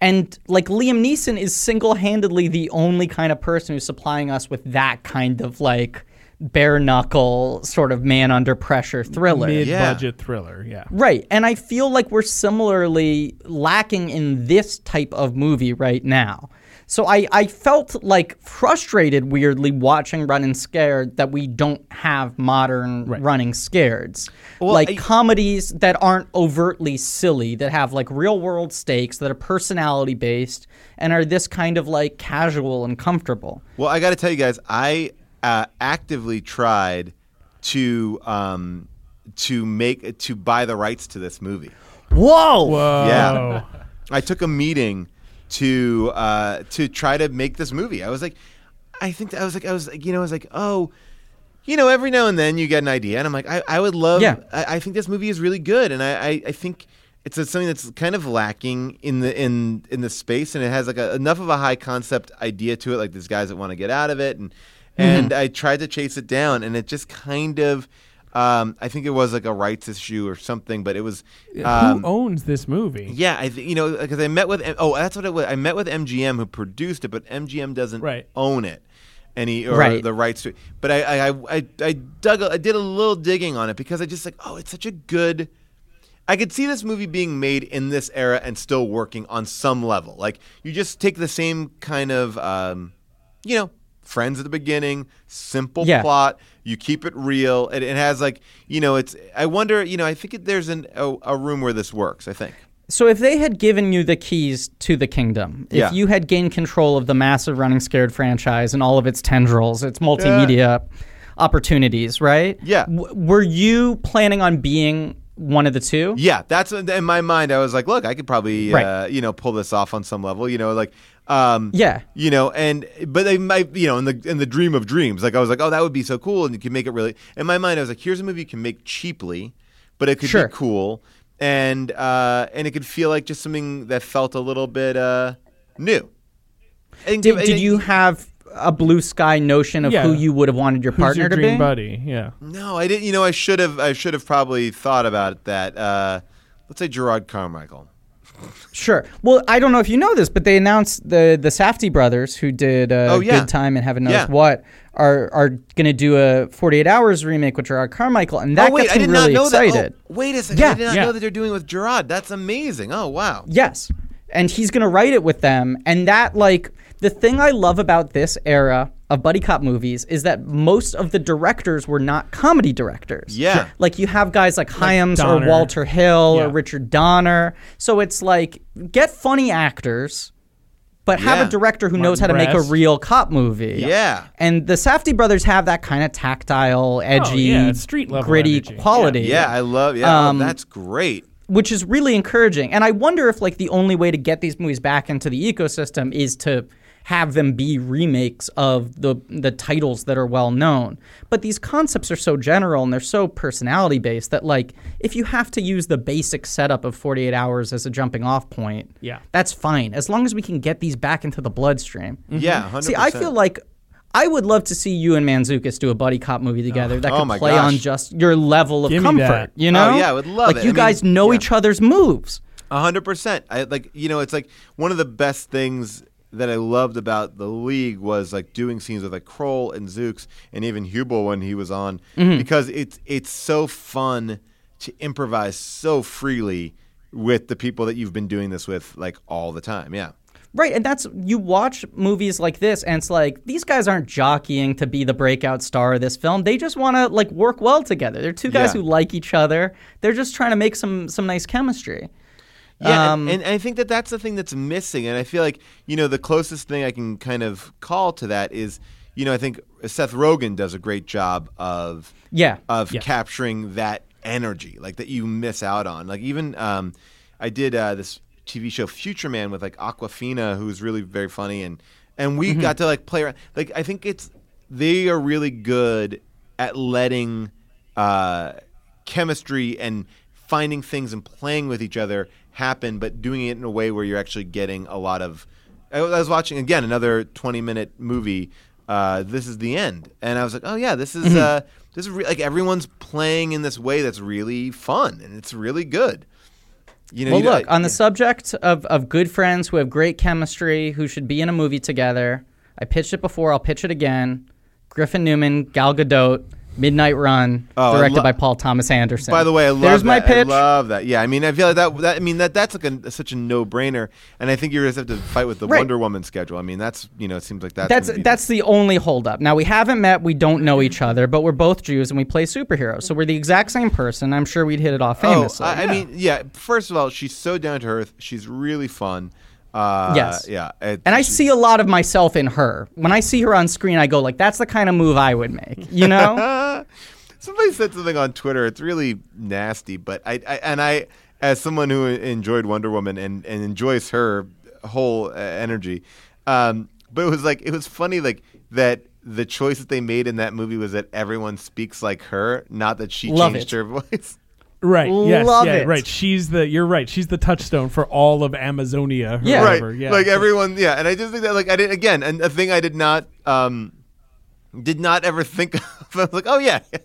[SPEAKER 6] And like Liam Neeson is single-handedly the only kind of person who's supplying us with that kind of like bare knuckle sort of man under pressure thriller.
[SPEAKER 7] Mid budget thriller. Yeah.
[SPEAKER 6] Right. And I feel like we're similarly lacking in this type of movie right now. So I, I felt like frustrated weirdly watching Run and Scared that we don't have modern running scareds. like
[SPEAKER 2] I-
[SPEAKER 6] comedies that aren't overtly silly, that have like real world stakes, that are personality based, and are this kind of like casual and comfortable.
[SPEAKER 2] Well, I got to tell you guys, I uh, actively tried to um, to make to buy the rights to this movie.
[SPEAKER 6] Whoa!
[SPEAKER 2] Yeah, I took a meeting to uh, to try to make this movie. I was like, I think that I was like, I was like, you know, I was like, oh, you know, every now and then you get an idea, and I'm like, I, I would love.
[SPEAKER 6] Yeah.
[SPEAKER 2] I, I think this movie is really good, and I, I, I think it's a, something that's kind of lacking in the in in the space, and it has like a, enough of a high concept idea to it, like these guys that want to get out of it, and
[SPEAKER 6] Mm-hmm.
[SPEAKER 2] and I tried to chase it down, and it just kind of. Um, I think it was like a rights issue or something, but it was. um,
[SPEAKER 7] Who owns this movie?
[SPEAKER 2] yeah, I th- you know because I met with oh that's what it was. I met with MGM who produced it, but MGM doesn't
[SPEAKER 7] Right.
[SPEAKER 2] own it, any or
[SPEAKER 6] Right.
[SPEAKER 2] the rights to. it. But I I, I I I dug a- I did a little digging on it because I just like oh it's such a good. I could see this movie being made in this era and still working on some level. Like you just take the same kind of um, you know friends at the beginning, simple
[SPEAKER 6] Yeah.
[SPEAKER 2] plot plot. You keep it real. It, it has like you know. It's. I wonder. You know. I think it, there's an a, a room where this works. I think.
[SPEAKER 6] So if they had given you the keys to the kingdom, if
[SPEAKER 2] Yeah.
[SPEAKER 6] you had gained control of the massive Running Scared franchise and all of its tendrils, its multimedia opportunities, right?
[SPEAKER 2] Yeah.
[SPEAKER 6] W- were you planning on being one of the two?
[SPEAKER 2] Yeah, that's what- in my mind. I was like, look, I could probably uh,
[SPEAKER 6] Right.
[SPEAKER 2] you know pull this off on some level. You know, like um,
[SPEAKER 6] Yeah.
[SPEAKER 2] you know, and but they might you know in the in the dream of dreams. Like I was like, oh, that would be so cool, and you can make it really. In my mind, I was like, here's a movie you can make cheaply, but it could
[SPEAKER 6] Sure.
[SPEAKER 2] be cool, and uh, and it could feel like just something that felt a little bit uh, new. And
[SPEAKER 6] Did,
[SPEAKER 2] give-
[SPEAKER 6] did
[SPEAKER 2] and-
[SPEAKER 6] you have a blue sky notion of
[SPEAKER 7] Yeah.
[SPEAKER 6] who you would have wanted your
[SPEAKER 7] Who's
[SPEAKER 6] partner
[SPEAKER 7] your
[SPEAKER 6] to
[SPEAKER 7] dream
[SPEAKER 6] be?
[SPEAKER 7] buddy? Yeah.
[SPEAKER 2] No, I didn't. You know, I should have. I should have probably thought about that. Uh, let's say Gerard Carmichael.
[SPEAKER 6] Sure. Well, I don't know if you know this, but they announced the the Safdie brothers, who did uh,
[SPEAKER 2] Oh, yeah.
[SPEAKER 6] Good Time and Heaven Knows
[SPEAKER 2] Yeah.
[SPEAKER 6] What, are are going to do a 48 Hours remake with Gerard Carmichael, and that
[SPEAKER 2] oh wait,
[SPEAKER 6] gets
[SPEAKER 2] I
[SPEAKER 6] me
[SPEAKER 2] did
[SPEAKER 6] really
[SPEAKER 2] not know
[SPEAKER 6] excited.
[SPEAKER 2] that. Oh, wait a second, I
[SPEAKER 6] Yeah,
[SPEAKER 2] did not
[SPEAKER 7] yeah.
[SPEAKER 2] know that they're doing it with Gerard. That's amazing. Oh wow.
[SPEAKER 6] Yes. And he's going to write it with them. And that, like, the thing I love about this era of buddy cop movies is that most of the directors were not comedy directors.
[SPEAKER 2] Yeah. Sure.
[SPEAKER 6] Like, you have guys like Hyams
[SPEAKER 7] Donner.
[SPEAKER 6] or Walter Hill or
[SPEAKER 7] Yeah.
[SPEAKER 6] Richard Donner. So it's like, get funny actors. But have
[SPEAKER 2] Yeah.
[SPEAKER 6] a director who knows how to make
[SPEAKER 7] Brest.
[SPEAKER 6] a real cop movie.
[SPEAKER 2] Yeah.
[SPEAKER 6] And the Safdie brothers have that kind of tactile, edgy,
[SPEAKER 7] Oh, yeah, it's street-level
[SPEAKER 6] gritty
[SPEAKER 7] energy. Yeah.
[SPEAKER 6] quality
[SPEAKER 2] Yeah, I love. Yeah,
[SPEAKER 6] Um,
[SPEAKER 2] oh, that's great.
[SPEAKER 6] which is really encouraging. And I wonder if like the only way to get these movies back into the ecosystem is to have them be remakes of the the titles that are well known. But these concepts are so general and they're so personality based that like if you have to use the basic setup of 48 hours as a jumping off point,
[SPEAKER 7] Yeah.
[SPEAKER 6] That's fine as long as we can get these back into the bloodstream.
[SPEAKER 2] Yeah, 100%.
[SPEAKER 6] Mm-hmm. See, I feel like I would love to see you and Manzukis do a buddy cop movie together that
[SPEAKER 2] oh
[SPEAKER 6] could
[SPEAKER 2] my
[SPEAKER 6] play
[SPEAKER 2] gosh.
[SPEAKER 6] on just your level of
[SPEAKER 7] Give me
[SPEAKER 6] comfort.
[SPEAKER 7] that.
[SPEAKER 6] You know?
[SPEAKER 2] Oh, yeah, I would love
[SPEAKER 6] like,
[SPEAKER 2] it.
[SPEAKER 6] you
[SPEAKER 2] I mean,
[SPEAKER 6] guys know
[SPEAKER 2] yeah.
[SPEAKER 6] each otother's moves.
[SPEAKER 2] A hundred percent. I like you know, it's like one of the best things that I loved about the league was like doing scenes with like Kroll and Zooks and even Hubel when he was on
[SPEAKER 6] Mm-hmm.
[SPEAKER 2] because it's it's so fun to improvise so freely with the people that you've been doing this with like all the time. Yeah.
[SPEAKER 6] Right, and that's you watch movies like this, and it's like these guys aren't jockeying to be the breakout star of this film. They just want to like work well together. They're two guys
[SPEAKER 2] Yeah.
[SPEAKER 6] who like each other. They're just trying to make some some nice chemistry.
[SPEAKER 2] Yeah,
[SPEAKER 6] Um,
[SPEAKER 2] and, and I think that that's the thing that's missing. And I feel like you know the closest thing I can kind of call to that is you know I think Seth Rogen does a great job of
[SPEAKER 6] Yeah.
[SPEAKER 2] of capturing that energy like that you miss out on. Like even um, I did uh, this TV show Future Man with like Aquafina, who's really very funny, and and
[SPEAKER 6] Mm-hmm.
[SPEAKER 2] we got to like play around. Like I think it's they are really good at letting uh, chemistry and finding things and playing with each other happen, but doing it in a way where you're actually getting a lot of. I was I was watching again another 20 minute movie. Uh, this is the end, and I was like, oh yeah, this is
[SPEAKER 6] Mm-hmm.
[SPEAKER 2] uh, this is re- like everyone's playing in this way that's really fun and it's really good. You know,
[SPEAKER 6] Well,
[SPEAKER 2] you-
[SPEAKER 6] look, on the subject of, of good friends who have great chemistry, who should be in a movie together, I pitched it before, I'll pitch it again. Griffin Newman, Gal Gadot, Midnight Run,
[SPEAKER 2] Oh, I
[SPEAKER 6] directed
[SPEAKER 2] lo-
[SPEAKER 6] by Paul Thomas Anderson.
[SPEAKER 2] By the way, I love
[SPEAKER 6] There's
[SPEAKER 2] that.
[SPEAKER 6] my pitch.
[SPEAKER 2] I love that. Yeah, I mean, I feel like that. that I mean, that that's like a, such a no-brainer, and I think you just have to fight with the
[SPEAKER 6] Right.
[SPEAKER 2] Wonder Woman schedule. I mean, that's you know, it seems like that's
[SPEAKER 6] that's
[SPEAKER 2] gonna be-
[SPEAKER 6] that's the only holdup. Now we haven't met, we don't know
[SPEAKER 7] Mm-hmm.
[SPEAKER 6] each other, but we're both Jews and we play superheroes, so we're the exact same person. I'm sure we'd hit it off
[SPEAKER 2] Oh,
[SPEAKER 6] famously.
[SPEAKER 2] I, I mean, yeah. First of all, she's so down to earth. She's really fun. Uh,
[SPEAKER 6] Yes.
[SPEAKER 2] Yeah. it-
[SPEAKER 6] and I
[SPEAKER 2] she-
[SPEAKER 6] see a lot of myself in her. When I see her on screen, I go like, "That's the kind of move I would make," you know?
[SPEAKER 2] Uh, somebody said something on Twitter. It's really nasty, but I, I and I, as someone who enjoyed Wonder Woman and, and enjoys her whole uh, energy, um, but it was like it was funny, like that the choice that they made in that movie was that everyone speaks like her, not that she
[SPEAKER 6] Love
[SPEAKER 2] changed
[SPEAKER 6] it.
[SPEAKER 2] her voice.
[SPEAKER 7] Right. Yes.
[SPEAKER 6] Love
[SPEAKER 7] yeah,
[SPEAKER 6] it.
[SPEAKER 7] Right. She's the. You're right. She's the touchstone for all of Amazonia. or
[SPEAKER 6] Yeah.
[SPEAKER 7] whatever.
[SPEAKER 2] right.
[SPEAKER 7] Yeah.
[SPEAKER 2] Like everyone, yeah. And I just think that, like, I did again, and a thing I did not, um, did not ever think of. I was like, oh yeah,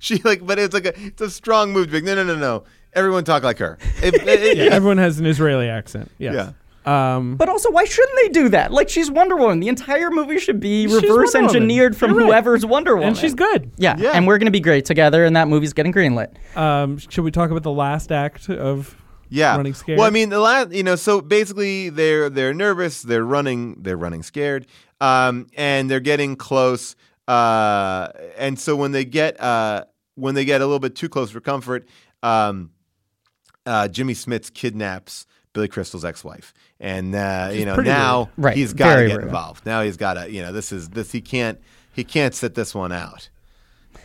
[SPEAKER 2] she like, but it's like a, it's a strong move. to be Like, no, no, no, no. Everyone talk like her. It- it- it-
[SPEAKER 7] Yeah, Everyone has an Israeli accent. Yes. Yeah. Um,
[SPEAKER 6] But also, why shouldn't they do that? Like, she's Wonder Woman. The entire movie should be
[SPEAKER 7] She's Wonder
[SPEAKER 6] reverse
[SPEAKER 7] Woman.
[SPEAKER 6] engineered from
[SPEAKER 7] You're right.
[SPEAKER 6] whoever's Wonder Woman.
[SPEAKER 7] and she's good.
[SPEAKER 6] Yeah,
[SPEAKER 2] Yeah.
[SPEAKER 6] and we're going to be great together, and that movie's getting greenlit.
[SPEAKER 7] Um, should we talk about the last act of?
[SPEAKER 2] yeah.
[SPEAKER 7] Running scared.
[SPEAKER 2] Well, I mean, the last, you know, so basically they're they're nervous, they're running, they're running scared, um, and they're getting close. Uh, and so when they get uh, when they get a little bit too close for comfort, um, uh, Jimmy Smits kidnaps Billy Crystal's ex-wife, and uh, you know
[SPEAKER 7] pretty
[SPEAKER 2] now
[SPEAKER 6] rude. Right,
[SPEAKER 2] he's got to
[SPEAKER 6] very
[SPEAKER 2] get
[SPEAKER 6] rude.
[SPEAKER 2] involved. Now he's got to, you know, this is this he can't he can't sit this one out.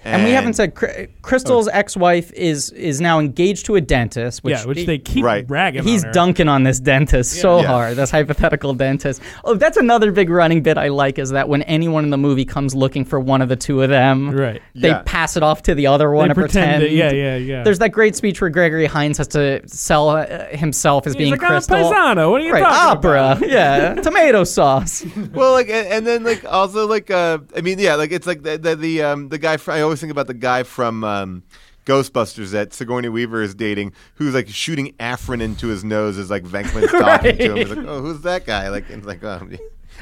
[SPEAKER 6] And, we haven't said Cr- Crystal's ex-wife is is now engaged to a dentist. Which
[SPEAKER 7] Oh. yeah, which they keep
[SPEAKER 2] Right.
[SPEAKER 7] ragging. on
[SPEAKER 6] He's
[SPEAKER 7] her.
[SPEAKER 6] dunking on this dentist so
[SPEAKER 2] Yeah.
[SPEAKER 6] hard. This hypothetical dentist. Oh, that's another big running bit I like is that when anyone in the movie comes looking for one of the two of them,
[SPEAKER 7] Right.
[SPEAKER 6] they
[SPEAKER 2] Yeah.
[SPEAKER 6] pass it off to the other one
[SPEAKER 7] They
[SPEAKER 6] and pretend.
[SPEAKER 7] pretend that- yeah, yeah, yeah.
[SPEAKER 6] There's that great speech where Gregory Hines has to sell uh, himself as
[SPEAKER 7] He's
[SPEAKER 6] being
[SPEAKER 7] like, "I'm a
[SPEAKER 6] Crystal.
[SPEAKER 7] paisano. What are you
[SPEAKER 6] right, Ah,
[SPEAKER 7] talking
[SPEAKER 6] opera. Yeah, tomato sauce.
[SPEAKER 2] well, like, and, and then like also like, uh, I mean, yeah, like it's like the the, the um the guy. From, I always think about the guy from. Um, Ghostbusters that Sigourney Weaver is dating, who's like shooting Afrin into his nose as like Venkman's talking to him. He's like, "Oh, who's that guy?" Like, and it's like, "Oh,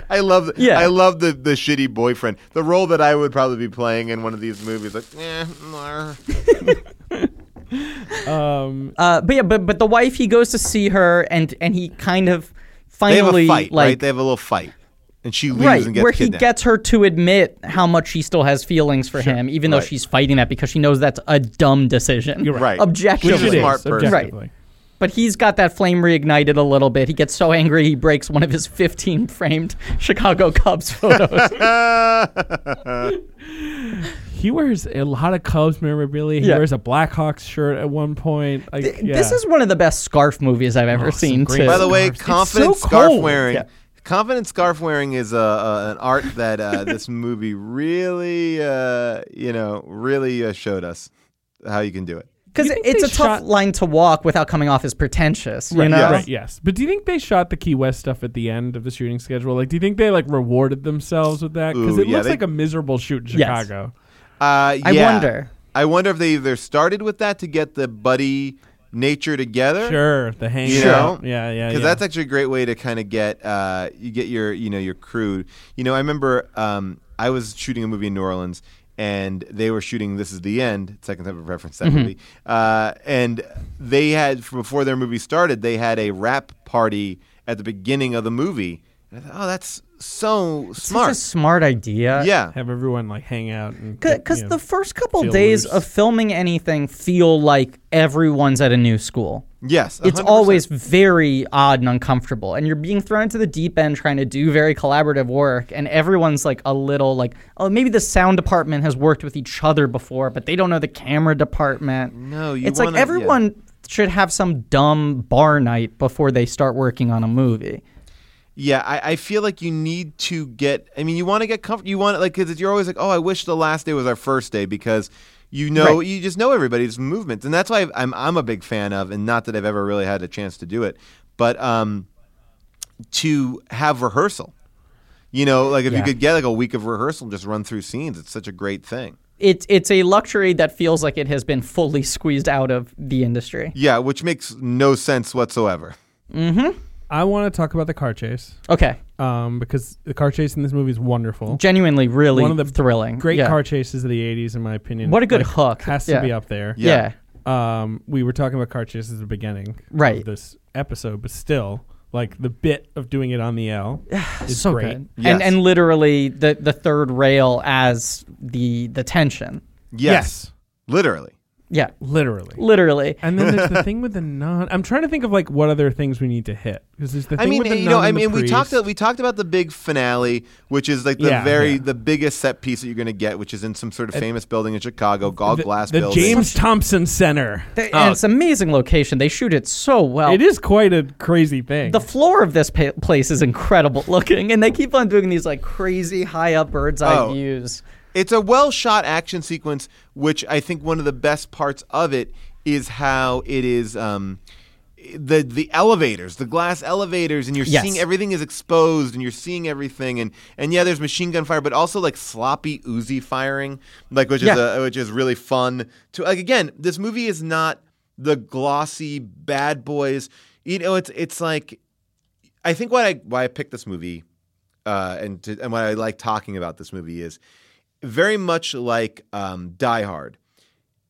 [SPEAKER 2] I love,
[SPEAKER 6] Yeah.
[SPEAKER 2] I love the the shitty boyfriend, the role that I would probably be playing in one of these movies." Like, eh, mwah.
[SPEAKER 7] Um,
[SPEAKER 6] Uh, but yeah, but but the wife he goes to see her and and he kind of
[SPEAKER 2] they have
[SPEAKER 6] finally
[SPEAKER 2] a fight,
[SPEAKER 6] like
[SPEAKER 2] right? They have a little fight, and she leaves
[SPEAKER 6] right
[SPEAKER 2] and gets
[SPEAKER 6] where
[SPEAKER 2] kidnapped.
[SPEAKER 6] he gets her to admit how much she still has feelings for him, even though
[SPEAKER 2] right.
[SPEAKER 6] she's fighting that because she knows that's a dumb decision.
[SPEAKER 7] You're
[SPEAKER 2] right.
[SPEAKER 6] Objectively,
[SPEAKER 2] Which
[SPEAKER 7] Which
[SPEAKER 2] is
[SPEAKER 7] it
[SPEAKER 2] a smart
[SPEAKER 7] is,
[SPEAKER 2] person.
[SPEAKER 7] objectively.
[SPEAKER 6] but he's got that flame reignited a little bit. He gets so angry he breaks one of his 15 framed Chicago Cubs photos.
[SPEAKER 7] He wears a lot of Cubs memorabilia. He
[SPEAKER 6] Yeah.
[SPEAKER 7] wears a Blackhawks shirt at one point. Like, yeah.
[SPEAKER 6] This is one of the best scarf movies I've ever
[SPEAKER 7] some
[SPEAKER 6] seen.
[SPEAKER 7] great
[SPEAKER 6] Too.
[SPEAKER 2] By the way,
[SPEAKER 7] Scarves. It's
[SPEAKER 2] confident
[SPEAKER 7] so
[SPEAKER 2] scarf
[SPEAKER 7] cold.
[SPEAKER 2] wearing.
[SPEAKER 6] Yeah.
[SPEAKER 2] Confident scarf wearing is uh, uh, an art that uh, this movie really, uh, you know, really uh, showed us how you can do it.
[SPEAKER 6] because
[SPEAKER 7] You think
[SPEAKER 6] it's
[SPEAKER 7] they
[SPEAKER 6] a tough
[SPEAKER 7] shot-
[SPEAKER 6] line to walk without coming off as pretentious. You know,
[SPEAKER 2] yeah.
[SPEAKER 7] Right, yes. But do you think they shot the Key West stuff at the end of the shooting schedule? Like, do you think they like rewarded themselves with that? Because
[SPEAKER 2] Ooh,
[SPEAKER 7] it
[SPEAKER 2] yeah,
[SPEAKER 7] looks
[SPEAKER 2] they-
[SPEAKER 7] like a miserable shoot in
[SPEAKER 6] Yes.
[SPEAKER 7] Chicago.
[SPEAKER 2] Uh,
[SPEAKER 6] I
[SPEAKER 2] yeah.
[SPEAKER 6] wonder.
[SPEAKER 2] I wonder if they either started with that to get the buddy nature together.
[SPEAKER 7] Sure, the hangout.
[SPEAKER 2] You know?
[SPEAKER 7] Yeah, yeah, yeah.
[SPEAKER 2] because that's actually a great way to kind of get uh, you get your you know your crew. You know, I remember um, I was shooting a movie in New Orleans, and they were shooting "This Is the End." Second time of reference that movie, uh, and they had from before their movie started, they had a rap party at the beginning of the movie. And I thought, oh, that's so
[SPEAKER 6] Such a
[SPEAKER 2] smart.
[SPEAKER 6] smart idea.
[SPEAKER 2] yeah,
[SPEAKER 7] have everyone like hang out. and get,
[SPEAKER 6] Because
[SPEAKER 7] you know.
[SPEAKER 6] the first couple
[SPEAKER 7] feel
[SPEAKER 6] days
[SPEAKER 7] loose.
[SPEAKER 6] of filming anything feel like everyone's at a new school.
[SPEAKER 2] yes,
[SPEAKER 6] It's
[SPEAKER 2] 100%.
[SPEAKER 6] always very odd and uncomfortable, and you're being thrown into the deep end trying to do very collaborative work, and everyone's like a little like, oh, maybe the sound department has worked with each other before, but they don't know the camera department.
[SPEAKER 2] No, you
[SPEAKER 6] It's
[SPEAKER 2] wanna-
[SPEAKER 6] like
[SPEAKER 2] yeah.
[SPEAKER 6] everyone should have some dumb bar night before they start working on a movie.
[SPEAKER 2] Yeah, I, I feel like you need to get. I mean, you want to get comfortable. You want like because you're always like, oh, I wish the last day was our first day because you know,
[SPEAKER 6] Right.
[SPEAKER 2] you just know everybody's movements, and that's why I'm I'm a big fan of, and not that I've ever really had a chance to do it, but um, to have rehearsal. You know, like if you could get like a week of rehearsal and just run through scenes, it's such a great thing.
[SPEAKER 6] It's it's a luxury that feels like it has been fully squeezed out of the industry.
[SPEAKER 2] Yeah, which makes no sense whatsoever.
[SPEAKER 7] I want to talk about the car chase
[SPEAKER 6] Okay,
[SPEAKER 7] um, because the car chase in this movie is wonderful.
[SPEAKER 6] genuinely, really
[SPEAKER 7] One of the
[SPEAKER 6] thrilling.
[SPEAKER 7] Great
[SPEAKER 6] yeah.
[SPEAKER 7] car chases of the '80s, in my opinion.
[SPEAKER 6] What a good
[SPEAKER 7] Like,
[SPEAKER 6] hook.
[SPEAKER 7] Has to
[SPEAKER 6] Yeah.
[SPEAKER 7] be up there.
[SPEAKER 6] Yeah.
[SPEAKER 2] Yeah.
[SPEAKER 7] Um, we were talking about car chases at the beginning,
[SPEAKER 6] Right.
[SPEAKER 7] Of this episode, but still, like the bit of doing it on the L is
[SPEAKER 6] so
[SPEAKER 7] great.
[SPEAKER 6] good.
[SPEAKER 2] Yes.
[SPEAKER 6] And and literally the the third rail as the the tension.
[SPEAKER 2] Yes, literally.
[SPEAKER 6] Yeah,
[SPEAKER 7] literally.
[SPEAKER 6] literally.
[SPEAKER 7] And then there's the thing with the non. I'm trying to think of like what other things we need to hit because there's the
[SPEAKER 2] I
[SPEAKER 7] thing
[SPEAKER 2] mean,
[SPEAKER 7] with the
[SPEAKER 2] you know,
[SPEAKER 7] nun
[SPEAKER 2] I
[SPEAKER 7] and the
[SPEAKER 2] mean, we talked
[SPEAKER 7] priest.
[SPEAKER 2] we talked about the big finale, which is like the
[SPEAKER 7] Yeah,
[SPEAKER 2] very
[SPEAKER 7] yeah.
[SPEAKER 2] the biggest set piece that you're going to get, which is in some sort of famous building in Chicago, Gog
[SPEAKER 7] the,
[SPEAKER 2] Glass
[SPEAKER 7] the
[SPEAKER 2] building.
[SPEAKER 7] James Thompson Center.
[SPEAKER 6] They- and it's an amazing location. They shoot it so well.
[SPEAKER 7] It is quite a crazy thing.
[SPEAKER 6] The floor of this pa- place is incredible looking, and they keep on doing these like crazy high up bird's eye
[SPEAKER 2] Oh.
[SPEAKER 6] views.
[SPEAKER 2] It's a well shot action sequence, which I think one of the best parts of it is how it is um, the the elevators, the glass elevators, and you're
[SPEAKER 6] Yes.
[SPEAKER 2] seeing everything is exposed, and you're seeing everything, and and yeah, there's machine gun fire, but also like sloppy Uzi firing, like which is
[SPEAKER 6] Yeah.
[SPEAKER 2] a, which is really fun. To like again, this movie is not the glossy bad boys. You know, it's it's like I think why I why I picked this movie, uh, and to, and what I like talking about this movie is very much like um, Die Hard.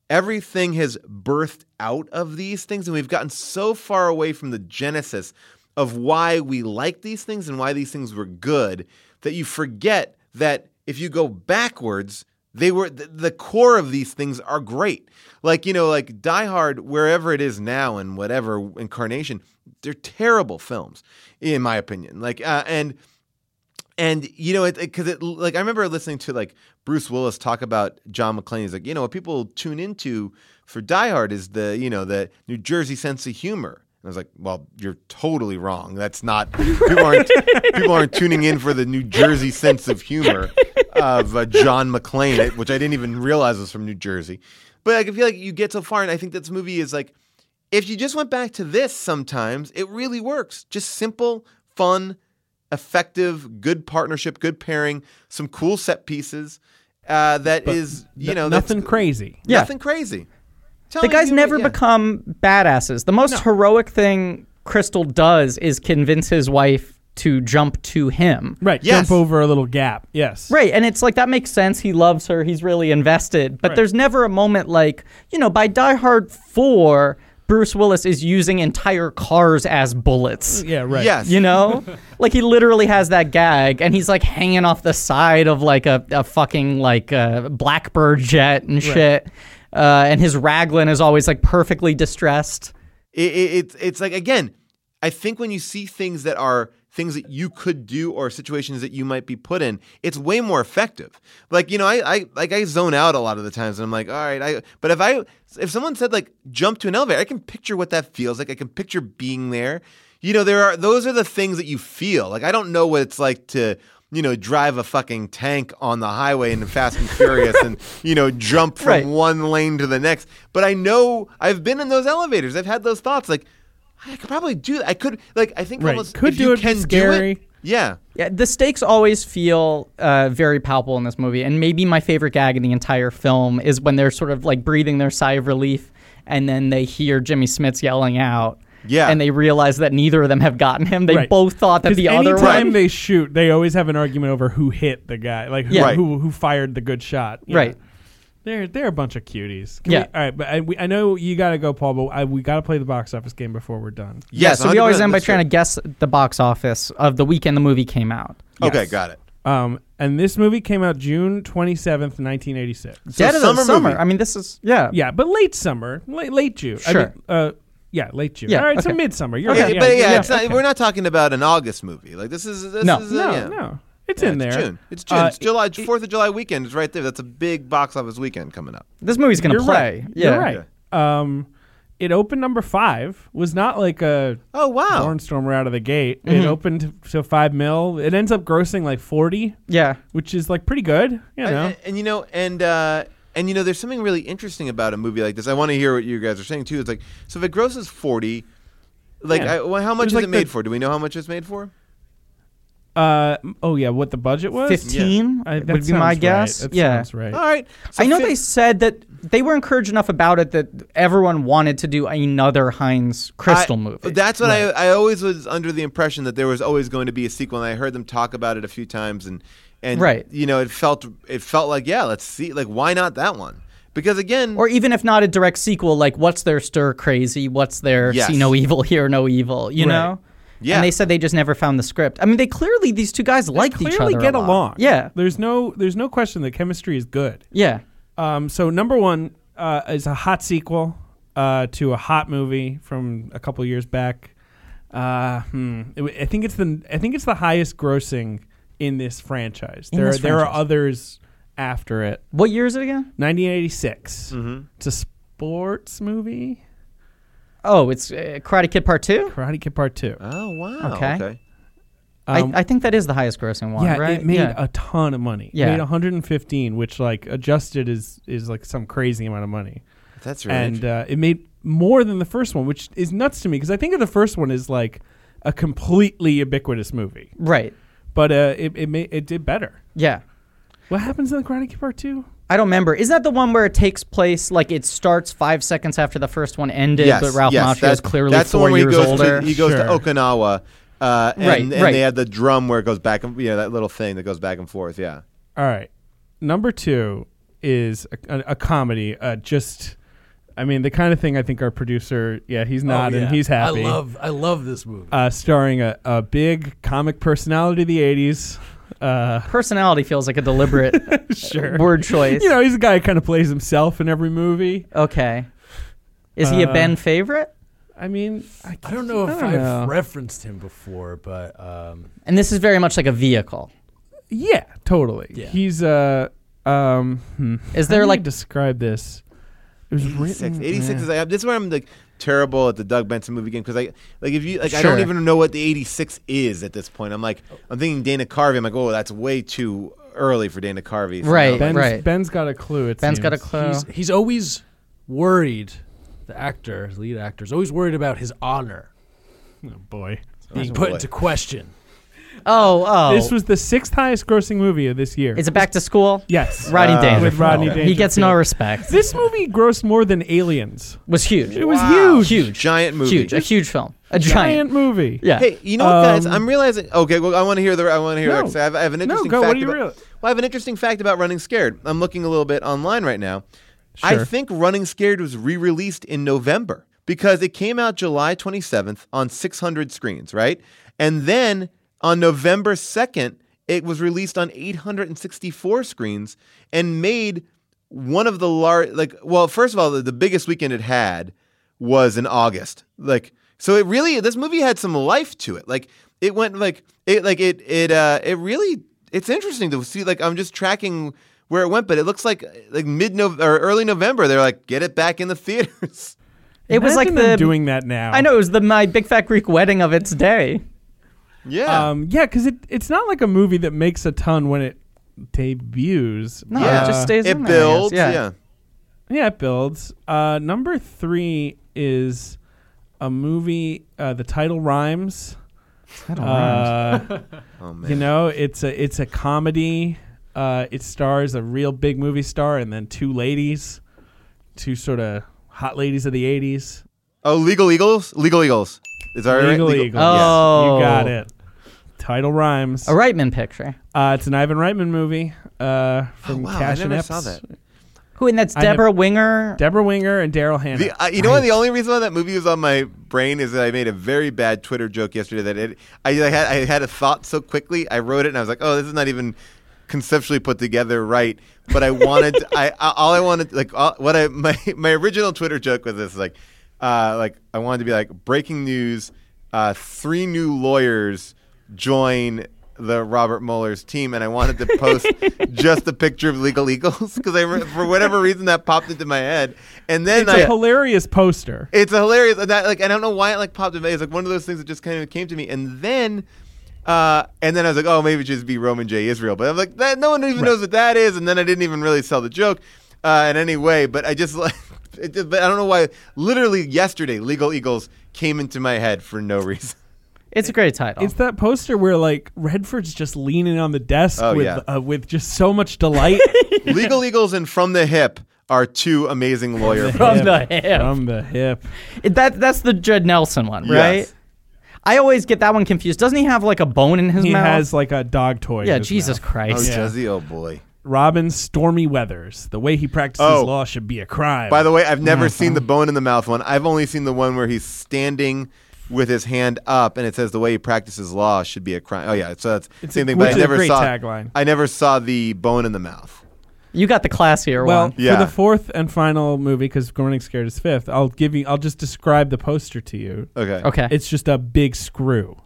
[SPEAKER 2] Everything has birthed out of these things, and we've gotten so far away from the genesis of why we like these things and why these things were good that you forget that if you go backwards, they were th- the core of these things are great. Like you know, like Die Hard, wherever it is now and whatever incarnation, they're terrible films, in my opinion. Like uh, and and you know, it because it, like I remember listening to like Bruce Willis talk about John McClane. He's like, you know, what people tune into for Die Hard is the you know the New Jersey sense of humor. And I was like, well, you're totally wrong. That's not people aren't people aren't tuning in for the New Jersey sense of humor of uh, John McClane, which I didn't even realize was from New Jersey. But like, I feel like you get so far, and I think this movie is like if you just went back to this sometimes, it really works. Just simple, fun, effective, good partnership, good pairing, some cool set pieces. Uh, that is, you
[SPEAKER 7] Th-
[SPEAKER 2] know, that's-
[SPEAKER 7] nothing crazy.
[SPEAKER 6] Yeah.
[SPEAKER 2] nothing crazy. Tell
[SPEAKER 6] The
[SPEAKER 2] me
[SPEAKER 6] guys
[SPEAKER 2] you-
[SPEAKER 6] never
[SPEAKER 2] yeah.
[SPEAKER 6] become badasses. The most heroic thing Crystal does is convince his wife to jump to him.
[SPEAKER 7] Right.
[SPEAKER 2] Yes.
[SPEAKER 7] Jump over a little gap. Yes.
[SPEAKER 6] Right, and it's like that makes sense. He loves her. He's really invested. But there's never a moment like, you know, by Die Hard 4, Bruce Willis is using entire cars as bullets.
[SPEAKER 7] Yeah. Right.
[SPEAKER 2] Yes,
[SPEAKER 6] You know? like he literally has that gag and he's like hanging off the side of like a, a fucking like a blackbird jet and shit. Uh, and his raglan is always like perfectly distressed.
[SPEAKER 2] it, it, it's it's like again, I think when you see things that are things that you could do or situations that you might be put in, it's way more effective. Like you know, I, I like I zone out a lot of the times, and I'm like, all right, I. But if I if someone said like jump to an elevator, I can picture what that feels like. I can picture being there. You know, there are those are the things that you feel. Like I don't know what it's like to. You know, drive a fucking tank on the highway in Fast and Furious, and you know, jump from
[SPEAKER 6] Right.
[SPEAKER 2] one lane to the next. But I know I've been in those elevators. I've had those thoughts. Like, I could probably do that. I could, like, I think
[SPEAKER 7] Right.
[SPEAKER 2] almost
[SPEAKER 7] Could
[SPEAKER 2] if
[SPEAKER 7] do
[SPEAKER 2] you
[SPEAKER 7] it, be
[SPEAKER 2] can do
[SPEAKER 7] scary.
[SPEAKER 2] it. Yeah,
[SPEAKER 6] Yeah, the stakes always feel uh, very palpable in this movie, and maybe my favorite gag in the entire film is when they're sort of like breathing their sigh of relief, and then they hear Jimmy Smits yelling out.
[SPEAKER 2] Yeah.
[SPEAKER 6] and they realize that neither of them have gotten him. They
[SPEAKER 7] Right.
[SPEAKER 6] both thought that
[SPEAKER 7] 'Cause
[SPEAKER 6] the other
[SPEAKER 7] anytime
[SPEAKER 6] one.
[SPEAKER 7] they shoot, they always have an argument over who hit the guy, like who
[SPEAKER 6] Yeah.
[SPEAKER 7] who, who fired the good shot. Yeah.
[SPEAKER 6] Right.
[SPEAKER 7] They're they're a bunch of cuties. Can
[SPEAKER 6] Yeah.
[SPEAKER 7] we- all right, but I, we, I know you got to go, Paul. But I, we got to play the box office game before we're done.
[SPEAKER 6] yeah,
[SPEAKER 2] Yes,
[SPEAKER 6] so we always
[SPEAKER 2] 100%.
[SPEAKER 6] end by
[SPEAKER 2] That's
[SPEAKER 6] trying to
[SPEAKER 2] true.
[SPEAKER 6] guess the box office of the weekend the movie came out.
[SPEAKER 2] Okay, got it.
[SPEAKER 7] Um, and this movie came out June twenty seventh, nineteen eighty six.
[SPEAKER 6] Dead of
[SPEAKER 2] summer
[SPEAKER 6] the summer.
[SPEAKER 2] movie.
[SPEAKER 6] I mean, this is yeah,
[SPEAKER 7] Yeah, but late summer, late late June. I
[SPEAKER 6] Sure.
[SPEAKER 7] mean, uh, yeah, late June.
[SPEAKER 6] Yeah,
[SPEAKER 7] all right, so
[SPEAKER 6] okay.
[SPEAKER 7] midsummer. You're
[SPEAKER 2] Yeah,
[SPEAKER 7] right.
[SPEAKER 2] but yeah,
[SPEAKER 7] yeah,
[SPEAKER 2] it's not, we're not talking about an August movie. Like this is this
[SPEAKER 6] No.
[SPEAKER 2] is uh,
[SPEAKER 7] no,
[SPEAKER 2] yeah.
[SPEAKER 7] no, it's
[SPEAKER 2] Yeah,
[SPEAKER 7] in there.
[SPEAKER 2] It's June. It's June.
[SPEAKER 7] Uh,
[SPEAKER 2] it's July. Fourth of July weekend is right there. That's a big box office weekend coming up.
[SPEAKER 6] this movie's gonna
[SPEAKER 7] You're
[SPEAKER 6] play.
[SPEAKER 7] right.
[SPEAKER 6] Yeah,
[SPEAKER 7] You're right. Um, it opened number five. Was not like a
[SPEAKER 2] Oh wow.
[SPEAKER 7] barnstormer out of the gate. It opened to five mil. It ends up grossing like forty,
[SPEAKER 6] Yeah,
[SPEAKER 7] which is like pretty good. You know,
[SPEAKER 2] And, and you know, and uh, And you know, there's something really interesting about a movie like this. I want to hear what you guys are saying too. It's like, so if it grosses forty, like,
[SPEAKER 7] Yeah.
[SPEAKER 2] I, well, how much
[SPEAKER 7] There's
[SPEAKER 2] is
[SPEAKER 7] like
[SPEAKER 2] it made
[SPEAKER 7] the-
[SPEAKER 2] for? Do we know how much it's made for?
[SPEAKER 7] Uh, oh yeah, what the budget was?
[SPEAKER 6] Fifteen
[SPEAKER 7] I- that
[SPEAKER 6] would be my
[SPEAKER 7] sounds
[SPEAKER 6] guess.
[SPEAKER 7] Right. That
[SPEAKER 6] yeah,
[SPEAKER 7] sounds right.
[SPEAKER 2] All right. So
[SPEAKER 6] I know
[SPEAKER 2] fi-
[SPEAKER 6] they said that they were encouraged enough about it that everyone wanted to do another Heinz Crystal
[SPEAKER 2] I-
[SPEAKER 6] movie.
[SPEAKER 2] That's what I, I always was under the impression that there was always going to be a sequel, and I heard them talk about it a few times, and and
[SPEAKER 6] Right.
[SPEAKER 2] you know, it felt it felt like yeah, let's see, like why not that one? Because again,
[SPEAKER 6] or even if not a direct sequel, like what's their stir crazy? What's their
[SPEAKER 2] Yes.
[SPEAKER 6] see no evil, hear no evil? You
[SPEAKER 7] Right.
[SPEAKER 6] know.
[SPEAKER 2] Yeah.
[SPEAKER 6] And they said they just never found the script. I mean, they clearly these two guys liked each other.
[SPEAKER 7] Clearly, get
[SPEAKER 6] a lot.
[SPEAKER 7] along.
[SPEAKER 6] Yeah.
[SPEAKER 7] there's no there's no question that chemistry is good.
[SPEAKER 6] Yeah.
[SPEAKER 7] Um, so number one uh, is a hot sequel uh, to a hot movie from a couple years back. Uh, hmm. It w- I think it's the I think it's the highest grossing in this franchise.
[SPEAKER 6] In
[SPEAKER 7] there
[SPEAKER 6] this
[SPEAKER 7] are, there are
[SPEAKER 6] franchise.
[SPEAKER 7] others after it.
[SPEAKER 6] What year is it again?
[SPEAKER 7] 1986.
[SPEAKER 6] Mm-hmm.
[SPEAKER 7] It's a sports movie.
[SPEAKER 6] Oh, it's uh, Karate Kid Part Two.
[SPEAKER 7] Karate Kid Part Two.
[SPEAKER 2] oh wow,
[SPEAKER 6] Okay.
[SPEAKER 2] okay.
[SPEAKER 7] Um,
[SPEAKER 6] I, I think that is the highest grossing one,
[SPEAKER 7] yeah,
[SPEAKER 6] right?
[SPEAKER 7] it made
[SPEAKER 6] yeah.
[SPEAKER 7] a ton of money.
[SPEAKER 6] Yeah.
[SPEAKER 7] It made 115, which like adjusted is is like some crazy amount of money.
[SPEAKER 2] that's really
[SPEAKER 7] and
[SPEAKER 2] interesting.
[SPEAKER 7] uh, it made more than the first one, which is nuts to me because I think of the first one as like a completely ubiquitous movie,
[SPEAKER 6] right.
[SPEAKER 7] but uh, it it, made, it did better.
[SPEAKER 6] Yeah.
[SPEAKER 7] What happens in the Karate Kid Part Two?
[SPEAKER 6] I don't remember. Is that the one where it takes place like it starts five seconds after the first one ended,
[SPEAKER 2] yes,
[SPEAKER 6] but Ralph
[SPEAKER 2] yes,
[SPEAKER 6] Macchio is
[SPEAKER 2] that's-
[SPEAKER 6] clearly
[SPEAKER 2] that's the
[SPEAKER 6] four
[SPEAKER 2] one where
[SPEAKER 6] years
[SPEAKER 2] he goes
[SPEAKER 6] older?
[SPEAKER 2] To, he goes to
[SPEAKER 7] Sure.
[SPEAKER 2] Okinawa. Uh, and,
[SPEAKER 6] Right,
[SPEAKER 2] and
[SPEAKER 6] right.
[SPEAKER 2] they had the drum where it goes back and you know that little thing that goes back and forth. Yeah,
[SPEAKER 7] All right, number two is a, a, a comedy. Uh, just, I mean, the kind of thing I think our producer, yeah, he's Oh, not
[SPEAKER 5] yeah.
[SPEAKER 7] and he's happy.
[SPEAKER 5] I love I love this movie.
[SPEAKER 7] uh, starring a, a big comic personality of the '80s. Uh,
[SPEAKER 6] Personality feels like a deliberate
[SPEAKER 7] sure,
[SPEAKER 6] word choice.
[SPEAKER 7] you know he's a guy who kind of plays himself in every movie.
[SPEAKER 6] okay. Is he a
[SPEAKER 7] Uh,
[SPEAKER 6] Ben favorite?
[SPEAKER 7] I mean, I,
[SPEAKER 5] I don't know if
[SPEAKER 7] I
[SPEAKER 5] I've
[SPEAKER 7] don't know.
[SPEAKER 5] referenced him before, but um,
[SPEAKER 6] And this is very much like a vehicle.
[SPEAKER 7] Yeah, totally.
[SPEAKER 5] Yeah.
[SPEAKER 7] He's uh um hmm.
[SPEAKER 6] Is
[SPEAKER 7] How
[SPEAKER 6] there
[SPEAKER 7] do I
[SPEAKER 6] like
[SPEAKER 7] describe this? It was
[SPEAKER 2] 86.
[SPEAKER 7] written
[SPEAKER 2] 86 is like, this is where I'm like terrible at the Doug Benson movie game because I like if you like I
[SPEAKER 6] Sure.
[SPEAKER 2] don't even know what the 86 is at this point. I'm like I'm thinking Dana Carvey. I'm like oh that's way too early for Dana Carvey. So
[SPEAKER 6] Right.
[SPEAKER 2] now-
[SPEAKER 7] Ben's, Ben's got a clue. It
[SPEAKER 6] Ben's got a
[SPEAKER 7] seems.
[SPEAKER 6] clue?
[SPEAKER 5] he's he's always worried. The actor, the lead actor, is always worried about his honor
[SPEAKER 7] Oh, boy.
[SPEAKER 5] being
[SPEAKER 2] Oh,
[SPEAKER 5] put
[SPEAKER 2] boy.
[SPEAKER 5] into question.
[SPEAKER 6] oh oh
[SPEAKER 7] This was the sixth highest grossing movie of this year.
[SPEAKER 6] Is it back to school?
[SPEAKER 7] yes.
[SPEAKER 6] Rodney
[SPEAKER 2] Uh,
[SPEAKER 6] Dangerfield.
[SPEAKER 7] With Rodney
[SPEAKER 2] He
[SPEAKER 7] Dangerfield.
[SPEAKER 6] He gets no respect.
[SPEAKER 7] This movie grossed more than Aliens.
[SPEAKER 6] was huge.
[SPEAKER 7] It was
[SPEAKER 2] Wow.
[SPEAKER 7] huge.
[SPEAKER 6] Huge.
[SPEAKER 2] Giant movie.
[SPEAKER 6] Huge. A huge film. A
[SPEAKER 7] Giant
[SPEAKER 6] giant.
[SPEAKER 7] movie.
[SPEAKER 6] Yeah.
[SPEAKER 2] Hey, you know what, guys?
[SPEAKER 7] Um,
[SPEAKER 2] I'm realizing. Okay, well, I want to hear the. I want to hear.
[SPEAKER 7] No.
[SPEAKER 2] actually, I, have, I have an
[SPEAKER 7] No,
[SPEAKER 2] interesting
[SPEAKER 7] go, what
[SPEAKER 2] fact.
[SPEAKER 7] do you
[SPEAKER 2] about,
[SPEAKER 7] realize?
[SPEAKER 2] Well, I have an interesting fact about Running Scared. I'm looking a little bit online right now. I
[SPEAKER 7] Sure.
[SPEAKER 2] think Running Scared was re-released in November because it came out July 27th on 600 screens, right? And then on November 2nd, it was released on 864 screens and made one of the large. Like, well, first of all, the, the biggest weekend it had was in August. Like so it really this movie had some life to it. Like it went like it like it it uh it really it's interesting to see like I'm just tracking where it went but it looks like like mid November or early November they're like get it back in the theaters.
[SPEAKER 6] It was like
[SPEAKER 7] Imagine them
[SPEAKER 6] the
[SPEAKER 7] doing that now.
[SPEAKER 6] I know it was the my big fat Greek wedding of its day.
[SPEAKER 2] yeah.
[SPEAKER 7] Um, yeah, because it, it's not like a movie that makes a ton when it debuts.
[SPEAKER 6] No,
[SPEAKER 2] yeah.
[SPEAKER 6] Oh, it just stays
[SPEAKER 2] it
[SPEAKER 6] in there, I guess.
[SPEAKER 2] builds.
[SPEAKER 6] Yeah.
[SPEAKER 2] yeah.
[SPEAKER 7] Yeah, it builds. Uh, number three is a movie. Uh, the title rhymes. Title rhymes.
[SPEAKER 2] Oh man.
[SPEAKER 7] you know, it's a it's a comedy. Uh, it stars a real big movie star and then two ladies, two sort of hot ladies of the '80s.
[SPEAKER 2] oh, Legal Eagles? Legal Eagles. Is that right?
[SPEAKER 7] Legal Eagles.
[SPEAKER 6] Oh.
[SPEAKER 7] You got it. Title rhymes.
[SPEAKER 6] A Reitman picture.
[SPEAKER 7] Uh, it's an Ivan Reitman movie uh,
[SPEAKER 2] Oh,
[SPEAKER 7] from
[SPEAKER 2] wow,
[SPEAKER 7] Cash
[SPEAKER 2] I
[SPEAKER 7] and
[SPEAKER 2] never
[SPEAKER 7] Epps.
[SPEAKER 2] saw that.
[SPEAKER 6] Who and that's
[SPEAKER 7] I have-
[SPEAKER 6] Deborah Winger.
[SPEAKER 7] Deborah Winger and Daryl Hannah.
[SPEAKER 2] The, uh, you know what? The only reason why that movie was on my brain is that I made a very bad Twitter joke yesterday. That it, I, I had, I had a thought so quickly, I wrote it, and I was like, "Oh, this is not even conceptually put together right." But I wanted, I, I all I wanted, like, all, what I my my original Twitter joke was this, like, uh, like I wanted to be like breaking news: uh, three new lawyers join. The Robert Mueller's team, and I wanted to post just a picture of Legal Eagles because I, re- for whatever reason, that popped into my head. And then
[SPEAKER 7] it's
[SPEAKER 2] I,
[SPEAKER 7] a hilarious poster.
[SPEAKER 2] it's a hilarious and that like I don't know why it like popped in my head. It's like one of those things that just kind of came to me, and then, uh, and then I was like, oh, maybe it should just be Roman J Israel, but I'm like, that no one even knows what that is, and then I didn't even really sell the joke. uh, in any way, but I just like. It, did- but I don't know why. Literally yesterday, Legal Eagles came into my head for no reason.
[SPEAKER 6] It's a great title.
[SPEAKER 7] It's that poster where like Redford's just leaning on the desk
[SPEAKER 2] Oh,
[SPEAKER 7] with
[SPEAKER 2] yeah.
[SPEAKER 7] uh, with just so much delight
[SPEAKER 2] Legal Eagles and From the Hip are two amazing lawyer.
[SPEAKER 6] From the hip.
[SPEAKER 7] from the hip.
[SPEAKER 6] It- that that's the Judd Nelson one, right?
[SPEAKER 2] Yes.
[SPEAKER 6] I always get that one confused. Doesn't he have like a bone in his
[SPEAKER 7] He
[SPEAKER 6] mouth?
[SPEAKER 7] has like a dog toy. in
[SPEAKER 6] yeah,
[SPEAKER 7] his
[SPEAKER 6] Jesus
[SPEAKER 7] mouth.
[SPEAKER 2] Oh,
[SPEAKER 6] Christ.
[SPEAKER 2] does he? Oh boy.
[SPEAKER 7] Robin Stormy Weathers. The way he practices
[SPEAKER 2] Oh.
[SPEAKER 7] law should be a crime.
[SPEAKER 2] By the way, I've never seen the bone in the mouth one. I've only seen the one where he's standing with his hand up, and it says the way he practices law should be a crime. Oh yeah, so that's
[SPEAKER 7] It's
[SPEAKER 2] same
[SPEAKER 7] a-
[SPEAKER 2] thing. But
[SPEAKER 7] which
[SPEAKER 2] I
[SPEAKER 7] is a
[SPEAKER 2] never
[SPEAKER 7] great
[SPEAKER 2] saw.
[SPEAKER 7] tagline.
[SPEAKER 2] I never saw the bone in the mouth.
[SPEAKER 6] You got the classier
[SPEAKER 7] well,
[SPEAKER 6] one.
[SPEAKER 2] Yeah.
[SPEAKER 7] for the fourth and final movie, because Gornick Scared is fifth, I'll give you. I'll just describe the poster to you.
[SPEAKER 2] Okay.
[SPEAKER 6] Okay.
[SPEAKER 7] It's just a big screw.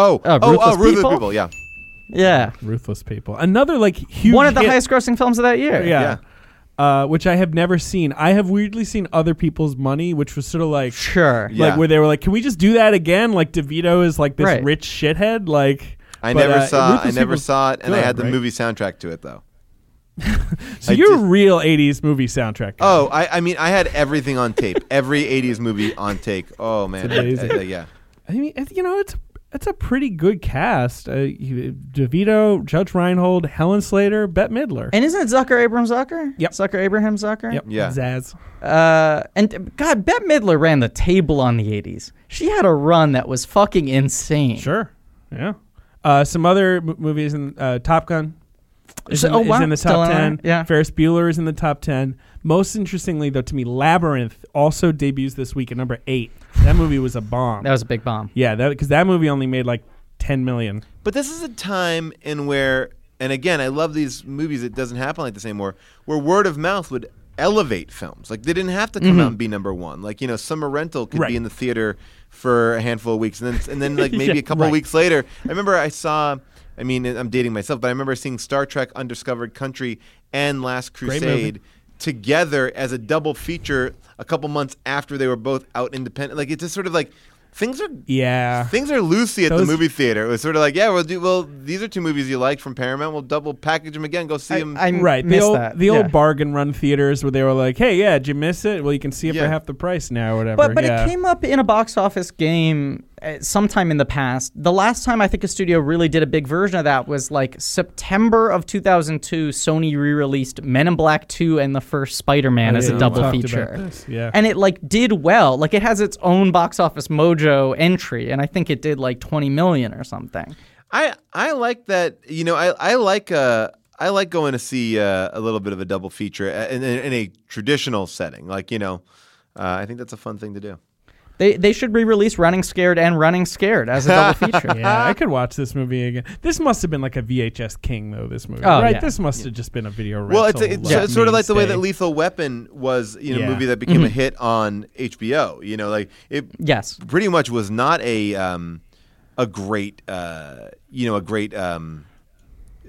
[SPEAKER 2] Oh, oh, oh,
[SPEAKER 6] Ruthless
[SPEAKER 2] ruthless
[SPEAKER 6] People?
[SPEAKER 2] people. Yeah.
[SPEAKER 6] yeah.
[SPEAKER 7] Ruthless people. Another like huge.
[SPEAKER 6] One of the
[SPEAKER 7] hit.
[SPEAKER 6] highest grossing films of that year.
[SPEAKER 7] Yeah. Uh, which I have never seen. I have weirdly seen other people's money, which was sort of like
[SPEAKER 6] Sure.
[SPEAKER 2] Yeah.
[SPEAKER 7] like where they were like, "Can we just do that again?" Like DeVito is like this
[SPEAKER 6] Right.
[SPEAKER 7] rich shithead. Like
[SPEAKER 2] I
[SPEAKER 7] but,
[SPEAKER 2] never
[SPEAKER 7] uh,
[SPEAKER 2] saw. I
[SPEAKER 7] Ruthless
[SPEAKER 2] never
[SPEAKER 7] People's
[SPEAKER 2] saw it, and I
[SPEAKER 7] good,
[SPEAKER 2] had the
[SPEAKER 7] right?
[SPEAKER 2] movie soundtrack to it though.
[SPEAKER 7] So
[SPEAKER 2] I
[SPEAKER 7] you're
[SPEAKER 2] did-
[SPEAKER 7] a real '80s movie soundtrack. guy.
[SPEAKER 2] Oh, I, I mean, I had everything on tape. Every '80s movie on tape. Oh man,
[SPEAKER 7] It's amazing.
[SPEAKER 2] I- I- yeah.
[SPEAKER 7] I mean, it, you know, it's it's a pretty good cast. Uh, you- DeVito, Judge Reinhold, Helen Slater, Bette Midler.
[SPEAKER 6] And isn't it Zucker Abram Zucker?
[SPEAKER 7] Yep.
[SPEAKER 6] Zucker Abraham Zucker?
[SPEAKER 7] Yep.
[SPEAKER 2] Yeah.
[SPEAKER 7] Zaz.
[SPEAKER 6] Uh, and God, Bette Midler ran the table on the 80s. She had a run that was fucking insane.
[SPEAKER 7] Sure. Yeah. Uh, some other m- movies in uh, Top Gun. Is
[SPEAKER 6] So-
[SPEAKER 7] in,
[SPEAKER 6] oh,
[SPEAKER 7] is
[SPEAKER 6] wow.
[SPEAKER 7] in the
[SPEAKER 6] Still
[SPEAKER 7] top
[SPEAKER 6] in there?
[SPEAKER 7] ten.
[SPEAKER 6] Yeah.
[SPEAKER 7] Ferris Bueller is in the top ten. Most interestingly, though, to me, Labyrinth also debuts this week at number eight. That movie was a bomb.
[SPEAKER 6] That was a big bomb.
[SPEAKER 7] yeah, that because that movie only made like ten million.
[SPEAKER 2] But this is a time in where, and again, I love these movies. It doesn't happen like this anymore. Where word of mouth would elevate films. Like they didn't have to come out and be number one. Like you know, Summer Rental could
[SPEAKER 7] Mm-hmm. Right.
[SPEAKER 2] be in the theater for a handful of weeks, and then and then like maybe
[SPEAKER 7] Yeah,
[SPEAKER 2] a couple
[SPEAKER 7] right.
[SPEAKER 2] of weeks later. I remember I saw. I mean, I'm dating myself, but I remember seeing Star Trek: Undiscovered Country and Last
[SPEAKER 7] movie.
[SPEAKER 2] Crusade together as a double feature a couple months after they were both out independent. Like it's just sort of like things are
[SPEAKER 7] Yeah.
[SPEAKER 2] Things are loosey at the
[SPEAKER 7] Those-
[SPEAKER 2] movie theater. It was sort of like, yeah, we'll do. Well, these are two movies you like from Paramount. We'll double package them again. Go see them.
[SPEAKER 6] I
[SPEAKER 7] Right, the
[SPEAKER 6] missed
[SPEAKER 7] old
[SPEAKER 6] that.
[SPEAKER 7] the
[SPEAKER 6] Yeah.
[SPEAKER 7] old bargain run theaters where they were like, "Hey, yeah, did you miss it? Well, you can see it
[SPEAKER 2] Yeah.
[SPEAKER 7] for half the price now, or whatever."
[SPEAKER 6] But but
[SPEAKER 7] yeah.
[SPEAKER 6] it came up in a box office game uh, sometime in the past. The last time I think a studio really did a big version of that was like September of 2002. Sony re-released Men in Black 2 and the first Spider-Man as
[SPEAKER 7] Oh, Yeah,
[SPEAKER 6] a
[SPEAKER 7] we
[SPEAKER 6] double
[SPEAKER 7] talked about
[SPEAKER 6] feature.
[SPEAKER 7] this, Yeah,
[SPEAKER 6] And it like did well. Like it has its own box office mojo entry and I think it did like 20 million or something.
[SPEAKER 2] I I like that. You know, I I like uh I like going to see uh, a little bit of a double feature uh, in, in, in a traditional setting. Like you know, uh, I think that's a fun thing to do.
[SPEAKER 6] They they should re-release Running Scared and Running Scared as a double feature.
[SPEAKER 7] yeah, I could watch this movie again. This must have been like a VHS king though. This movie,
[SPEAKER 6] Oh,
[SPEAKER 7] right?
[SPEAKER 6] yeah.
[SPEAKER 7] This must have just been a video.
[SPEAKER 2] Well, it's,
[SPEAKER 7] rental,
[SPEAKER 2] it's,
[SPEAKER 7] like,
[SPEAKER 2] it's sort of like the way that
[SPEAKER 7] mainstay.
[SPEAKER 2] Lethal Weapon was, you know,
[SPEAKER 7] Yeah. Mm-hmm.
[SPEAKER 2] a movie that became a hit on HBO. You know, like it
[SPEAKER 6] Yes.
[SPEAKER 2] pretty much was not a um, a great uh, you know a great um,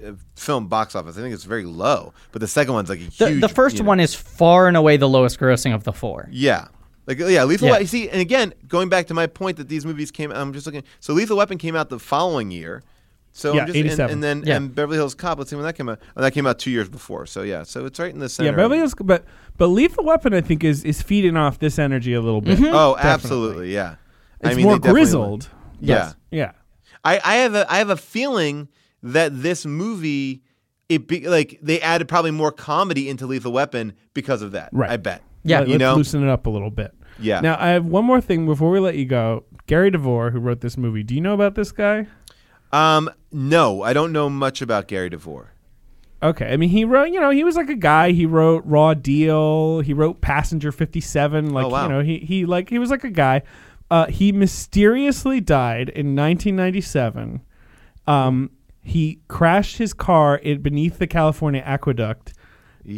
[SPEAKER 2] uh, film box office. I think it's very low, but the second one's like a
[SPEAKER 6] The,
[SPEAKER 2] huge.
[SPEAKER 6] the first
[SPEAKER 2] you know-
[SPEAKER 6] one is far and away the lowest grossing of the four.
[SPEAKER 2] yeah. Like yeah, Lethal
[SPEAKER 6] Yeah.
[SPEAKER 2] Weapon. See, and again, going back to my point that these movies came. I'm just looking. So Lethal Weapon came out the following year. So
[SPEAKER 7] Yeah,
[SPEAKER 2] I'm just, and-
[SPEAKER 7] 87.
[SPEAKER 2] And, then
[SPEAKER 6] Yeah.
[SPEAKER 2] and Beverly Hills Cop. Let's see when that came out. Oh, that came out two years before. So yeah, so it's right in the center.
[SPEAKER 7] Yeah, Beverly
[SPEAKER 2] of-
[SPEAKER 7] Hills, but but Lethal Weapon, I think, is is feeding off this energy a little bit.
[SPEAKER 2] Oh,
[SPEAKER 7] Definitely.
[SPEAKER 2] absolutely. Yeah.
[SPEAKER 7] It's
[SPEAKER 2] I mean,
[SPEAKER 7] more
[SPEAKER 2] they definitely-
[SPEAKER 7] grizzled.
[SPEAKER 2] Yeah.
[SPEAKER 7] Yeah,
[SPEAKER 2] I, I have a I have a feeling that this movie it be, like they added probably more comedy into Lethal Weapon because of that.
[SPEAKER 7] Right.
[SPEAKER 2] I bet.
[SPEAKER 6] Yeah.
[SPEAKER 7] Let,
[SPEAKER 2] you
[SPEAKER 7] us
[SPEAKER 2] know.
[SPEAKER 7] loosen it up a little bit.
[SPEAKER 2] Yeah.
[SPEAKER 7] Now I have one more thing before we let you go. Gary DeVore, who wrote this movie, do you know about this guy?
[SPEAKER 2] Um. No, I don't know much about Gary DeVore.
[SPEAKER 7] Okay, I mean he wrote, you know, he was like a guy. He wrote Raw Deal. He wrote Passenger Fifty Seven. Like
[SPEAKER 2] Oh, wow.
[SPEAKER 7] you know, he he like he was like a guy. Uh, he mysteriously died in 1997. Um, he crashed his car in beneath the California aqueduct,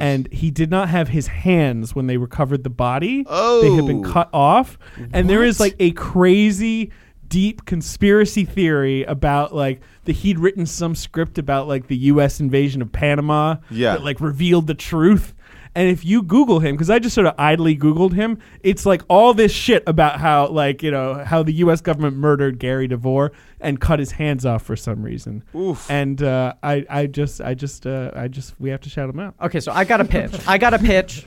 [SPEAKER 7] and he did not have his hands when they recovered the body. they had been
[SPEAKER 2] Oh.
[SPEAKER 7] cut off, and there is like a crazy deep conspiracy theory about like that he'd written some script about like the U.S. invasion of Panama
[SPEAKER 2] Yeah.
[SPEAKER 7] that like revealed the truth. And if you Google him, because I just sort of idly Googled him, it's like all this shit about how, like, you know, how the U.S. government murdered Gary DeVore and cut his hands off for some reason.
[SPEAKER 2] Oof.
[SPEAKER 7] And uh, I, I just, I just, uh, I just, we have to shout him out.
[SPEAKER 6] Okay, so I got a pitch. I got a pitch.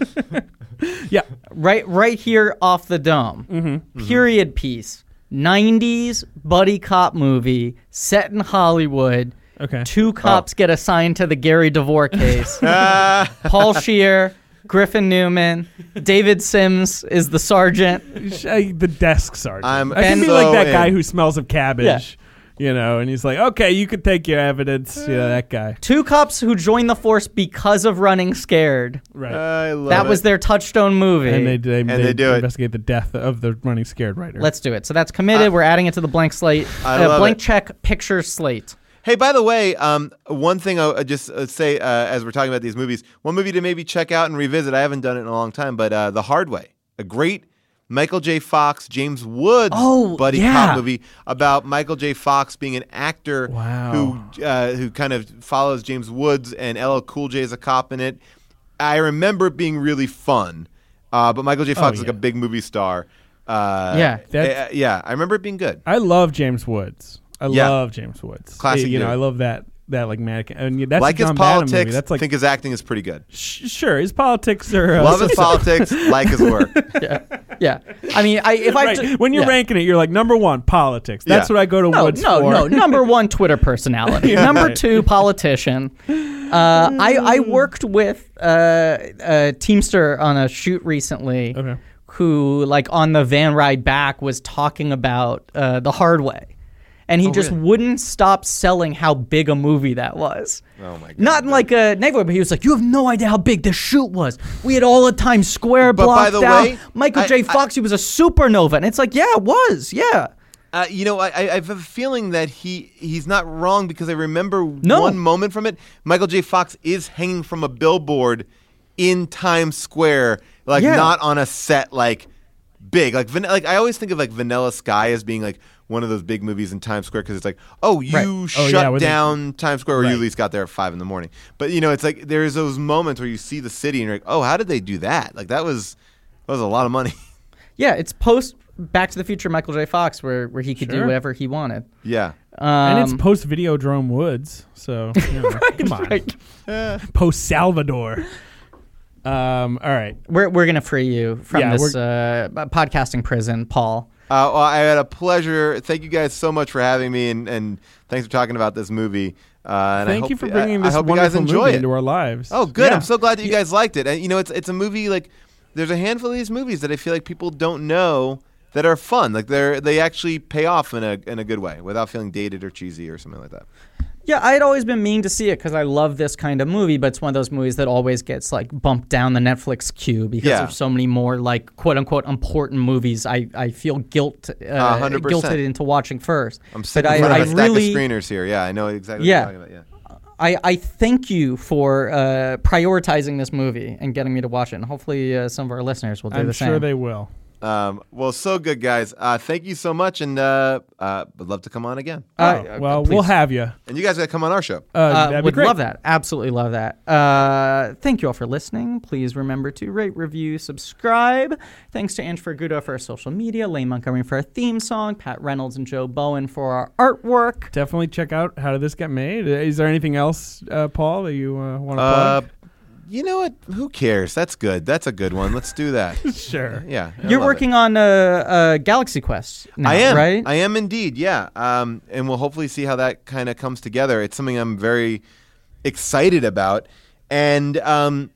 [SPEAKER 7] Yeah.
[SPEAKER 6] Right right here off the dome.
[SPEAKER 2] Mm-hmm.
[SPEAKER 6] Period piece. 90s buddy cop movie set in Hollywood.
[SPEAKER 7] Okay.
[SPEAKER 2] Oh.
[SPEAKER 6] Two cops get assigned to the Gary DeVore case. Paul Shear, Griffin Newman, David Sims is the sergeant.
[SPEAKER 7] Sh- I- the desk sergeant.
[SPEAKER 2] I'm
[SPEAKER 7] I can be
[SPEAKER 2] so
[SPEAKER 7] like that
[SPEAKER 2] in.
[SPEAKER 7] guy who smells of cabbage, you know, and he's like, okay, you can take your evidence. Yeah, that guy.
[SPEAKER 6] Two cops who join the force because of running scared.
[SPEAKER 7] Right.
[SPEAKER 2] I love
[SPEAKER 6] that was
[SPEAKER 2] it.
[SPEAKER 6] their touchstone movie.
[SPEAKER 7] and they, they, they,
[SPEAKER 2] Uh, they do it.
[SPEAKER 7] investigate the death of the running scared writer.
[SPEAKER 6] Let's do it. So that's committed. We're adding it to the blank slate. Uh,
[SPEAKER 2] I love
[SPEAKER 6] blank
[SPEAKER 2] it.
[SPEAKER 6] check picture slate.
[SPEAKER 2] Hey, by the way, um, one thing I'll uh, just uh, say uh, as we're talking about these movies, one movie to maybe check out and revisit. I haven't done it in a long time, but uh, The Hard Way, a great Michael J. Fox, James Woods
[SPEAKER 6] Oh,
[SPEAKER 2] buddy
[SPEAKER 7] yeah.
[SPEAKER 2] cop movie about Michael J. Fox being an actor
[SPEAKER 7] Wow.
[SPEAKER 2] who uh, who kind of follows James Woods and LL Cool J is a cop in it. I remember it being really fun, uh, but Michael J. Fox is like
[SPEAKER 7] Oh, yeah.
[SPEAKER 2] a big movie star. Uh,
[SPEAKER 6] Yeah,
[SPEAKER 7] that's-
[SPEAKER 2] uh, yeah. I remember it being good.
[SPEAKER 7] I love James Woods. I
[SPEAKER 2] Yeah.
[SPEAKER 7] love James Woods.
[SPEAKER 2] Classic
[SPEAKER 7] You know,
[SPEAKER 2] dude.
[SPEAKER 7] I love that that like manic. And yeah, that's
[SPEAKER 2] like
[SPEAKER 7] a John
[SPEAKER 2] his
[SPEAKER 7] Badham movie.
[SPEAKER 2] politics,
[SPEAKER 7] That's like
[SPEAKER 2] think his acting is pretty good.
[SPEAKER 7] sh- sure his politics are. Uh,
[SPEAKER 2] Love his politics, like his work.
[SPEAKER 6] Yeah. I mean, I, if I
[SPEAKER 7] Right.
[SPEAKER 6] d-
[SPEAKER 7] when you're
[SPEAKER 6] yeah.
[SPEAKER 7] ranking it, you're like number one politics. That's
[SPEAKER 2] Yeah.
[SPEAKER 7] what I go to
[SPEAKER 6] No,
[SPEAKER 7] Woods
[SPEAKER 6] no,
[SPEAKER 7] for.
[SPEAKER 6] no. Number one, Twitter personality. Number two, politician. Uh, I, I worked with uh, a Teamster on a shoot recently
[SPEAKER 7] Okay.
[SPEAKER 6] who, like, on the van ride back was talking about uh, the hard way. And
[SPEAKER 7] Oh,
[SPEAKER 6] he just wouldn't stop selling how big a movie that was.
[SPEAKER 2] Oh my God.
[SPEAKER 6] Not in like a negative way, but he was like, "You have no idea how big this shoot was. We had all the time square
[SPEAKER 2] But by
[SPEAKER 6] blocked
[SPEAKER 2] the
[SPEAKER 6] out.
[SPEAKER 2] way,
[SPEAKER 6] Michael
[SPEAKER 2] I-
[SPEAKER 6] J.
[SPEAKER 2] I-
[SPEAKER 6] Fox, he was a supernova." And it's like, "Yeah, it was. Yeah."
[SPEAKER 2] Uh, you know, I, I I have a feeling that he he's not wrong because I remember
[SPEAKER 6] No.
[SPEAKER 2] one moment from it. Michael J. Fox is hanging from a billboard in Times Square, like
[SPEAKER 6] Yeah.
[SPEAKER 2] not on a set, like big, like van- like I always think of like Vanilla Sky as being like one of those big movies in Times Square because it's like, oh, you shut
[SPEAKER 7] yeah, when they-
[SPEAKER 2] down Times Square, or you at least got there at five in the morning. But you know, it's like there's those moments where you see the city and you're like, oh, how did they do that? Like that was that was a lot of money.
[SPEAKER 6] Yeah, it's post Back to the Future Michael J. Fox where, where he could do
[SPEAKER 7] Sure.
[SPEAKER 6] whatever he wanted.
[SPEAKER 2] yeah.
[SPEAKER 7] and it's
[SPEAKER 6] Um,
[SPEAKER 7] post Videodrome Woods, so you know, come on, post Salvador. Um, all right,
[SPEAKER 6] We're, we're going to free you from
[SPEAKER 7] Yeah,
[SPEAKER 6] this uh, podcasting prison, Paul.
[SPEAKER 2] Uh, well, I had a pleasure. Thank you guys so much for having me, and, and thanks for talking about this movie. Uh, and I
[SPEAKER 7] thank
[SPEAKER 2] hope,
[SPEAKER 7] you for
[SPEAKER 2] I-
[SPEAKER 7] bringing
[SPEAKER 2] I,
[SPEAKER 7] this
[SPEAKER 2] hope you guys
[SPEAKER 7] wonderful
[SPEAKER 2] enjoy
[SPEAKER 7] movie
[SPEAKER 2] it.
[SPEAKER 7] into our lives.
[SPEAKER 2] oh, good!
[SPEAKER 7] Yeah.
[SPEAKER 2] I'm so glad that you guys liked it. And you know, it's it's a movie like there's a handful of these movies that I feel like people don't know that are fun. Like they're they actually pay off in a in a good way without feeling dated or cheesy or something like that.
[SPEAKER 6] Yeah, I had always been mean to see it because I love this kind of movie, but it's one of those movies that always gets like bumped down the Netflix queue because
[SPEAKER 2] Yeah.
[SPEAKER 6] of so many more like quote unquote important movies. I, I feel guilt uh,
[SPEAKER 2] 100%.
[SPEAKER 6] guilted into watching first.
[SPEAKER 2] I'm
[SPEAKER 6] But
[SPEAKER 2] sitting
[SPEAKER 6] I-
[SPEAKER 2] in front
[SPEAKER 6] I
[SPEAKER 2] of a stack
[SPEAKER 6] really-
[SPEAKER 2] of screeners here. Yeah, I know exactly.
[SPEAKER 6] Yeah.
[SPEAKER 2] what you're talking about. Yeah.
[SPEAKER 6] I, I thank you for uh, prioritizing this movie and getting me to watch it, and hopefully uh, some of our listeners will do
[SPEAKER 7] I'm
[SPEAKER 6] the
[SPEAKER 7] sure
[SPEAKER 6] same.
[SPEAKER 7] they will.
[SPEAKER 2] Um, well, so good, guys. Uh, thank you so much, and uh, uh, would love to come on again.
[SPEAKER 6] Uh,
[SPEAKER 7] Oh, well,
[SPEAKER 6] please.
[SPEAKER 7] we'll have you.
[SPEAKER 2] And you guys got to come on our show.
[SPEAKER 7] Uh,
[SPEAKER 6] Uh,
[SPEAKER 7] that'd be
[SPEAKER 6] would
[SPEAKER 7] great.
[SPEAKER 6] love that. Absolutely love that. Uh, thank you all for listening. Please remember to rate, review, subscribe. Thanks to Ange Fergudo for our social media, Lane Montgomery for our theme song, Pat Reynolds and Joe Bowen for our artwork.
[SPEAKER 7] Definitely check out how did this get made. Uh, Is there anything else, uh, Paul, that you uh, want to
[SPEAKER 2] Uh,
[SPEAKER 7] plug?
[SPEAKER 2] you know what? Who cares? That's good. That's a good one. Let's do that.
[SPEAKER 7] Sure.
[SPEAKER 2] Yeah. I
[SPEAKER 6] You're
[SPEAKER 2] love
[SPEAKER 6] working
[SPEAKER 2] it.
[SPEAKER 6] on uh, uh, Galaxy Quest now,
[SPEAKER 2] I am.
[SPEAKER 6] right?
[SPEAKER 2] I am indeed. Yeah. Um, and we'll hopefully see how that kind of comes together. It's something I'm very excited about. And, um,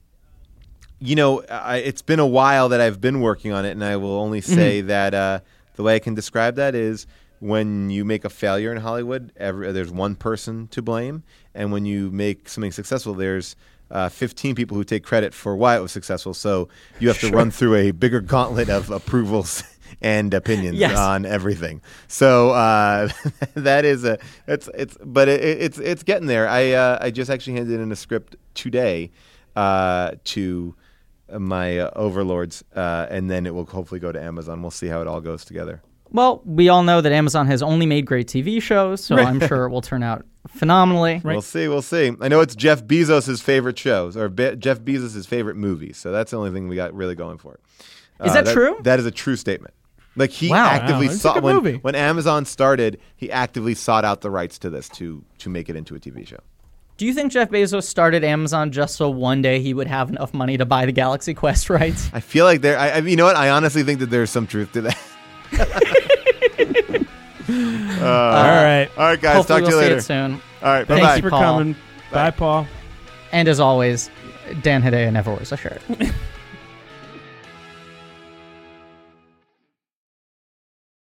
[SPEAKER 2] you know, I, it's been a while that I've been working on it, and I will only
[SPEAKER 6] Mm-hmm.
[SPEAKER 2] say that uh, the way I can describe that is when you make a failure in Hollywood, every, there's one person to blame, and when you make something successful, there's uh, 15 people who take credit for why it was successful. So you have to run through a bigger gauntlet of approvals and opinions
[SPEAKER 6] Yes.
[SPEAKER 2] on everything. So uh, that is a it's it's but it, it's it's getting there. I uh, I just actually handed in a script today uh, to my uh, overlords, uh, and then it will hopefully go to Amazon. We'll see how it all goes together.
[SPEAKER 6] Well, we all know that Amazon has only made great TV shows, so I'm sure it will turn out phenomenally.
[SPEAKER 2] We'll see. We'll see. I know it's Jeff Bezos' favorite shows or Be- Jeff Bezos' favorite movies. So that's the only thing we got really going for it. Uh,
[SPEAKER 6] Is that true?
[SPEAKER 2] That is a true statement. Like he
[SPEAKER 6] Wow.
[SPEAKER 2] actively
[SPEAKER 7] Wow, it's a
[SPEAKER 2] sought
[SPEAKER 7] good
[SPEAKER 2] when
[SPEAKER 7] movie.
[SPEAKER 2] when Amazon started, he actively sought out the rights to this to to make it into a TV show.
[SPEAKER 6] Do you think Jeff Bezos started Amazon just so one day he would have enough money to buy the Galaxy Quest rights?
[SPEAKER 2] I feel like there. I, I you know what? I honestly think that there's some truth to that.
[SPEAKER 7] All right.
[SPEAKER 2] All right, guys. talk
[SPEAKER 6] Hopefully, we'll
[SPEAKER 2] to you
[SPEAKER 6] see
[SPEAKER 2] later.
[SPEAKER 6] it soon.
[SPEAKER 2] All right. Bye
[SPEAKER 6] Thanks
[SPEAKER 2] bye.
[SPEAKER 7] Thanks for
[SPEAKER 6] Paul.
[SPEAKER 7] coming. Bye, Paul.
[SPEAKER 6] And as always, Dan Hedaya never wears a shirt.